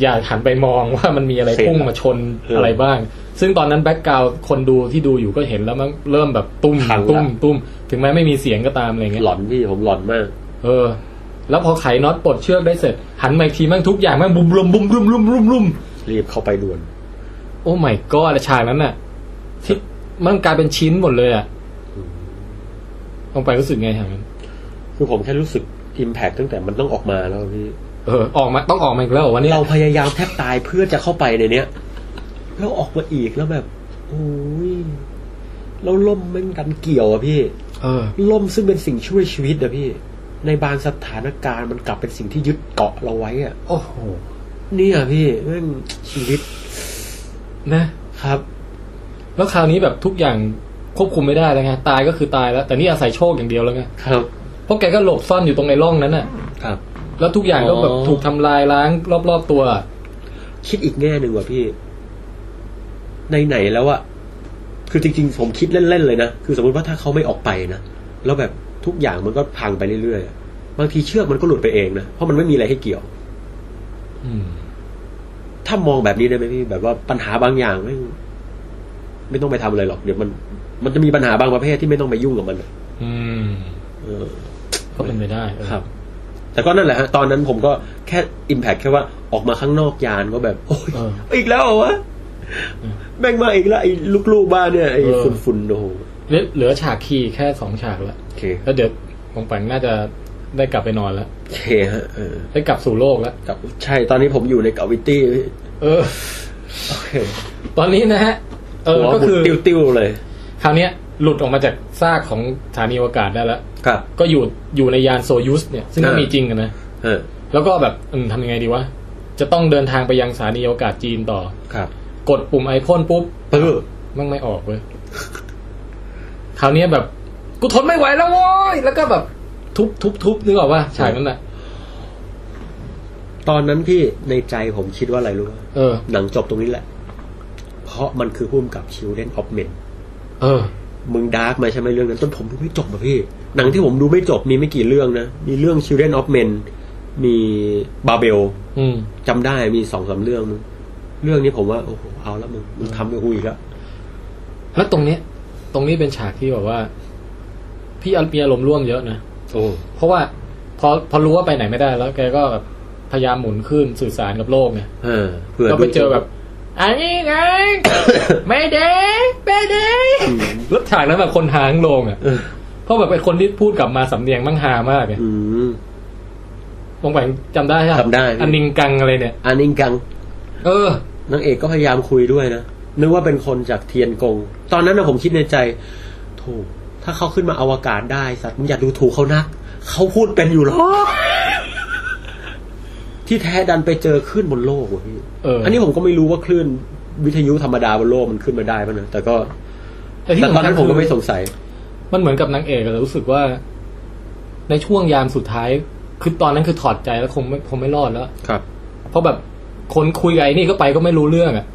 C: อย่าหันไปมองว่ามันมีอะไร
B: เสร็จ
C: พุ่งมาชน
B: เอออ
C: อะไรบ้าง ซึ่งตอนนั้นแบ็กกราวคนดูที่ดูอยู่ก็เห็นแล้วมันเริ่มแบบตุ้ม
B: พังละ
C: ตุ้มตุ้ม ถึงแม้ไม่มีเสียงก็ตามอะไรเงี้ย
B: หลอนพี่ผมหลอนมาก
C: เออ แล้วพอไขน็อตปลดเชือกได้เสร็จ หันมาอีกทีแม่งทุกอย่างแม่งบุมรุมบุมรุมรุมรุมรุม
B: รีบเข้าไปด่วน
C: โอ้ไม่ก็และฉากนั้นน่ะ ที่มันกลายเป็นชิ้นหมดเลยอะลงไปรู้สึกไงฉากนั้น
B: คือผมแค่รู้สึก impact ตั้งแต่มันต้องออกมาแล้วพี่
C: เออ ออกมาต้องออกมาอีกแล้วเหรอวันนี้
B: เราพยายามแทบตายเพื่อจะเข้าไปในเนี้ยแล้วออกมาอีกแล้วแบบโอ้ยแล้วล่มแม่งดันเกี่ยวอะพี่
C: เออ
B: ล่มซึ่งเป็นสิ่งช่วยชีวิตอะพี่ ในบางสถานการณ์มันกลับเป็นสิ่งที่ยึดเกาะเราไว้อะ
C: โอ้โห
B: เนี่ยพี่แม่งชีวิต
C: นะ
B: ครับ
C: แล้วคราวนี้แบบทุกอย่างควบคุมไม่ได้แล้วไงตายก็คือตายแล้ว แต่นี่อาศัยโชคอย่างเดียวแล้วไง
B: ครับ
C: เพราะแกก็หลบซ่อนอยู่ตรงไอ้ร่องนั้นน่ะ
B: ครับ
C: แล้วทุกอย่างก็แบบ
B: อ๋อ
C: ถูกทำลายล้างรอบๆตัว
B: คิดอีกแง่หนึ่งว่ะพี่ ในไหนๆแล้วอะคือจริงๆ ผมคิดเล่นๆเลยนะ คือสมมติว่าถ้าเขาไม่ออกไปนะ แล้วแบบทุกอย่างมันก็พังไปเรื่อยๆอะบางทีเชือกมันก็หลุดไปเองนะ เพราะมันไม่มีอะไรให้เกี่ยว
C: อืม
B: ถ้ามองแบบนี้ได้ไหมพี่แบบว่าปัญหาบางอย่างไม่งไม่ต้องไปทำอะไรหรอกเดี๋ยวมัน มันจะมีปัญหาบางประเภทที่ไม่ต้องไปยุ่งกับมันอะ
C: อืม
B: เออ
C: ก็เป็นไปได้เออ
B: ครับ แต่ก็นั่นแหละฮะตอนนั้นผมก็แค่อิมแพคแค่ว่าออกมาข้างนอกยานก็แบบ โอ้ย
C: เออ
B: อีกแล้วเหรอวะแม่งมาอีกแล้วไอ้ลูกๆบ้านเนี่ยไอ้
C: เออ
B: ฝุ่นๆโอ้โห
C: เหลือเหลือฉากคีย์แค่สองฉากละ
B: เค
C: แล้วเดี๋ยวปองแปงน่าจะได้กลับไปนอนแล้ว
B: โอเคฮะเออ
C: ได้กลับสู่โลกแล้ว
B: กับใช่ตอนนี้ผมอยู่ในกาวิตี้พี่
C: เออ
B: โอเค
C: ตอนนี้นะฮะ เออ
B: หัว
C: ก็
B: หมุ
C: คื
B: น
C: อ
B: ติ้วๆเลย
C: คราวเนี้ยหลุดออกมาจากซากของสถานีอวกาศได้แล้ว
B: ครับ
C: ก็อยู่อยู่ในยานโซยูสเนี่ย ซึ่งก็
B: อ่ามี
C: มีจริงกันนะ
B: เออ
C: แล้วก็แบบอืมทำยังไงดีวะ จะต้องเดินทางไปยังสถานีอวกาศจีนต่อ
B: ครับ
C: กดปุ่มไอพ่นปุ๊บ
B: ปื้อ
C: มันไม่ออกเว้ย คราวเนี้ยแบบ กูทนไม่ไหวแล้วโว้ย แล้วก็แบบทุบทุบทุบนึกออกป่ะฉากนั้นน่ะ
B: ตอนนั้นพี่ในใจผมคิดว่าอะไรรู้ปะ
C: เออ
B: หนังจบตรงนี้แหละ เพราะมันคือพุ่มกับชิวเล่นออฟเมน
C: เออ
B: มึงดาร์กมาใช่ไหมเรื่องนั้นจนผมดูไม่จบอะพี่ หนังที่ผมดูไม่จบมีไม่กี่เรื่องนะ มีเรื่อง Children of Men มีบาเบล
C: อืม
B: จำได้มีสองสามเรื่องมั้งเรื่องนี้ผมว่า โอ้โหเอาแล้วมึงมึงทำกับกูอีกแล้ว
C: แล้วตรงเนี้ย ตรงนี้เป็นฉากที่แบบว่า พี่อารมีอารมณ์ร่วมเยอะนะ
B: โอ้
C: เพราะว่าพอพอรู้ว่าไปไหนไม่ได้แล้ว แกก็แบบพยายามหมุนขึ้นสื่อสารกับโลกไง
B: เออเผื่อ
C: ก็ไปเจอแบบ อันนี้ไง ไม่เด้ไม่เด้แล้วฉากนั้นแบบคนหางโลงอ่ะ
B: เออ
C: เพราะแบบเป็นคนที่พูดกลับมาสำเนียงมั่งหามากเนี่ย
B: อืม
C: วงแหวงจำได้ใช่ไหม
B: จำได้
C: อันนิงกังอะไรเนี่ย
B: อันนิงกัง
C: เออ
B: นางเอกก็พยายามคุยด้วยนะ นึกว่าเป็นคนจากเทียนกง ตอนนั้นนะผมคิดในใจโถูก ถ้าเขาขึ้นมาอวกาศได้สัตว์มึงอย่าดูถูกเขานัก เขาพูดเป็นอยู่หรอกที่แท้ดันไปเจอขึ้นบนโลกว่ะพี่
C: เออ
B: อันนี้ผมก็ไม่รู้ว่าคลื่นวิทยุธรรมดาบนโลกมันขึ้นมาได้ป่ะนะแต่ก็
C: ที่
B: แต่ตอนนั้น
C: สำคัญ
B: ผมก็ไม่
C: คือ
B: สงสัย
C: มันเหมือนกับนางเอกอะรู้สึกว่า ในช่วงยามสุดท้าย คือตอนนั้นคือถอดใจแล้วคงไม่คงไม่รอดแล้ว
B: ครับ
C: เพราะแบบคนคุยกับไอ้นี่ก็ไปก็ไม่รู้เรื่องอะ่ะ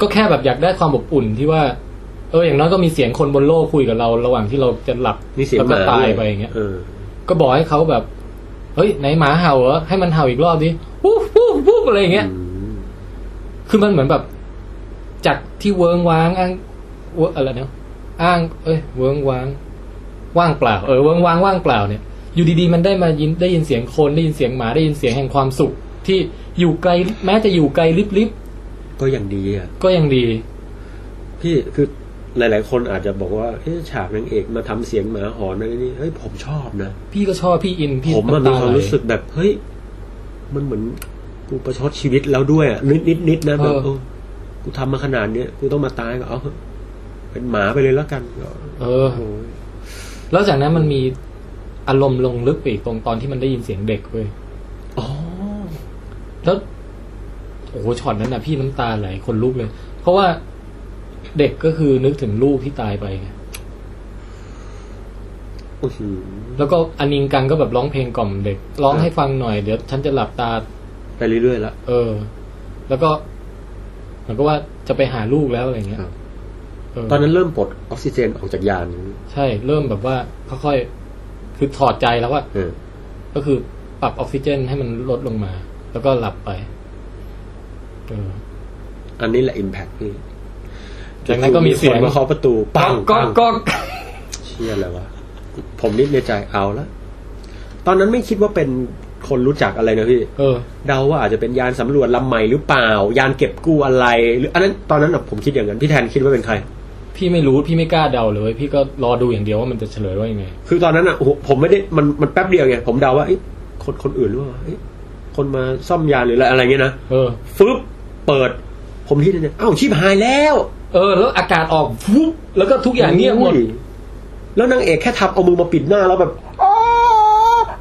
C: ก็แค่แบบอยากได้ความอบอุ่นที่ว่า เอออย่างน้อยก็มีเสียงคนบนโลกคุยกับเรา ระหว่างที่เราจะหลับ
B: นี่เสียง
C: แล้
B: ห
C: วก็
B: มา
C: ตาย
B: ด้ว
C: ไปอย่างเงี้ย
B: เออ
C: ก็บอกให้เขาแบบ เฮ้ยไหนหมาเห่าเหรอให้มันเห่าอีกรอบดิวู้วู้วู้อะไรอย่างเงี้ย คือมันเหมือนแบบจากที่เวิงว้างอ้างเวอะไรเนาะอ้าง เอ้ยเวิงว้าง ว่างเปล่า เออเวิงว้างว่างเปล่าเนี่ย อยู่ดีๆ มันได้มายินได้ยินเสียงคนได้ยินเสียงหมาได้ยินเสียงแห่งความสุข ที่อยู่ไกลแม้จะอยู่ไกลลิบ
B: ก็อย่างดีอ่ะ
C: ๆก็ยังดี
B: พี่คือหลาย ๆ คนอาจจะบอกว่าเอ๊ะฉากนางเอกมาทำเสียงหมาหอนนั่นนี่เฮ้ยผมชอบนะ
C: พี่ก็ชอบพี่อินพี่
B: ผมมันมี
C: น้ำต
B: ความ
C: ไหล
B: รู้สึกแบบเฮ้ยมันเหมือนกูประชดชีวิตแล้วด้วยอะนิดนิดนิดนะแบบ
C: เออ
B: เออกูทำมาขนาดเนี้ยกูต้องมาตายก็เอาเถอะเป็นหมาไปเลยแล้วกันก็
C: เออ
B: โอ้โห
C: แล้วจากนั้นมันมีอารมณ์ลงลึกไปอีกตรงตอนที่มันได้ยินเสียงเด็กเว้ย
B: อ๋อ
C: แล้วโอ้โหช็อตนั้นนะพี่น้ำตาไหลคนลุกเลย เพราะว่าเด็กก็คือนึกถึงลูกที่ตายไปไง
B: อื้อหือ
C: แล้วก็อันนิงกังก็แบบร้องเพลงกล่อมเด็ก ร้องให้ฟังหน่อยเดี๋ยวฉันจะหลับตา
B: ไปเรื่อยๆละ
C: เออ แล้วก็เหมันก็ว่าจะไปหาลูกแล้วอะไรเงี้ยเ
B: ตอนนั้นเริ่มปลดออกซิเจนออกจากยาน
C: ใช่ เริ่มแบบว่าค่อยๆคือถอดใจแล้วว่า
B: เออ
C: ก็คือปรับออกซิเจนให้มันลดลงมา แล้วก็หลับไป เออ
B: อันนี้แหละอิมแพคพี่
C: จากนั้นก็มีเสียง
B: คนมาเคาะประตูปัง
C: ก็
B: ปัง
C: ก็
B: เชี่ยอะไรวะ ผมนิดในใจเอาละ ตอนนั้นไม่คิดว่าเป็นคนรู้จักอะไรนะพี่
C: เออ
B: เดาว่าอาจจะเป็นยานสำรวจลำใหม่หรือเปล่า ยานเก็บกู้อะไร หรืออันนั้นตอนนั้นน่ะผมคิดอย่างนั้น พี่แทนคิดว่าเป็นใคร
C: พี่ไม่รู้พี่ไม่กล้าเดาเลย พี่ก็รอดูอย่างเดียวว่ามันจะเฉลยว่ายังไง
B: คือตอนนั้นอ่ะโอ้โหผมไม่ได้มันมันแป๊บเดียวไงผมเดาว่าเอ๊ะคนคนอื่นหรือเปล่าเอ๊ะคนมาซ่อมยานหรืออะไรอะไรเงี้ยนะ
C: เออ
B: ฟึบเปิด ผมคิดในใจอ้าวชิบหายแล้ว
C: เออ แล้วอากาศออกฟุบแล้วก็ทุกอย่างเงียบหมด
B: แล้วนางเอกแค่ทับเอามือมาปิดหน้าแล้วแบบอ้า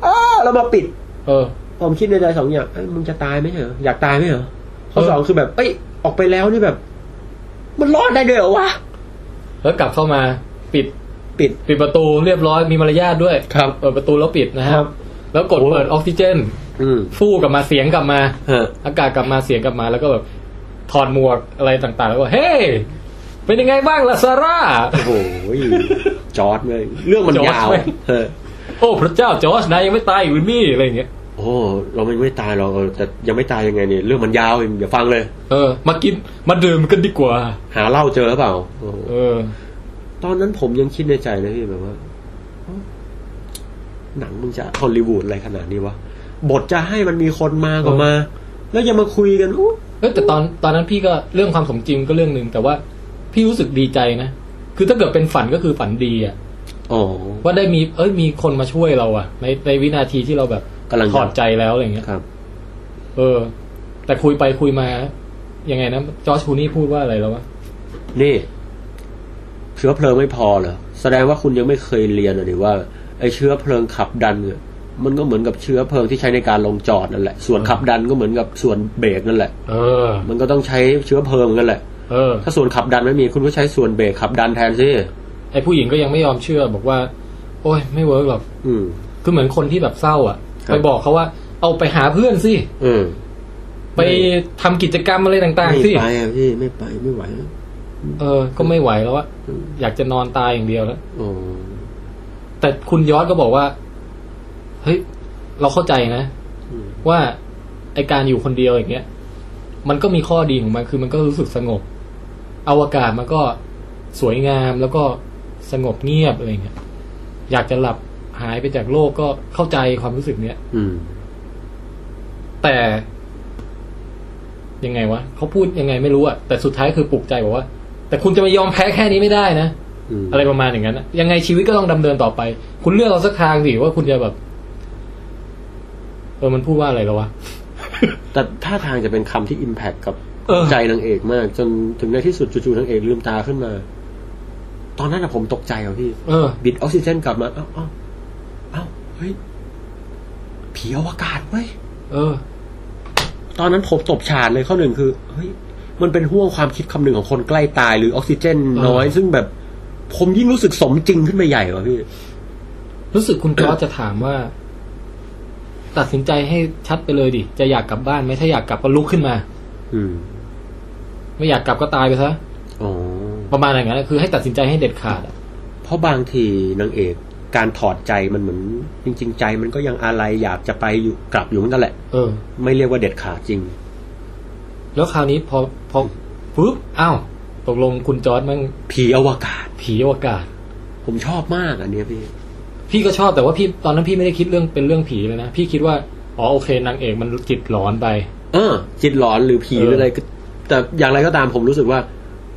B: อ้าแล้วมาปิด
C: เออ
B: ผมคิดในใจสองอย่างเอ้ยมึงจะตายไหมเหรอ อยากตายไหมเหรอข้อ
C: เออ
B: สองคือแบบ เอ้ย ออกไปแล้วนี่แบบ มันรอดได้ด้วยเหรอวะ
C: แล้วกลับเข้ามาปิด
B: ปิด
C: ปิดประตูเรียบร้อยมีมารยาทด้วย
B: ครับ
C: เปิดประตูแล้วปิดนะค
B: ครั
C: รับ
B: บ
C: แล้วกด
B: โอ้
C: เปิดออกซิเจน
B: อืม
C: ฟู่กลับมาเสียงกลับมา
B: ฮะ
C: อากาศกลับมาเสียงกลับมา แล้วก็แบบถอดหมวกอะไรต่างๆ แล้วก็เฮ้ เป็นยังไงบ้างล่ะซาร่า
B: โอ้โหจอร์ด เลยเรื่องมัน
C: จอร์จ
B: ยาว
C: เว้ย
B: เออ
C: โอ้พระเจ้าจอร์จนายยังไม่ตายอีกหรือนี่อะไรอย่างเงี้ย
B: โอ้เราไม่ไม่ตายเราแต่ยังไม่ตายยังไงเนี่ยเรื่องมันยาวอย่าฟังเลย
C: เออ มากินมาดื่มกันดีกว่า
B: หาเหล้าเจอหรือเปล่าโอ้โห
C: เออ
B: ตอนนั้นผมยังคิดในใจนะพี่แบบว่า หนังมึงจะฮอลลีวูดอะไรขนาดนี้วะบทจะให้มันมีคนมาก็มา แล้วยังมาคุยกันอู้
C: เอ้ยแต่ตอนตอนนั้นพี่ก็เรื่องความสมจริงก็เรื่องหนึ่งแต่ว่าพี่รู้สึกดีใจนะ คือถ้าเกิดเป็นฝันก็คือฝันดีอะ
B: โอ้
C: ว่าได้มีเอ้ยมีคนมาช่วยเราอะในในวินาทีที่เราแบบ
B: กำลัง
C: ถอดใจแล้วอะไรเงี้ย
B: ครับ
C: เออ แต่คุยไปคุยมา ยังไงนะจอร์จคูนี่พูดว่าอะไรแล้ววะ
B: นี่เชื้อเพลิงไม่พอเหรอแสดงว่าคุณยังไม่เคยเรียนเลยดิว่าไอ้เชื้อเพลิงขับดันเนี่ยมันก็เหมือนกับเชื้อเพลิงที่ใช้ในการลงจอดนั่นแหละ ส่วนขับดันก็เหมือนกับส่วนเบรกนั่นแหละ
C: เออ
B: มันก็ต้องใช้เชื้อเพลิงนั่นแหละ
C: เออ
B: ถ้าส่วนขับดันไม่มีคุณก็ใช้ส่วนเบรกขับดันแทนสิ
C: ไอผู้หญิงก็ยังไม่ยอมเชื่อบอกว่า โอ้ยไม่เวิร์กหรอก
B: อืม
C: คือเหมือนคนที่แบบเศร้าอะ
B: ครับ
C: ไปบอกเขาว่า เอาไปหาเพื่อนสิ
B: อืม
C: ไปทำกิจกรรมอะไรต่าง
B: ไม่
C: ๆสิ
B: ไปอ่ะพี่ไม่ไปไม่ไหวแล้ว
C: เออ ก็ไม่ไหวแล้วอะอยากจะนอนตายอย่างเดียวแล้ว
B: โอ้
C: แต่คุณยอดก็บอกว่า เฮ้ย เราเข้าใจนะ ว่าไอการอยู่คนเดียวอย่างเงี้ย มันก็มีข้อดีของมัน คือมันก็รู้สึกสงบ อวกาศมันก็สวยงามแล้วก็สงบเงียบอะไรเงี้ย อยากจะหลับหายไปจากโลกก็เข้าใจความรู้สึกเนี้ย
B: อืม
C: แต่ยังไงวะเขาพูดยังไงไม่รู้อะแต่สุดท้ายคือปลุกใจบอกว่า แต่คุณจะไม่ยอมแพ้แค่นี้ไม่ได้นะ
B: อืม
C: อะไรประมาณอย่างนั้นอะยังไงชีวิตก็ต้องดำเนินต่อไป คุณเลือกเอาสักทางสิว่าคุณจะแบบ เออมันพูดว่าอะไรแล้ววะ
B: แต่ท่าทางจะเป็นคำที่อิมแพคกับ
C: เออ
B: ใจนางเอกมาก จนถึงในที่สุดจู่ๆนางเอกลืมตาขึ้นมา ตอนนั้นอะผมตกใจอ่ะพี่
C: เออ
B: บิดออกซิเจนกลับมา เอ้าเอ้าเอ้าเฮ้ย ผีอวกาศเว้ย
C: เออ
B: ตอนนั้นผมตบฉาดเลยข้อหนึ่งคือ เฮ้ย มันเป็นห่วงความคิดคำหนึ่งของคนใกล้ตายหรือออกซิเจนน้อย
C: เออ
B: ซึ่งแบบ ผมยิ่งรู้สึกสมจริงขึ้นมาใหญ่ว่ะพี่
C: รู้สึกคุณจอร์จจะถามว่า ตัดสินใจให้ชัดไปเลยดิ จะอยากกลับบ้านไหมถ้าอยากกลับก็ลุกขึ้นมา
B: อืม
C: ไม่อยากกลับก็ตายไปซะ
B: อ๋อ
C: ประมาณอย่างนั้นคือให้ตัดสินใจให้เด็ดขาดอะ
B: เพราะบางทีนางเอกการถอดใจมันเหมือน จริง ๆ ใจมันก็ยังอะไรอยากจะไปอยู่กลับอยู่เหมือนกันแหละ
C: เออ
B: ไม่เรียกว่าเด็ดขาดจริง
C: แล้วคราวนี้พอพอปุ๊บอ้าวตกลงคุณจอร์ดมัน
B: ผีอวกาศ
C: ผีอวกาศ
B: ผมชอบมากอันเนี้ยพี่
C: พี่ก็ชอบแต่ว่าพี่ตอนนั้นพี่ไม่ได้คิดเรื่องเป็นเรื่องผีเลยนะ พี่คิดว่า อ๋อโอเคนางเอกมันจิตหลอนไป
B: เออจิตหลอนหรือผี
C: เออ
B: หรืออะไรก็แต่อย่างไรก็ตามผมรู้สึกว่า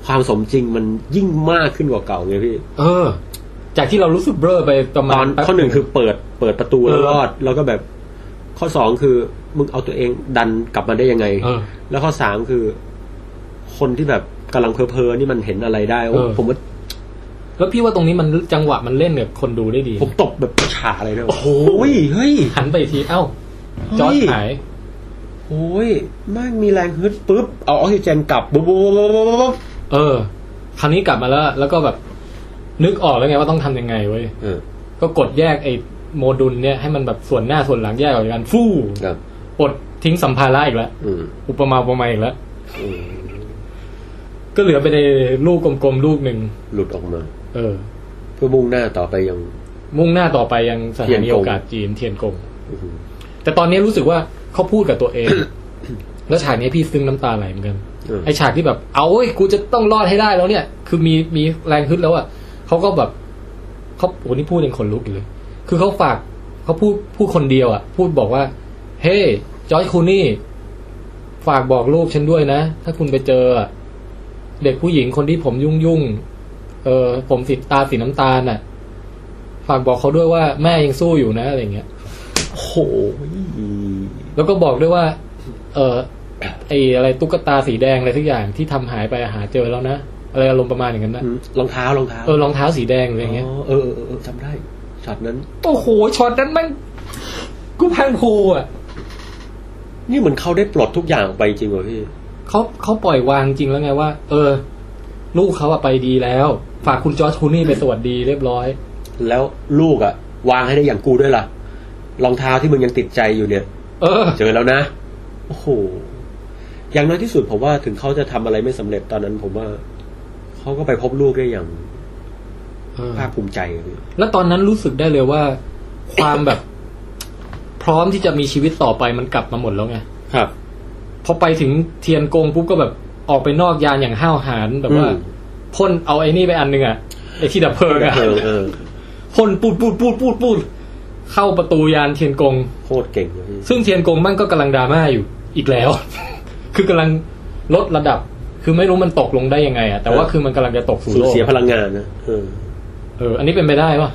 B: ความสมจริงมันยิ่งมากขึ้นกว่าเก่าไงพี่
C: เออ จากที่เรารู้สึกเบ้อไปประ
B: ต
C: มา
B: อ
C: ณ
B: น
C: แป๊บ
B: ข้อหนึ่งคือเปิดเปิดประตูแล้ว
C: เออ
B: รอด แล้วก็แบบ ข้อสองคือมึงเอาตัวเองดันกลับมาได้ยังไง
C: เออ
B: แล้วข้อสามคือ คนที่แบบกำลังเพลอๆนี่มันเห็นอะไรได้โอ้
C: เออ
B: ผมว่า
C: แล้วพี่ว่าตรงนี้มันจังหวะมันเล่นกับคนดูได้ดี
B: ผมตบแบบฉาเลยนะ
C: โอ้โห
B: เฮ้ย
C: หันไปอีกทีเอ้า
B: เฮ้ย
C: จอดหาย
B: โอ้ยแม่งมีแรงฮึดปุ๊บเอาออกซิเจนกลับปุ๊บปุ๊บปุ๊บปุ๊บปุ๊บ
C: เออ คราวนี้กลับมาแล้ว แล้วก็แบบ นึกออกแล้วไงว่าต้องทำยังไงเว้ย
B: เออ
C: ก็กดแยกไอ้โมดูลเนี่ยให้มันแบบส่วนหน้าส่วนหลังแยกออกจากกันฟู่
B: ครับ
C: ปลดทิ้งสัมภาระอีกแล้ว
B: อืม
C: อุปมาอุปไมยอีกแล้ว
B: อืม
C: ก็เหลือไปในลูกกลมๆลูกหนึ่ง
B: หลุดออกมา
C: เออ
B: เพื่อมุ่งหน้าต่อไปยัง
C: มุ่งหน้าต่อไปยังสถานี
B: เทียนกง
C: โอกาสจีนเทียนกง
B: อื้อหือ
C: แต่ตอนนี้รู้สึกว่าเขาพูดกับตัวเอง แล้วฉากนี้พี่ซึ้งน้ำตาไหลเหมือนกัน
B: เออ
C: ไอฉากที่แบบ เอาเว้ยกูจะต้องรอดให้ได้แล้วเนี่ย คือมีมีแรงฮึดแล้วอ่ะเขาก็แบบเขาโอ้นี่พูดยังขนลุกอยู่เลย คือเขาฝากเขาพูดพูดคนเดียวอ่ะ พูดบอกว่า เฮ้ยจอร์จคูนี่ ฝากบอกลูกฉันด้วยนะ ถ้าคุณไปเจออะเด็กผู้หญิงคนที่ผมยุ่งยุ่งๆเออ ผมสีตาสีน้ำตาลน่ะ ฝากบอกเขาด้วยว่าแม่ยังสู้อยู่นะอะไรอย่างเงี้ย
B: โอ้โห
C: แล้วก็บอกด้วยว่า เออไออะไรตุ๊กตาสีแดงอะไรสักอย่างที่ทำหายไปหาเจอแล้วนะอะไรอารมณ์ประมาณอย่างนั้นนะ
B: อืมรองเท้ารองเท้า
C: เออรองเท้าสีแดงอะไรอย่างเงี้ย
B: อเออเออเออจำได้ช็อตนั้น
C: โอ้โหช็อตนั้นมันกูพังโคอ่ะ
B: นี่เหมือนเขาได้ปลดทุกอย่างไปจริงเหรอพี่
C: เขาเขาปล่อยวางจริงแล้วไงว่า เออ ลูกเขาอะไปดีแล้ว ฝากคุณจอร์จคูนี่ไปสวัสดีเรียบร้อย
B: แล้วลูกอะวางให้ได้อย่างกูด้วยล่ะ รองเท้าที่มึงยังติดใจอยู่เนี่ย
C: เออ
B: เจอแล้วนะ โอ้โห อย่างน้อยที่สุดผมว่าถึงเขาจะทำอะไรไม่สำเร็จตอนนั้นผมว่า เขาก็ไปพบลูกได้อย่าง
C: เออ
B: ภาคภูมิใจอะพี่
C: แล้วตอนนั้นรู้สึกได้เลยว่า ความแบบ พร้อมที่จะมีชีวิตต่อไปมันกลับมาหมดแล้วไง
B: ครับ
C: พอไปถึงเทียนกงปุ๊บก็แบบออกไปนอกยานอย่างห้าวหาญแบบว่าพ่นเอาไอ้นี่ไปอันหนึ่งอะไอ้ที่ดับเพลิงอะ
B: เออเออ
C: พ่นปูดปูดปูดปูดปูดเข้าประตูยานเทียนกง
B: โคตรเก่งเลยพี่
C: ซึ่งเทียนกงมันก็กำลังดราม่าอยู่อีกแล้ว คือกำลังลดระดับ คือไม่รู้มันตกลงได้ยังไงอะแต่ว่าคือมันกำลังจะตกสู่
B: สูญ
C: โลก
B: เสียพลังงานนะเออ
C: เอออันนี้เป็นไปได้ปะ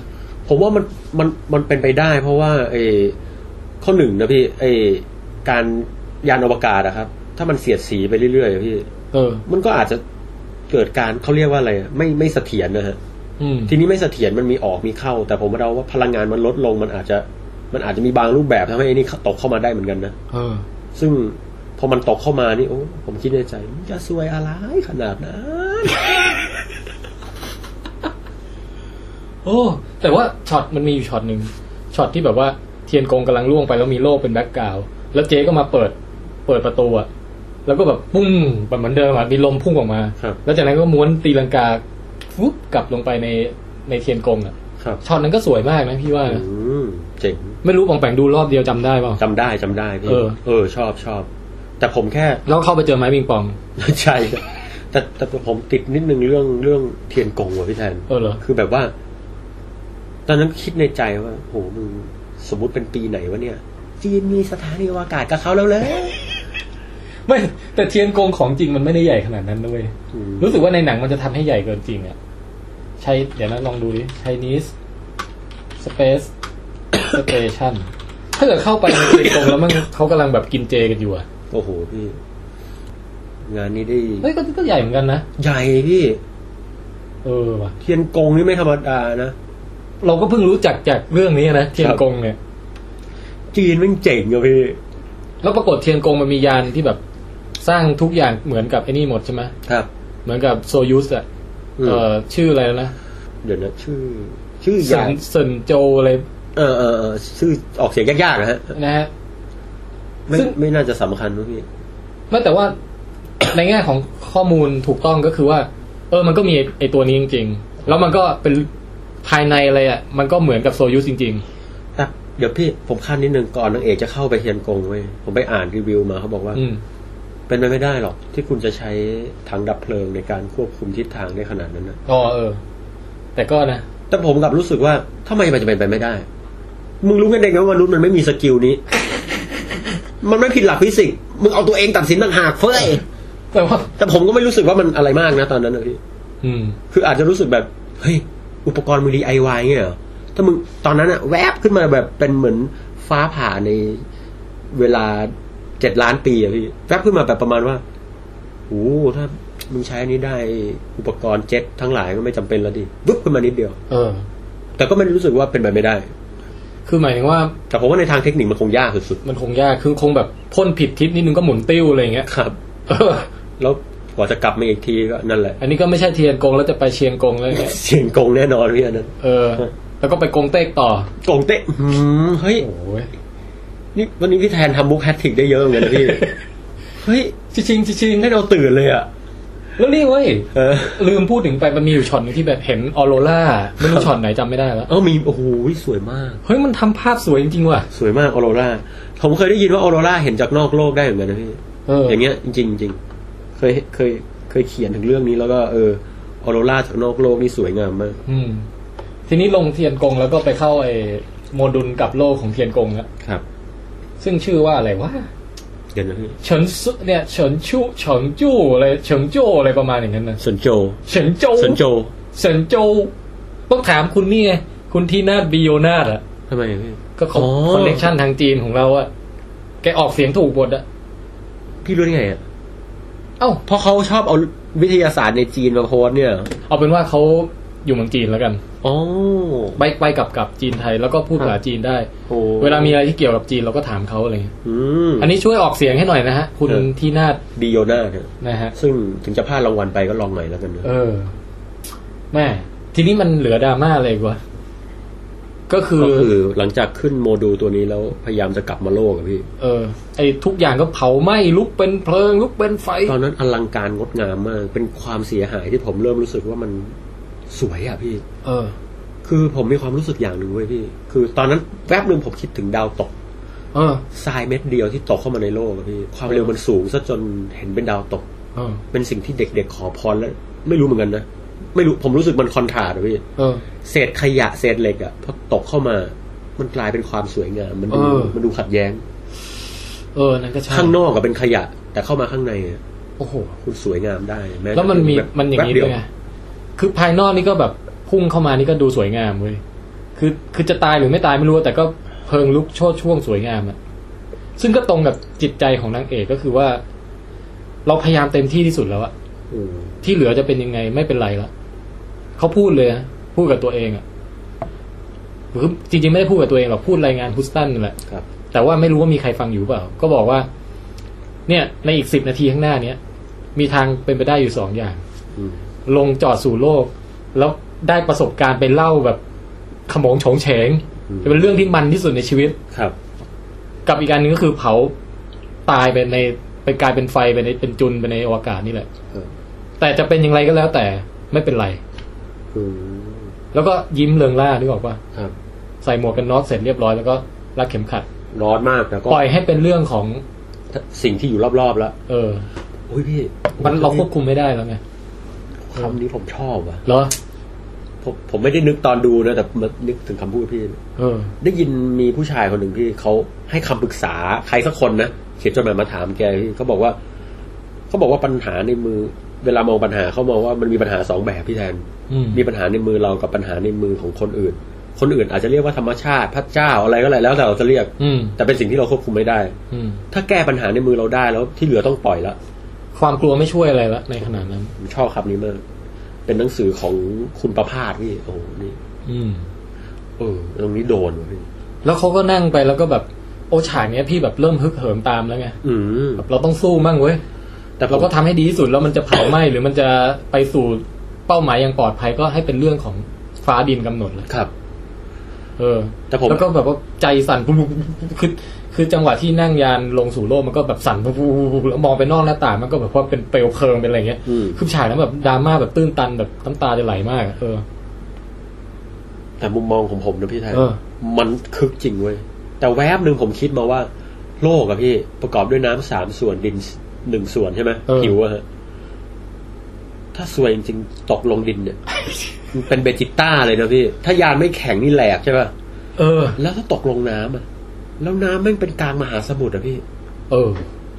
B: ผมว่ามันมันมันเป็นไปได้ เพราะว่าไอ้ข้อหนึ่งนะพี่ไอ้การยานอวกาศอะครับ ถ้ามันเสียดสีไปเรื่อยๆอะพี่
C: เออ
B: มันก็อาจจะเกิดการเขาเรียกว่าอะไรอะไม่ไม่เสถียรนะฮะ
C: อืม
B: ทีนี้ไม่เสถียรมันมีออกมีเข้า แต่ผมเดาว่าพลังงานมันลดลงมันอาจจะ มันอาจจะมีบางรูปแบบทำให้ไอ้นี่ตกเข้ามาได้เหมือนกันนะ
C: เออ
B: ซึ่งพอมันตกเข้ามานี่โอ้ผมคิดในใจมันจะซวยอะไรขนาดนั้น
C: โอ้แต่ว่าช็อตมันมีอยู่ช็อตหนึ่งช็อตที่แบบว่าเทียนกงกำลังล่วงไปแล้วมีโล่เป็นแบ็กกราวด์แล้วเจ๊ก็มาเปิด เปิดประตูอะแล้วก็แบบปุ้งแบบเหมือนเดิมอะมีลมพุ่งออกมา
B: ครับ
C: แล้วจากนั้นก็ม้วนตีลังกาฟุบกลับลงไปในในเทียนกงอะ
B: ครับ
C: ช็อตนั้นก็สวยมากนะพี่ว่า
B: อื
C: นะ
B: มเจ๋ง
C: ไม่รู้ปองแปงดูรอบเดียวจำได้เปล่า
B: จำได้จำได้พี่
C: เออ
B: เออ ชอบชอบ แต่ผมแค่
C: แล้วเข้าไปเจอไม้ปิงปอง
B: ใช่ครับแต่แต่ผมติดนิดนึงเรื่องเรื่องเทียนกงว่ะพี่แทน
C: เออเหรอ
B: คือแบบว่า ตอนนั้นคิดในใจว่าโหมึงสมมุติเป็นปีไหนวะเนี่ย จีนมีสถานีอวกาศกับเขาแล้วเลย
C: ไม่แต่เทียนกงของจริงมันไม่ได้ใหญ่ขนาดนั้นด้วย
B: อืม
C: รู้สึกว่าในหนังมันจะทำให้ใหญ่เกินจริงอะใช่เดี๋ยวนะลองดูดิ Chinese Space Station ถ้าเกิดเข้าไปในเทียนกงแล้วมันเขากำลังแบบกินเจกันอยู่อะ
B: โอ้โหพี่ งานนี้ได้
C: เฮ้ยก็ก็ใหญ่เหมือนกันนะ
B: ใหญ่พี่
C: เออว่ะ
B: เทียนกงนี่ไม่ธรรมดานะ
C: เราก็เพิ่งรู้จักจากเรื่องนี้นะเทียนกงเนี่ย
B: จีนแม่งเจ๋งอะพี่
C: แล้วปรากฏเทียนกงมันมียานที่แบบสร้างทุกอย่างเหมือนกับไอ้นี่หมดใช่ไหม
B: ครับ
C: เหมือนกับโซยูสอะ
B: อืม
C: เออชื่ออะไรแล้วนะ
B: เดี๋ยวนะ ชื่อ ชื่อ
C: สั
B: ยาน
C: นเซินโจอะไร
B: เออเออเออชื่อออกเสียงยากๆนะฮะ
C: นะฮะ
B: ไม่
C: ซึ่ง
B: ไม่น่าจะสำคัญนะพี่
C: ไม่แต่ว่า ในแง่ของข้อมูลถูกต้องก็คือว่า เออมันก็มีไอ้ไอตัวนี้จริง ๆ แล้วมันก็เป็นภายในอะไรอ่ะ มันก็เหมือนกับโซยูสจริง
B: แต่เดี๋ยวพี่ผมคาดนิดนึงก่อนนางเอกจะเข้าไปเทียนกงเว้ยผมไปอ่านรีวิวมาเขาบอกว่า
C: ๆ อืม
B: เป็นไปไม่ได้หรอก ที่คุณจะใช้ถังดับเพลิงในการควบคุมทิศทางได้ขนาดนั้นนะ
C: อ๋อเออ แต่ก็นะ
B: แต่ผมกลับรู้สึกว่าทำไมมันจะเป็นไปไม่ได้ มึงรู้กันเองไหมว่ามนุษย์มันไม่มีสกิล นี้ มันไม่ผิดหลักฟิสิกส์มึงเอาตัวเองตัดสินต่างหากเฟ้ย
C: แต่ว่า
B: แต่ผมก็ไม่รู้สึกว่ามันอะไรมากนะตอนนั้นนะพี่
C: อืม
B: คืออาจจะรู้สึกแบบ เฮ้ย อุปกรณ์มึงดีไอวายเงี้ยเหรอ ถ้ามึงตอนนั้นอะแวบขึ้นมาแบบเป็นเหมือนฟ้าผ่าในเวลาเจ็ดล้านปีอะพี่ แวบขึ้นมาแบบประมาณว่าโอ้โหถ้ามึงใช้อันนี้ได้อุปกรณ์เจ็ตทั้งหลายก็ไม่จำเป็นแล้วดิวึบขึ้นมานิดเดียว
C: เออ
B: แต่ก็ไม่รู้สึกว่าเป็นไปไม่ได้
C: คือหมายถึงว่า
B: แต่ผมว่าในทางเทคนิคมันคงยากสุด
C: มันคงยากคือคงแบบพ่นผิดทิศนิดนึงก็หมุนติ้วอะไรอย่างเงี้ ย
B: ๆ ครับ
C: เออ
B: แล้วกว่าจะกลับมาอีกทีก็นั่นแหละ
C: อันนี้ก็ไม่ใช่เทียนกงแล้วจะไปเชียงกงแล้วเนี่ย
B: เสียงกงแน่นอนพี่อันนั้น
C: เออ แล้วก็ไปกงเต็กต่อก
B: งเตะหืมเฮ้ย
C: โอ้ย
B: นี่วันนี้พี่แทนทำบุ๊กแฮตทริกได้เยอะเหมือนกันนะพี่ เฮ้ย
C: ชิชิงชิชิง
B: ให้เราตื่นเลยอ่ะ
C: แล้วนี่เว้ย
B: เออ
C: ลืมพูดถึงไปมันมีอยู่ช็อตหนึงที่แบบเห็นออโรราไม่รู้ช็อตไหนจำไม่ได้แล้ว
B: เออมี โอ้โห สวยมาก
C: เฮ้ยมันทำภาพสวยจริงๆว่ะ
B: สวยมากออโรราผมเคยได้ยินว่าออโรราเห็นจากนอกโลกได้เหมือนกันนะพี่
C: เออ
B: อย่างเงี้ยจริงๆจริงเคย เคย เคยเขียนถึงเรื่องนี้แล้วก็เออออโรราจากนอกโลกนี่สวยงามมาก
C: อืม ทีนี้ลงเทียนกงแล้วก็ไปเข้าไอ้โมดูลกับโลกของเทียนกงแล้ว
B: ครับ
C: ซึ่งชื่อว่าอะไรวะ
B: เดี๋ยวนะพี่
C: เฉินซุเนี่ยเฉินชูเฉินจู้อะไรเฉินโจ้อะไรประมาณอย่างนั้นนะ
B: สนโจ
C: เฉินโจ้
B: สนโจ
C: เฉินโจ้ต้องถามคุณนี่ไงคุณทีนาดบิโยนาดอ่ะ
B: ทำไมอะพี่
C: ก็ค
B: อ๋อ
C: อนเนคชั่นทางจีนของเราอ่ะแกออกเสียงถูกบทอ่ะ
B: พี่รู้ได้ไงอ่ะ
C: เอ้า
B: เพราะเขาชอบเอาวิทยาศาสตร์ในจีนมาโพสต์เนี่ย
C: เอาเป็นว่าเขาอยู่เมืองจีนแล้วกัน
B: อ๋อ
C: ไปไปกลับกลับจีนไทยแล้วก็พูดภาษาจีนได้
B: โอ้
C: เวลามีอะไรที่เกี่ยวกับจีนเราก็ถามเขาอะไรเงี้ย
B: อืม
C: อันนี้ช่วยออกเสียงให้หน่อยนะฮะ คุณ
B: เออ
C: ที่นาด
B: ดีโยนาเนี่ย
C: นะฮะ
B: ซึ่งถึงจะพลาดรางวัลไปก็ลองใหม่แล้วกันนะ
C: เออ แม่ ทีนี้มันเหลือดราม่าอะไรอีกวะก็คือ
B: ก็คือหลังจากขึ้นโมดูลตัวนี้แล้วพยายามจะกลับมาโลกอะพี่
C: เออ ไอ้ทุกอย่างก็เผาไหม้ลุกเป็นเพลิง ลุกเป็นไฟ
B: ตอนนั้นอลังการงดงามมาก เป็นความเสียหายที่ผมเริ่มรู้สึกว่ามันสวยอะพี่
C: เออ
B: คือผมมีความรู้สึกอย่างหนึ่งเว้ยพี่ คือตอนนั้นแวบหนึ่งผมคิดถึงดาวตก
C: เออ
B: ทรายเม็ดเดียวที่ตกเข้ามาในโลกอะพี่ ความเร็วมันสูงซะจนเห็นเป็นดาวตก
C: เออ
B: เป็นสิ่งที่เด็กๆขอพรแล้ว ไม่รู้เหมือนกันนะ ไม่รู้ผมรู้สึกมันคอนทราดอะพี่
C: เออ
B: เศษขยะเศษเหล็กอะพอตกเข้ามา มันกลายเป็นความสวยงาม มันดู
C: เออ
B: มันดูขัดแย้ง
C: เออนั่นก็ใช่
B: ข้างนอกก็เป็นขยะ แต่เข้ามาข้างในอะ
C: โอ้โห
B: คุณสวยงามได้แม้
C: แล้วมันมี
B: บบ
C: มันอย่างนี้
B: แป๊บเดี
C: ด้วยไง คือภายนอกนี่ก็แบบพุ่งเข้ามานี่ก็ดูสวยงามเว้ย คือคือจะตายหรือไม่ตายไม่รู้แต่ก็เพลิงลุกโชดช่วงสวยงามอะซึ่งก็ตรงกับจิตใจของนางเอกก็คือว่า เราพยายามเต็มที่ที่สุดแล้วอะที่เหลือจะเป็นยังไงไม่เป็นไรละเขาพูดเลยนะพูดกับตัวเองอะคือจริงๆไม่ได้พูดกับตัวเองหรอกพูดรายงานฮุสตันนั่นแหละ
B: ครับ
C: แต่ว่าไม่รู้ว่ามีใครฟังอยู่เปล่า ก็บอกว่า เนี่ย ในอีกสิบนาทีข้างหน้าเนี้ยมีทางเป็นไปได้อยู่สองอย่าง
F: อืม
C: ลงจอดสู่โลก แล้วได้ประสบการณ์ไปเล่าแบบขโมงโฉงเฉงจะเป็นเรื่องที่มันที่สุดในชีวิต
B: ครับ
C: กับอีกการหนึ่งก็คือเผาตายไปในไปกลายเป็นไฟไปในเป็นจุนไปในอวกาศนี่แหละ
B: เออ
C: แต่จะเป็นอย่างไรก็แล้วแต่ไม่เป็นไร แล้วก็ยิ้มเริงร่านึกออกป่ะ
B: ครับ
C: ใส่หมวกกันน็อกเสร็จเรียบร้อยแล้วก็รัดเข็มขัด
B: ร้อนมากแต่ก็
C: ปล่อยให้เป็นเรื่องของ
B: สิ่งที่อยู่รอบๆแล้ว
C: เออ
B: อุ้ยพี่
C: มันเราควบคุมไม่ได้แล้วไง
B: คำนี้ผมชอบว่ะ
C: เหรอ
B: ผมผมไม่ได้นึกตอนดูนะแต่มานึกถึงคำพูดพี่
C: เออ
B: ได้ยินมีผู้ชายคนหนึ่งที่เขาให้คำปรึกษาใครสักคนนะเขียนจดหมายมาถามแกพี่เขาบอกว่าเขาบอกว่าปัญหาในมือ เวลามองปัญหาเขามองว่ามันมีปัญหาสองแบบพี่แทน
C: อืม
B: มีปัญหาในมือเรากับปัญหาในมือของคนอื่น คนอื่นอาจจะเรียกว่าธรรมชาติพระเจ้าอะไรก็แล้วแต่เราจะเรียก
C: อืม
B: แต่เป็นสิ่งที่เราควบคุมไม่ได้
C: อืม
B: ถ้าแก้ปัญหาในมือเราได้แล้วที่เหลือต้องปล่อยละ
C: ความกลัวไม่ช่วยอะไรละในขนาดนั้น
B: ผมชอบคำนี้มากเป็นหนังสือของคุณประภาสนี่โอ้โหนี่
C: อืม
B: เออตรงนี้โดนว่ะพี่
C: แล้วเขาก็นั่งไปแล้วก็แบบ โอฉากเนี้ยพี่แบบเริ่มฮึกเหิมตามแล้วไง
B: อืม
C: แบบเราต้องสู้มั่งเว้ย
B: แต่ผม
C: เราก็ทำให้ดีที่สุดแล้วมันจะเผาไหม้ หรือมันจะไปสู่เป้าหมายอย่างปลอดภัยก็ให้เป็นเรื่องของฟ้าดินกำหนดเลย
B: ครับ
C: เออ
B: แต่ผม
C: แล้วก็แบบว่าใจสั่นปุ๊บปุ๊บปุ๊บคือคือจังหวะที่นั่งยานลงสู่โลกมันก็แบบสั่นปุ๊บปุ๊บปุ๊บแล้วมองไปนอกหน้าต่างมันก็แบบว่าเป็นเปลวเพลิงเป็นอะไรเงี้ย
B: อืม
C: คือฉากนั้นแบบดราม่าแบบตื้นตันแบบน้ำตาจะไหลมากอะเออ
B: แต่มุมมองของผมนะพี่ไทย
C: เออ
B: มันคึกจริงเว้ยแต่แวบหนึ่งผมคิดมาว่า โลกอะพี่ประกอบด้วยน้ำสามส่วนดินหนึ่งส่วนใช่ไหม
C: เออ
B: ผิวอะฮะถ้าสวยจริงๆตกลงดินเนี่ย มันเป็นเบจิต้าเลยนะพี่ ถ้ายานไม่แข็งนี่แหลกใช่ป่ะ
C: เออ
B: แล้วถ้าตกลงน้ำอะแล้วน้ำแม่งเป็นกลางมหาสมุทรอะพี่
C: เออ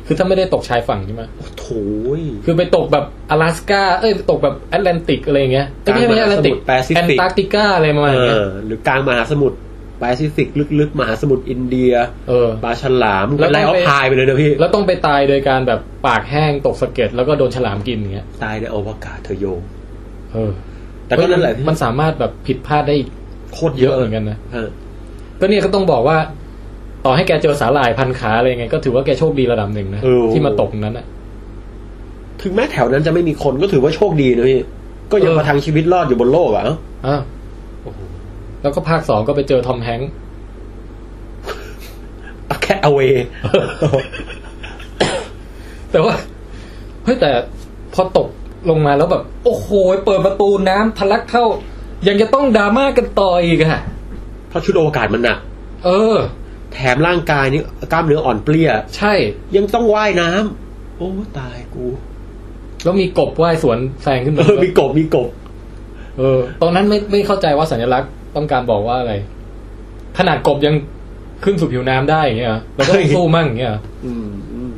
C: คือถ้าไม่ได้ตกชายฝั่งใช่ไหม
B: โอ้โถย
C: คือไปตกแบบอลาสก้า เอ้ยตกแบบแอตแลนติกอะไรอย่างเงี้ยเอ้ยไม่ใช่ไม่ใช่แอตแลนติก
B: แปซิฟิก
C: แอนตาร์กติกาอะไรประมาณ
B: เอ
C: เนี้ย
B: อหรือกลางมหาสมุทรแปซิฟิกลึกๆมหาสมุทรอินเดีย
C: เออ
B: ปลาฉลาม
C: แล้วก็
B: ไล่ออ
C: ไป
B: ฟพายไปเลยนะพี่
C: แล้วต้องไปตายโดยการแบบปากแห้งตกสะเก็ดแล้วก็โดนฉลามกินอย่างเงี้ย
B: ตายในอวกาศเธอโยม
C: เออ
B: แต่ก็นั่นแหละ
C: มันสามารถแบบผิดพลาดได้อีก
B: โคตรเยอะ
C: เยอะเหมือนกันนะ
B: ฮ
C: ก็เนี่ยก็ต้องบอกว่า ต่อให้แกเจอสาหร่ายพันขาอะไรยังไง ก็ถือว่าแกโชคดีระดับหนึ่งนะที่มาตกนั้นอะ
B: ถึงแม้แถวนั้นจะไม่มีคนก็ถือว่าโชคดีนะพี่ ก็ยัง
C: เออ
B: ประทังชีวิตรอดอยู่บนโลกอ่ะเอ้า
C: อ้าวแล้วก็ภาคสองก็ไปเจอทอมแฮงค์
B: อะแค่เอาเว
C: แต่ว่าเฮ้ยแต่พอตกลงมาแล้วแบบ โอ้โหเปิดประตูน้ำทะลักเข้า ยังจะต้องดราม่ากันต่ออีกอะ
B: เพราะชุดอวกาศมันหนัก
C: เออ
B: แถมร่างกายนี่กล้ามเนื้ออ่อนเปลี้ย
C: ใช่
B: ยังต้องว่ายน้ำโอ้ตายกู
C: แล้วมีกบว่ายสวนแซงขึ้น
B: เอ
C: มา
B: อ มีกบ มีกบ
C: เออตอนนั้นไม่ไม่เข้าใจว่าสัญลักษณ์ต้องการบอกว่าอะไร ขนาดกบยังขึ้นสู่ผิวน้ำได้อย่างเงี้ยเหรอแล้วก็ต้องสู้มั่งอย่างเงี้ยเหรอ
B: อืมอืม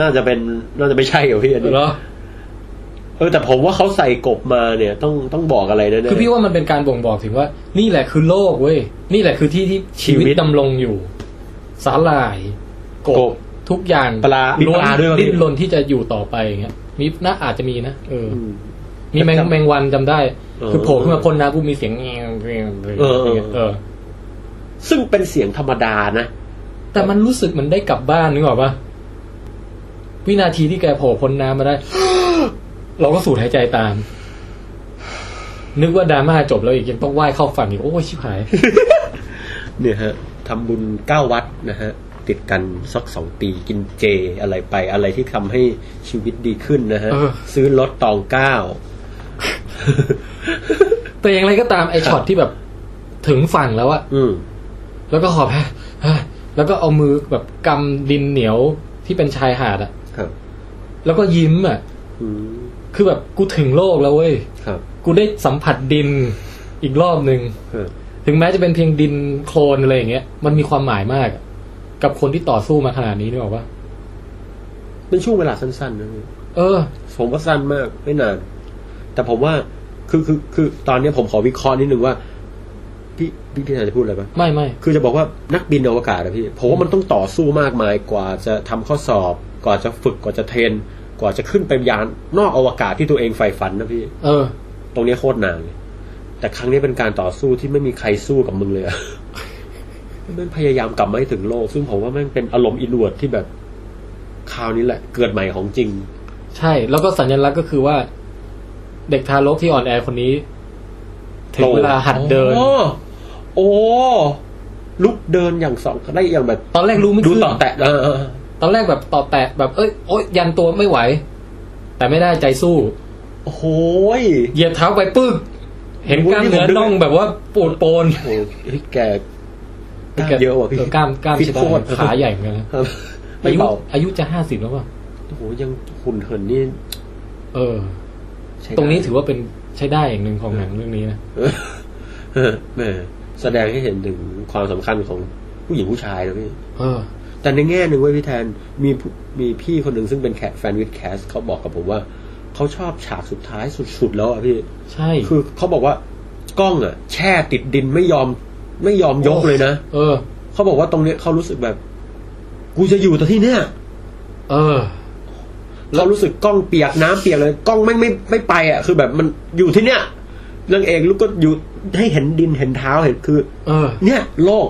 B: น่าจะเป็น น่าจะไม่ใช่เหรอพี่อันนี้
C: เหรอ
B: เออแต่ผมว่าเขาใส่กบมาเนี่ย ต้องต้องบอกอะไรแน่ๆ
C: คือพี่ว่ามันเป็นการบ่งบอกถึงว่า นี่แหละคือโลกเว้ย นี่แหละคือที่ที่ชีวิต
B: ชีวิต
C: ดำรงอยู่ สาหร่าย ก
B: ก
C: บบ ทุกอย่าง
B: ปลามี
C: ล้
B: ปลาด้วยป่ะพี่
C: ดิ้นรนที่จะอยู่ต่อไปอย่างเงี้ยมีน่าอาจจะมีนะเอออ
B: อืม
C: มีแมง
B: จำ
C: แมงวันจำได้
B: เออ
C: คือโผล่ขึ้นมาพ่นน้ำปุ๊บมีเสียงเงี้ยเงี้ย
B: เออเออ
C: เออ
B: ซึ่งเป็นเสียงธรรมดานะ
C: แต่มันรู้สึกเหมันได้กลับบ้านนึกออกปะวินาทีที่แกโผล่พ้นน้ำมาได้ เราก็สูดหายใจตาม นึกว่าดราม่าจบแล้วอีกยังต้องว่ายเข้าฝั่งอีกโอ้ยชิบหาย
B: เนี่ยฮะทำบุญเก้าวัดนะฮะ ติดกันสักสองปีกินเจอะไรไปอะไรที่ทำให้ชีวิตดีขึ้นนะฮะ
C: เออ
B: ซื้อรถตองเก้า
C: แต่อย่างไรก็ตามไอช็ อตที่แบบถึงฝั่งแล้วอะ
B: อืม
C: แล้วก็หอบฮ ะฮะแล้วก็เอามือแบบกำดินเหนียวที่เป็นชายหาดอะ
B: ครับ
C: แล้วก็ยิ้มอะ
B: อืม
C: คือแบบกูถึงโลกแล้วเว้ย
B: ครับ
C: กูได้สัมผัสดินอีกรอบหนึ่ง
B: เออ
C: ถึงแม้จะเป็นเพียงดินโคลนอะไรอย่างเงี้ยมันมีความหมายมากอะกับคนที่ต่อสู้มาขนาดนี้นึกออกปะ
B: เป็นช่วงเวลาสั้นๆนะพี่
C: เออ
B: ผมว่าสั้นมากไม่นาน แต่ผมว่าคือคือคือตอนเนี้ยผมขอวิเคราะห์นิดนึงว่า พี่พี่พี่จะพูดอะไรปะ
C: ไม่ไม่
B: คือจะบอกว่านักบินอวกาศนะพี่ผมว่ามันต้องต่อสู้มากมายกว่าจะทำข้อสอบ กว่าจะฝึกกว่าจะเทรน กว่าจะขึ้นไปยานนอกอวกาศที่ตัวเองใฝ่ฝันนะพี่
C: เออ
B: ตรงเนี้ยโคตรนานเลยแต่ครั้งนี้เป็นการต่อสู้ที่ไม่มีใครสู้กับมึงเลยอะ มันพยายามกลับมาให้ถึงโลก ซึ่งผมว่ามันเป็นอารมณ์อินวดที่แบบคราวนี้แหละ เกิดใหม่ของจริง
C: ใช่ แล้วก็สัญลักษณ์ก็คือว่า เด็กทารกที่อ่อนแอคนนี้ ถึงเวลาหัดเดิน
B: โอ้โอ้ลุกเดินอย่างสองได้อย่างแบบ
C: ตอนแรกรู้ไม่
B: ดู
C: ขึ้น
B: ต่อแตะเออเออ
C: ตอนแรกแบบต่อแตะแบบเอ้ยโอ๊ยยันตัวไม่ไหว แต่ไม่ได้ใจสู้
B: โอ้โหย
C: เหยียบเท้าไปปึ๊กเห็นกล้ามเนื้อน่องแบบว่าปวดโปน
B: โอ้โหพี่แกกล้ามเยอะว่ะพี่
C: กล้ามกล้าม
B: พี่
C: ใช่
B: โคตร
C: ได้ขาใหญ่เหมือนกันนะ
B: ครับไม่
C: อายุ
B: เบา
C: อายุจะห้าสิบแล้วป่ะ
B: โอ้โหยังหุ่นเหินนี่
C: เออ
B: ใช้ได้
C: ตรงนี้ถือว่าเป็นใช้ได้อย่างหนึ่งของหนังเรื่องนี้นะ
B: เออเออแหมแสดงให้เห็นถึงความสำคัญของผู้หญิงผู้ชายนะพี่
C: เออ
B: แต่ในแง่หนึ่งเว้ยพี่แทนมีผู้มีพี่คนหนึ่งซึ่งเป็นแคแฟนวิดแคสเขาบอกกับผมว่า เขาชอบฉากสุดท้ายสุดๆแล้วอ่ะพี่
C: ใช่
B: คือเขาบอกว่ากล้องอ่ะ แช่ติดดินไม่ยอม ไม่ยอมยกเลยนะ
C: เออ
B: เขาบอกว่าตรงเนี้ยเขารู้สึกแบบ กูจะอยู่แต่ที่เนี้ย
C: เออ
B: เรารู้สึกกล้องเปียกน้ำเปียกเลยกล้องไม่ไม่ไม่ไปอ่ะคือแบบมันอยู่ที่เนี้ยเรื่องเอกลูกก็อยู่ให้เห็นดินเห็นเท้าเห็นคือ
C: เออ
B: เนี่ยโลก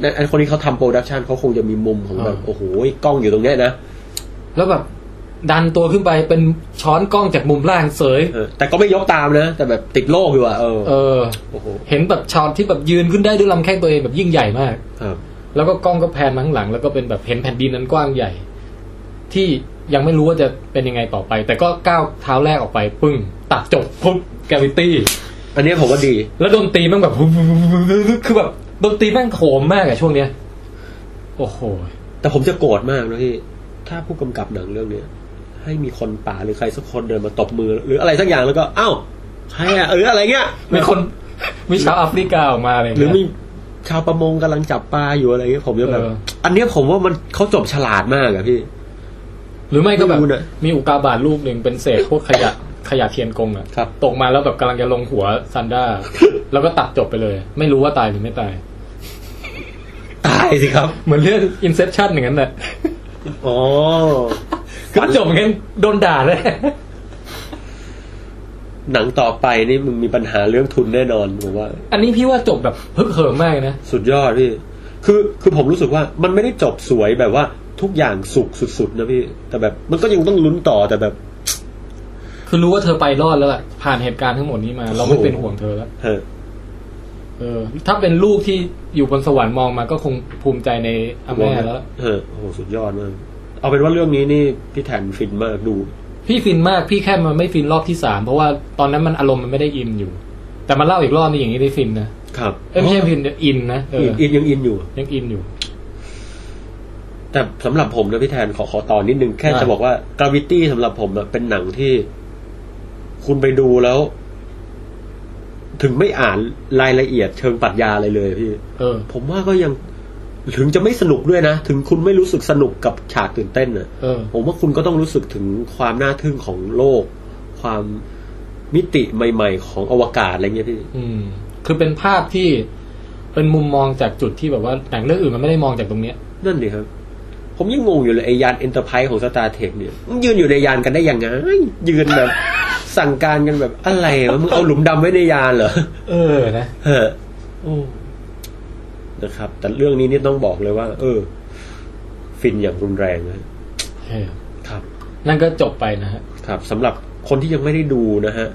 B: ในอันคนนี้เขาทำโปรดักชันเขาคงจะมีมุมของแบบ
C: อ่า
B: โอ้โหกล้องอยู่ตรงเนี้ยนะ
C: แล้วแบบ ดันตัวขึ้นไปเป็นช้อนกล้องจากมุมล่างเสย
B: เออแต่ก็ไม่ยกตามนะ แต่แบบติดโลกอยู่อ่ะเออ
C: เออ
B: โอ้โห
C: เห็นแบบช็อตที่แบบยืนขึ้นได้ด้วยลำแข้งตัวเองแบบยิ่งใหญ่มาก
B: ครับ
C: แล้วก็กล้องก็แพนมาข้างหลัง แล้วก็เป็นแบบเห็นแผ่นดินนั้นกว้างใหญ่ ที่ยังไม่รู้ว่าจะเป็นยังไงต่อไป แต่ก็ก้าวเท้าแรกออกไป ปึ้งตัดจบปุ๊บกวิตี้
B: อันเนี้ยผมว่าดี
C: แล้วดนตรีแม่งแบบ คือแบบดนตรีแม่งโหมมากอะช่วงเนี้ย โอ้โห
B: แต่ผมจะโกรธมากนะที่ถ้าผู้กำกับหนังเรื่องเนี้ยให้มีคนป่าหรือใครสักคนเดินมาตบมือ หรืออะไรสักอย่างแล้วก็เอ้าใครอ่ะหรืออะไรเงี้ย
C: มีคนมีชาวแอฟริกาออกมาอะไรอย่าง
B: หรื
C: เงี้
B: อย มีชาวประมงกำลังจับปลาอยู่อะไรเงี้ยผมจะแบบ
C: เออ
B: อันเนี้ยผมว่ามันเขาจบฉลาดมากอะพี่
C: หรือไม่ก็แบบ
B: ไม่รู้นะ
C: มีอุกาบาตลูกหนึ่งเป็นเศษพวกขยะขยะเทียนกงอะ
B: ครับ
C: ตกมาแล้วแบบกำลังจะลงหัวซัน ด้า แล้วก็ตัดจบไปเลย ไม่รู้ว่าตายหรือไม่ตาย
B: ตายสิครับ
C: เหมือนเรื่อง Inception อย่างนั้นแหละ
B: อ๋อ
C: คือจบอย่างนั้นโดนด่าเลย
B: หนังต่อไปนี่มึงมีปัญหาเรื่องทุนแน่นอนผมว่า
C: อันนี้พี่ว่าจบแบบฮึกเหิมมากนะ
B: สุดยอดพี่ คือคือผมรู้สึกว่ามันไม่ได้จบสวยแบบว่าทุกอย่างสุกสุดๆนะพี่ แต่แบบมันก็ยังต้องลุ้นต่อแต่แบบ
C: คือรู้ว่าเธอไปรอดแล้วอะผ่านเหตุการณ์ทั้งหมดนี้มา เราไม่
B: โอ้โห
C: เป็นห่วงเธอแล้ว
B: เออ
C: เออ ถ้าเป็นลูกที่อยู่บนสวรรค์มองมาก็คงภูมิใจในอาแม่แล้วล่ะ
B: เออโอ้โหสุดยอดมาก เอาเป็นว่าเรื่องนี้นี่พี่แทนฟินมากดู
C: พี่ฟินมากพี่แค่มันไม่ฟินรอบที่สามเพราะว่าตอนนั้นมันอารมณ์มันไม่ได้อินอยู่ แต่มาเล่าอีกรอบนี่อย่างนี้ได้ฟินนะครับ เอ้ยไม่ใช่ฟินอินนะเอ
B: อิ
C: อน
B: อินยังอินอยู่
C: ยังอินอยู่
B: แต่สำหรับผมนะพี่แทนขอขอต่อนิดนึง แค่
C: ได้
B: จะบอกว่ากราวิตี้สำหรับผมอะเป็นหนังที่คุณไปดูแล้ว ถึงไม่อ่านรายละเอียดเชิงปรัชญาอะไรเลยพี่
C: เออ
B: ผมว่าก็ยังถึงจะไม่สนุกด้วยนะ ถึงคุณไม่รู้สึกสนุกกับฉากตื่นเต้นนะ
C: เออ
B: ผมว่าคุณก็ต้องรู้สึกถึงความน่าทึ่งของโลก ความมิติใหม่ ๆ ของอวกาศอะไรเงี้ยพี่
C: อืม คือเป็นภาพที่เป็นมุมมองจากจุดที่แบบว่าหนังเรื่องอื่นมันไม่ได้มองจากตรงเนี้ย
B: นั่นดิครับ ผมยังงงอยู่เลยไอยานเอ็นเตอร์ไพรส์ของสตาร์เทคเนี่ยมันยืนอยู่ในยานกันได้ยังไง ยืนแบบ สั่งการกันแบบอะไรวะมึงเอาหลุมดำไว้ในยานเหรอ
C: เออนะ
B: เออโอ้นะครับ แต่เรื่องนี้นี่ต้องบอกเลยว่า เออ ฟินอย่างรุนแรงนะ
C: เออ
B: ครับ
C: นั่นก็จบไปนะฮะ
B: ครับสำหรับคนที่ยังไม่ได้ดูนะฮะ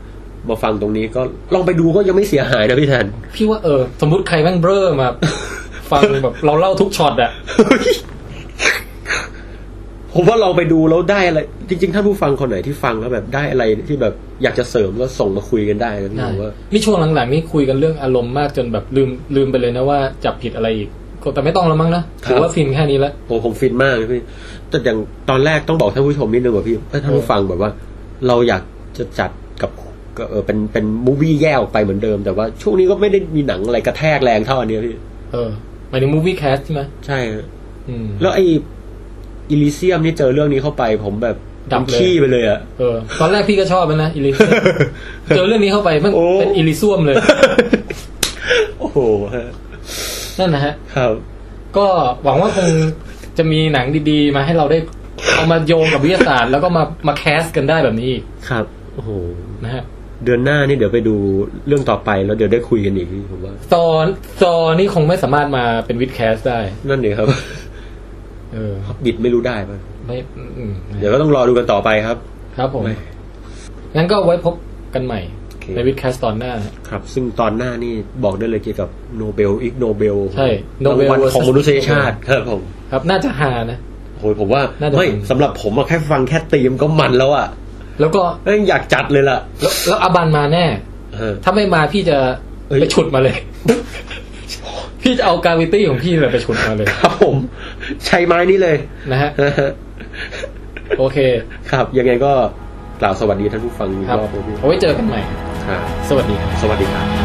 B: มาฟังตรงนี้ก็ลองไปดูก็ยังไม่เสียหายนะพี่แทน
C: พี่ว่าเออ สมมติใครแม่งเบ้อมา ฟังแบบเราเล่าทุกช็อตอะ
B: ผมว่าเราไปดูแล้วได้อะไร จริง ๆ ถ้าผู้ฟังคนไหนที่ฟังแล้วแบบได้อะไรที่แบบอยากจะเสริมก็ส่งมาคุยกันได้นะพี่
C: ได้
B: ผมว่า
C: นี่ช่วงหลังๆนี่คุยกันเรื่องอารมณ์มากจนแบบลืมลืมไปเลยนะว่าจับผิดอะไรอีกก็แต่ไม่ต้องแล้วมั้งนะ
B: ครั
C: ถื
B: บ
C: อว่าฟินแค่นี้ละ
B: โอ้ผมฟินมากเลยพี่แต่อย่างตอนแรกต้องบอกท่านผู้ชมนิดนึงว่าพี่เอ้ยท่านผู้ฟังแบบว่า เราอยากจะจัดกับก็เออเป็นเป็นมูวี่แย่ออกไปเหมือนเดิมแต่ว่าช่วงนี้ก็ไม่ได้มีหนังอะไรกระแทกแรงเท่าอันเนี้ยพี่
C: เออหมายถึงมูฟวี่แคสใช่ไหม
B: ใช่ฮะ
C: อืม
B: แล้วไอ้อิลิเซียมนี่เจอเรื่องนี้เข้าไป ผมแบบ
C: ดับเลย
B: ขี้ไปเลยอะ
C: เออ ตอนแรกพี่ก็ชอบมันนะอิลิเซียมเจอเรื่องนี้เข้าไปมัน
B: โอ้
C: เป็นอิลิซวมเลย
B: โอ้โหฮะ
C: นั่นนะฮะ
B: ครับ
C: ก็หวังว่าคงจะมีหนังดีๆ มาให้เราได้เอามาโยงกับวิทยาศาสตร์ แล้วก็มามาแคสกันได้แบบนี้อีก
B: ครับ โอ้โห
C: นะฮะ
B: เดือนหน้านี่เดี๋ยวไปดูเรื่องต่อไปแล้วเดี๋ยวได้คุยกันอีกผมว่า
C: ตอนตอนนี้คงไม่สามารถมาเป็นวิดแคสได้
B: นั่นเองครับ
C: เออ
B: บิดไม่รู้ได้ป่ะ
C: ไม่อืม
B: เดี๋ยวก็ต้องรอดูกันต่อไปครับ
C: ครับผม
B: ไม่
C: งั้นก็ไว้พบกันใหม่
B: โอเค
C: ในวิดแคสตอนหน้า
B: ครับ ซึ่งตอนหน้านี่บอกได้เลยเกี่ยวกับโนเบลอีกโนเบล
C: ใช่
B: รางวัล
C: Nobel
B: ของมนุษยชาติ ครับผม
C: ครับ น่าจะหานะ
B: โอ้ยผมว่า
C: น่าจะ
B: ไม่สำหรับผมอะแค่ฟังแค่ตีมก็มันแล้วอะ
C: แล้วก็
B: เอ้ยอยากจัดเลยล่ะ
C: แล้วแล้วอบันมาแน่
B: เออ
C: ถ้าไม่มาพี่จะ
B: เอ้ย
C: ไปฉุดมาเลย พี่จะเอากาวิตี้ของพี่เลยไปฉุดมาเลย
B: ครับผม ใช้ไม้นี่เลย
C: นะฮะ
B: นะฮะ
C: โอเค
B: ครับ ยังไงก็กล่าวสวัสดีท่านผู้ฟังอีก
C: ครับ
B: รอบหนึง
C: เอาไว้เจอกันใหม่
B: ครับ
C: สวัสดีครับ
B: สวัสดีครับ